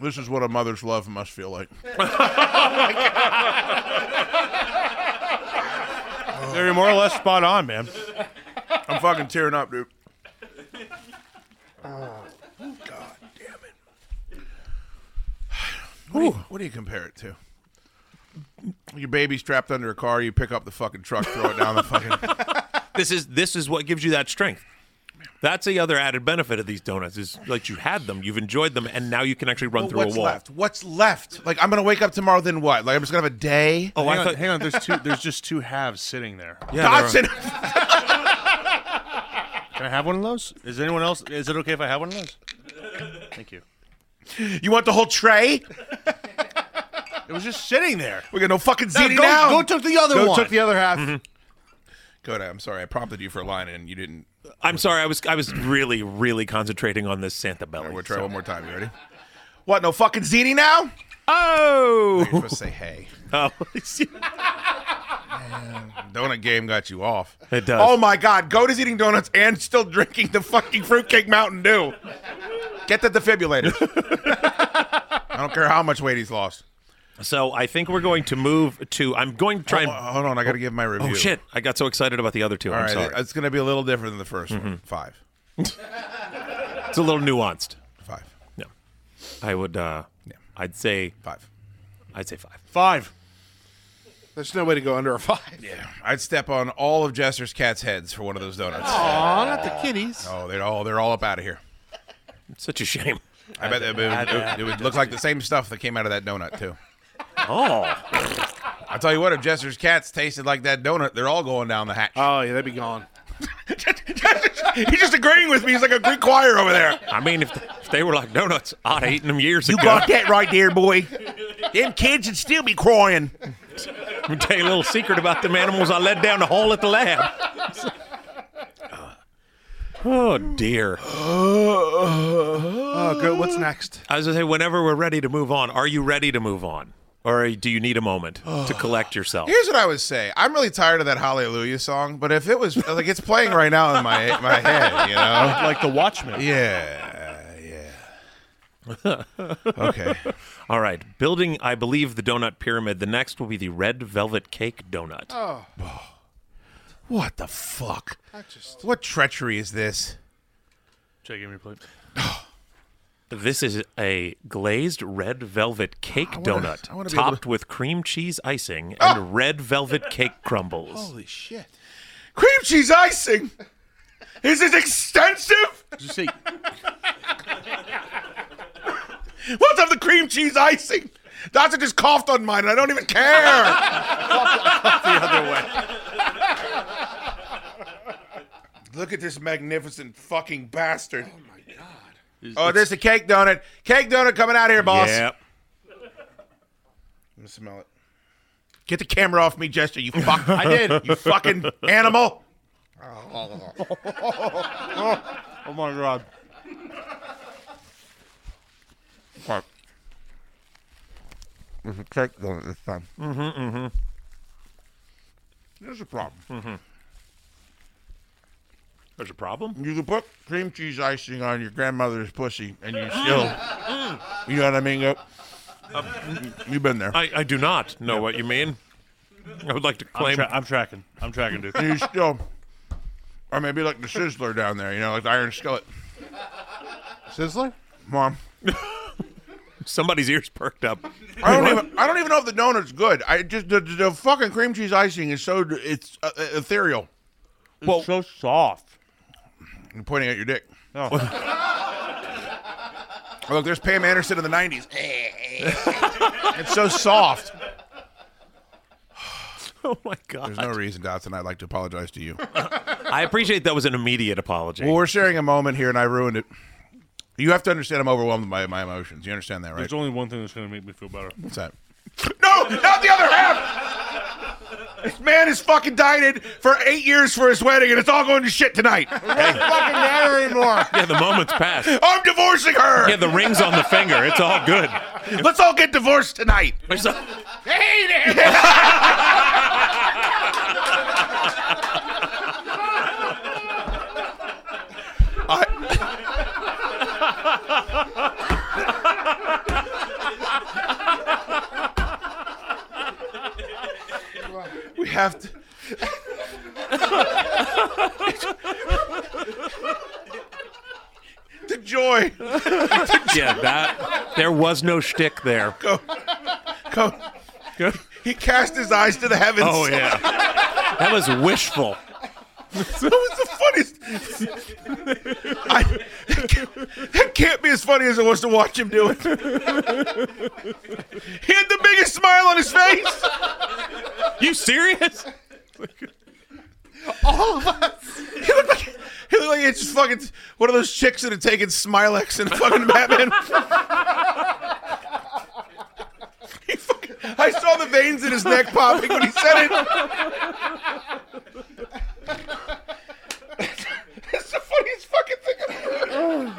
This is what a mother's love must feel like.
You're more or less spot on, man.
I'm fucking tearing up, dude. Oh, God damn it. What do, you, what do you compare it to? Your baby's trapped under a car, you pick up the fucking truck, throw it down the fucking.
This is this is what gives you that strength. That's the other added benefit of these donuts is like you had them, you've enjoyed them, and now you can actually run
But
through
what's
a wall.
left? What's left? Like, I'm going to wake up tomorrow, then what? Like, I'm just going to have a day?
Oh,
hang,
I
on,
thought
hang on, there's two. There's just two halves sitting there.
yeah, they're-
Dodson!
Can I have one of those? Is anyone else? Is it okay if I have one of those?
Thank you.
you want the whole tray?
It was just sitting there.
We got no fucking
Now
ziti
go-
down.
go took the other
Go
one.
took the other half. Coda, I'm sorry, I prompted you for a line and you didn't.
I'm sorry, I was I was really really concentrating on this Santa Belly.
We'll try one more time. You ready? What? No fucking ziti now?
Oh,
You're supposed to say hey.
oh.
Donut game got you off.
It does.
Oh my God, Goat is eating donuts and still drinking the fucking fruitcake Mountain Dew. Get the defibrillator. I don't care how much weight he's lost.
so I think we're going to move to. I'm going to try
Oh,
and.
hold on, I got to give my review.
Oh shit! I got so excited about the other two.
All
I'm
right, uh,
sorry.
it's going to be a little different than the 1st one. Five,
It's a little nuanced.
five,
No, I would. uh
Yeah.
I'd say.
five.
I'd say five.
Five.
There's no way to go under a five.
Yeah, I'd step on all of Jester's cat's heads for one of those donuts.
Aw, not the kitties.
Oh, they're all they're all up out of here.
It's such a shame.
I bet that it, would- it would look like the same stuff that came out of that donut too.
Oh,
I tell you what, if Jester's cats tasted like that donut, they're all going down the hatch.
Uh,
Oh yeah, they'd be gone.
He's just agreeing with me. He's like a Greek choir over there.
I mean, if, if they were like donuts, I'd have eaten them years
You
ago.
got that right there, boy. Them kids would still be crying.
Let me tell you a little secret about them animals I let down the hole at the lab. Oh dear.
Oh, good. What's next?
I was gonna say, whenever we're ready to move on, are you ready to move on, or do you need a moment to collect yourself?
Here's what I would say. I'm really tired of that Hallelujah song, but if it was like it's playing right now in my my head, you know?
Like the Watchmen.
Yeah, yeah. Okay.
All right, building. I believe the donut pyramid. The next will be the red velvet cake donut.
What the fuck? What treachery is this?
Check give me your plate.
This is a glazed red velvet cake
wanna-
donut
I wanna be able
topped
to- Ah!
with cream cheese icing and red velvet cake crumbles.
Holy shit. Cream cheese icing. Is this extensive?
Did you say
What's up the cream cheese icing? Doctor just coughed on mine and I don't even care. Look at this magnificent fucking bastard. Oh my god. Oh, there's a cake donut. Cake donut coming out here, boss.
Yep.
Let me smell it. Get the camera off me, Jester, you fuck. I did. You fucking animal.
Oh my god.
cake donut this time. Mm-hmm, mm-hmm. There's a problem.
There's a problem.
You can put cream cheese icing on your grandmother's pussy, and you still, you know what I mean? Go- You've been there.
I, I do not know what you mean. I would like to
I'm,
claim.
tra- I'm tracking. I'm tracking, dude.
You still, or maybe like the sizzler down there, you know, like the iron skillet.
Sizzler?
Mom,
Somebody's ears perked up.
I don't even, I don't even know if the donut's good. I just the, the, the fucking cream cheese icing is so it's uh, uh, ethereal.
It's so soft.
You're pointing at your dick.
No.
Oh, look, there's Pam Anderson in the '90s. it's so soft.
Oh my god!
There's no reason, Dotson. I'd like to apologize to you.
I appreciate that was an immediate apology.
Well, we're sharing a moment here, and I ruined it. You have to understand I'm overwhelmed by my emotions. You understand that, right?
There's only one thing that's gonna make me feel better.
What's that? No, not the other half. This man is fucking dieted for eight years for his wedding, and it's all going to shit tonight. It doesn't fucking matter anymore.
yeah, the moment's passed.
I'm divorcing her.
Yeah, the ring's on the finger. It's all good.
Let's all get divorced tonight.
There's a-
Hey there. I, The joy.
yeah, that there was no shtick there.
Go. He cast his eyes to the heavens.
Oh yeah, that was wishful.
That was the funniest. I, that, can't, that can't be as funny as it was to watch him do it. he had the biggest smile on his face.
You serious?
All of us. He looked like he looked like it's just fucking one of those chicks that had taken Smilex and fucking Batman. he fucking, I saw the veins in his neck popping when he said it. It's the funniest fucking thing I've ever heard.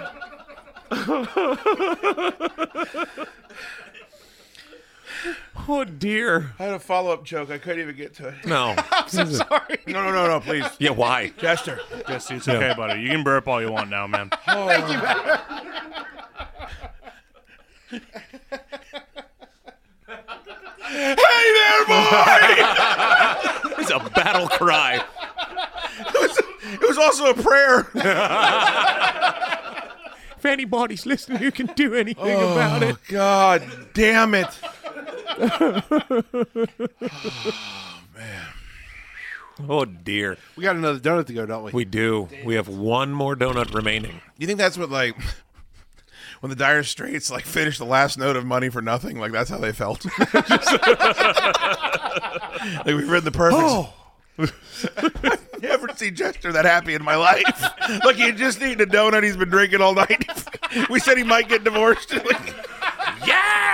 Oh dear.
I had a follow up joke. I couldn't even get to it.
No.
No, no, no, no, please.
Yeah, why?
Jester.
Yes, it's okay, buddy. You can burp all you want now, man.
Hey there, boy!
It's a battle cry.
it was also a prayer.
If anybody's listening who can do anything about
Oh, God damn it.
Oh dear.
We got another donut to go, don't we?
We do. We have one more donut remaining.
You think that's what, like, when the Dire Straits, like, finished the last note of Money for Nothing? Like, that's how they felt. like, we've written the perfect. I've never seen Jester that happy in my life. like, he had just eaten a donut he's been drinking all night. we said he might get divorced. Like,
Yeah.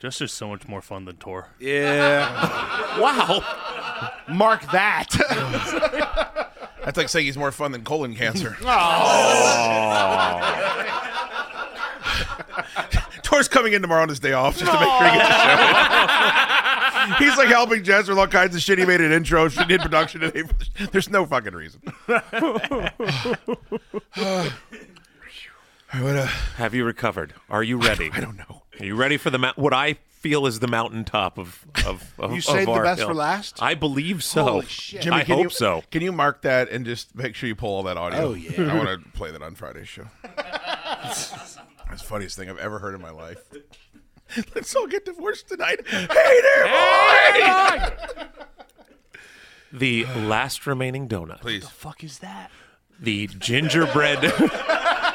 Just is so much more fun than Tor.
Yeah.
Wow.
Mark that.
that's like saying he's more fun than colon cancer. Tor's coming in tomorrow on his day off just to make sure he gets the show. He's like helping Jess with all kinds of shit. He made an intro. She did production today. for the sh- There's no fucking reason. all right, what, uh,
Have you recovered? Are you ready?
I don't know.
Are you ready for the mount? What I feel is the mountaintop of of, of
You
of
saved the
our
best
hill.
for last?
I believe so.
Holy shit.
I
can
hope
you,
so.
Can you mark that and just make sure you pull all that audio?
Oh, yeah.
I want to play that on Friday's show. That's the funniest thing I've ever heard in my life. Let's all get divorced tonight. Hey there, boy!
The last remaining donut.
Please.
The gingerbread.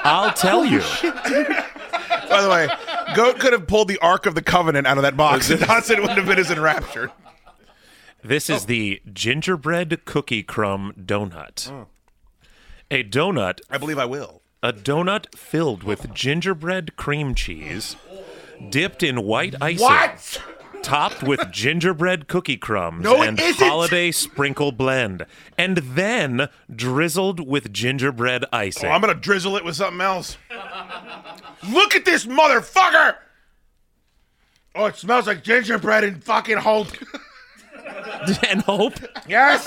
I'll tell you.
By the way, Goat could have pulled the Ark of the Covenant out of that box, and Dodson wouldn't have been as enraptured.
This
Oh.
is the gingerbread cookie crumb donut.
Oh.
A donut
I believe I will.
A donut filled with gingerbread cream cheese, dipped in white icing.
What?
Topped with gingerbread cookie crumbs
No, it
and
isn't.
holiday sprinkle blend, and then drizzled with gingerbread icing.
Well, I'm gonna drizzle it with something else. Look at this motherfucker! Oh, it smells like gingerbread and fucking hope.
and hope.
Yes.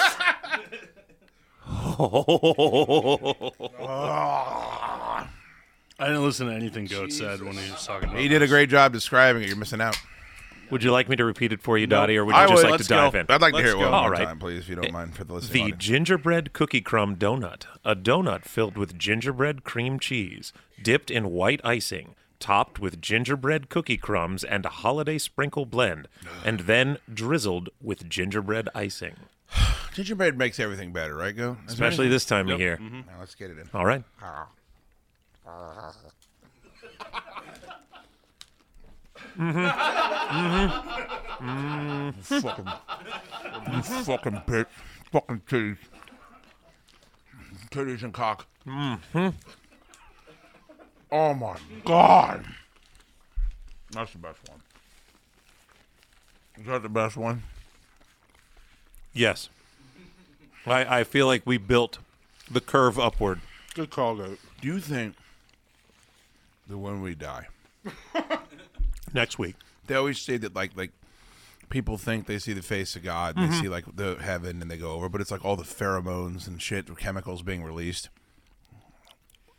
I didn't listen to anything Goat said when he was talking about.
He did a great job describing it. You're missing out.
Would you like me to repeat it for you, Dottie, or would you just like to dive in?
I'd like to hear it one
All
more
right.
time, please, if you don't mind, for the listening
The
audience.
gingerbread cookie crumb donut, a donut filled with gingerbread cream cheese, dipped in white icing, topped with gingerbread cookie crumbs and a holiday sprinkle blend, and then drizzled with gingerbread icing.
gingerbread makes everything better, right, Go? That's right.
Especially this time of year.
Mm-hmm. Now let's get it in.
All right.
Mm-hmm. Mm-hmm. fucking, you fucking bitch. Fucking titties. Titties and cock. Mm-hmm. Oh my god. That's the best one. Is that the best one?
Yes. I, I feel like we built the curve upward.
Good call, Goat.
Do you think that when we die,
Next week.
they always say that like like people think they see the face of God, and they see like the heaven, and they go over, but it's like all the pheromones and shit, chemicals being released.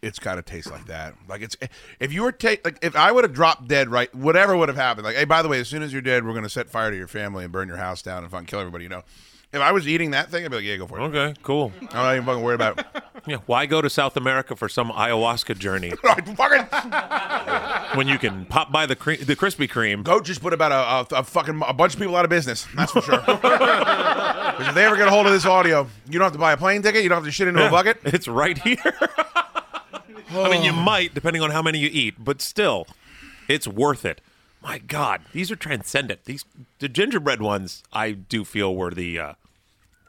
it's got to taste like that. Like it's if you were take like if I would have dropped dead right, whatever would have happened. Like hey, by the way, as soon as you're dead, we're gonna set fire to your family and burn your house down and fucking kill everybody. You know, if I was eating that thing, I'd be like, yeah, go for it.
Okay, cool.
I'm not even fucking worried about it.
Yeah, why go to South America for some ayahuasca journey
Like, fucking
when you can pop by the cre- the Krispy Kreme?
Goat just put about a, a, a fucking a bunch of people out of business. That's for sure. 'Cause if they ever get a hold of this audio, you don't have to buy a plane ticket. You don't have to shit into a bucket.
It's right here. I mean, you might depending on how many you eat, but still, it's worth it. My God, these are transcendent. These the gingerbread ones, I do feel were the uh,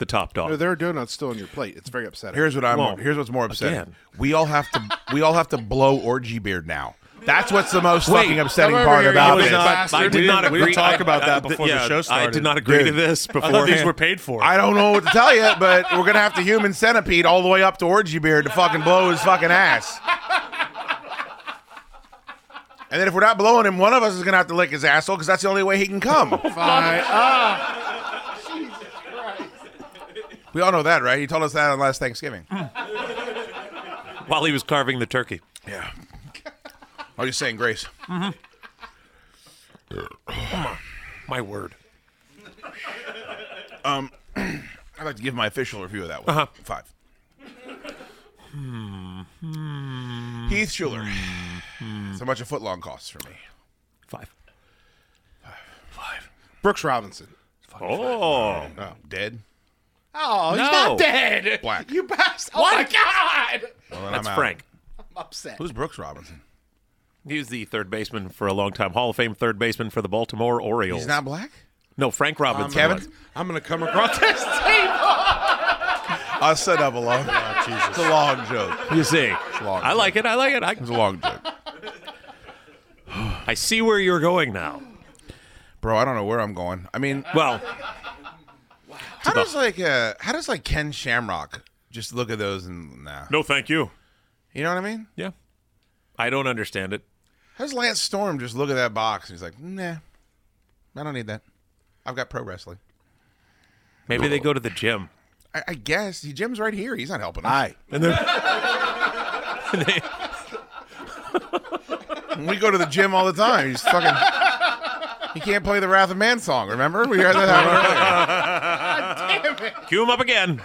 the top dog.
No, there are donuts still on your plate. It's very upsetting.
Here's what I'm.
Well,
here's what's more upsetting.
again.
We all have to. We all have to blow orgy beard now. That's what's the most fucking upsetting
over
part
here,
about
you
this.
not-
I
We
did
didn't-
not
we
agree.
didn't talk
I-
about
I-
that
I-
before the
yeah,
show
I did
started.
not agree to
Dude.
this
I thought
before.
these were paid for.
I don't know what to tell you, but we're gonna have to human centipede all the way up to orgy beard to fucking blow his fucking ass. And then if we're not blowing him, one of us is gonna have to lick his asshole because that's the only way he can come. We all know that, right? He told us that on last Thanksgiving.
while he was carving the turkey.
Yeah. I was just saying grace.
My word.
I'd like to give my official review of that one.
Uh-huh.
Five. Heath Schuler. So much a foot long costs for me.
Five.
Brooks Robinson.
Oh,
Oh, dead.
Oh, he's
No.
not dead.
Black.
You passed. Oh my god.
Well, then
that's
I'm out.
Frank.
I'm upset.
Who's Brooks Robinson?
He was the third baseman for a long time, Hall of Fame third baseman for the Baltimore Orioles.
He's not black.
no, Frank Robinson.
Kevin?
was.
I'm gonna come across this table.
I set up a long. It's a long joke.
You see,
long.
I like it. I like it. I,
It's a long joke,
I see where you're going now.
bro. I don't know where I'm going. I mean,
Well,
how does like uh, how does like Ken Shamrock just look at those and nah?
no, thank you.
You know what I mean?
Yeah, I don't understand it.
How does Lance Storm just look at that box and he's like, nah, I don't need that. I've got pro wrestling.
Maybe they go to the gym.
I, I guess he, Jim's right here. He's not helping us.
Hi.
We go to the gym all the time. He's fucking. He can't play the Wrath of Man song. Remember? We heard that.
Cue him up again.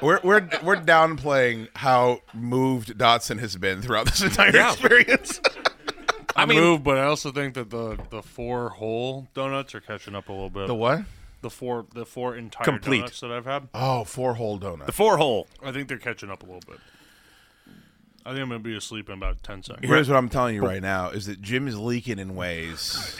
we're we're we're downplaying how moved Dotson has been throughout this entire
Yeah.
experience.
I mean,
move, but I also think that the the four whole donuts are catching up a little bit.
the what?
The four the four entire
Complete.
donuts that I've had,
Oh, four hole donut.
the four hole.
I think they're catching up a little bit. I think I'm gonna be asleep in about ten seconds.
Here's what I'm telling you right now is that Jim is leaking in ways.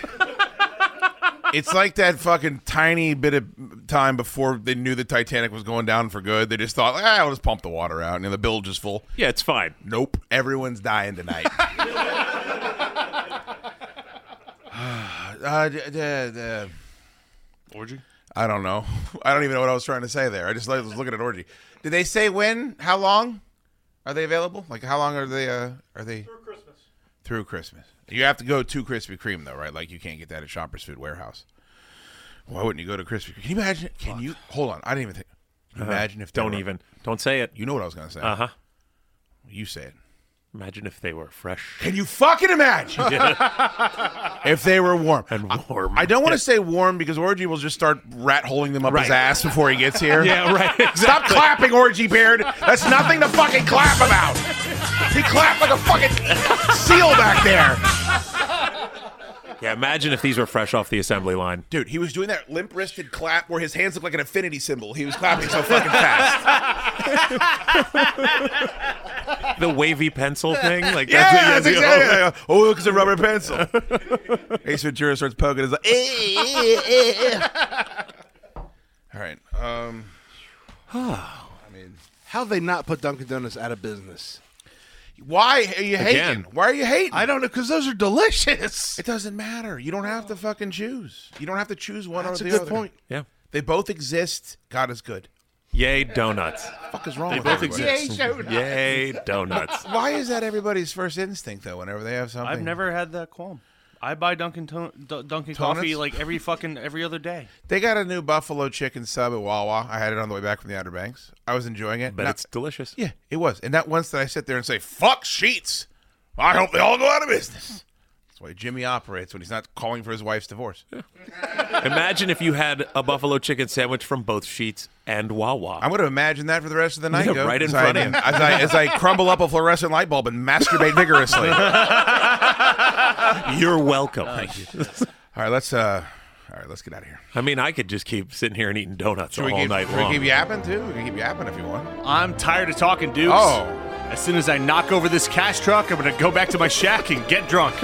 it's like that fucking tiny bit of time before they knew the Titanic was going down for good. They just thought, ah, I'll just pump the water out. And the bilge is full.
Yeah, it's fine.
Nope. Everyone's dying tonight. uh, d- d- d-
Orgy?
I don't know. I don't even know what I was trying to say there. I just like, was looking at orgy. Did they say when? How long? Are they available? Like how long are they? Uh, are they through Christmas? Through Christmas. You have to go to Krispy Kreme though, right? Like you can't get that at Shoppers Food Warehouse. Why wouldn't you go to Krispy Kreme? Can you imagine? Can you hold on? I didn't even think. Can you Imagine if they
Uh-huh. Don't
were-
even. Don't say it.
You know what I was gonna say.
Uh huh.
You say it.
Imagine if they were fresh
Can you fucking imagine if they were warm?
and warm.
I don't want to say warm because Orgy will just start rat holing them up his ass before he gets here.
Yeah, right. Exactly.
Stop clapping, Orgy Beard. That's nothing to fucking clap about. He clapped like a fucking seal back there.
Yeah, imagine if these were fresh off the assembly line.
Dude, he was doing that limp wristed clap where his hands look like an affinity symbol. He was clapping so fucking fast.
The wavy pencil thing, like
Yeah, that's
that's what you do.
exactly. Oh, look, it's a rubber pencil. Ace Ventura starts poking. It's like, eh, eh, eh, eh, eh. all right. Um, I mean,
How they not put Dunkin' Donuts out of business?
why are you hating?
Again.
Why are you hating?
I don't know, because those are delicious.
It doesn't matter. You don't have to fucking choose. You don't have to choose one
That's
or
a
the
good
other.
point.
Yeah.
They both exist. God is good.
Yay donuts.
fuck is wrong
They
with
both
everybody?
exist.
Yay donuts.
Why is that everybody's first instinct though? Whenever they have something,
I've never had that qualm.
I buy Dunkin' to- D- Dunkin' coffee like every fucking every other day.
They got a new buffalo chicken sub at Wawa. I had it on the way back from the Outer Banks. I was enjoying it.
But
Not-
it's delicious.
yeah, it was. And not once did I sit there and say, "Fuck sheets." I hope they all go out of business. That's why Jimmy operates when he's not calling for his wife's divorce.
Imagine if you had a buffalo chicken sandwich from both Sheets and Wawa.
I'm going to imagine that for the rest of the night.
Yeah,
though,
right in
as
front
I,
of him.
As I, as I crumble up a fluorescent light bulb and masturbate vigorously. all
You're welcome.
right, let's uh, all right, let's get out of here.
I mean, I could just keep sitting here and eating donuts
Should
all
we keep,
night
should
long.
we keep yapping too? We can keep yapping if you want.
I'm tired of talking, dudes.
Oh.
As soon as I knock over this cash truck, I'm gonna go back to my shack and get drunk.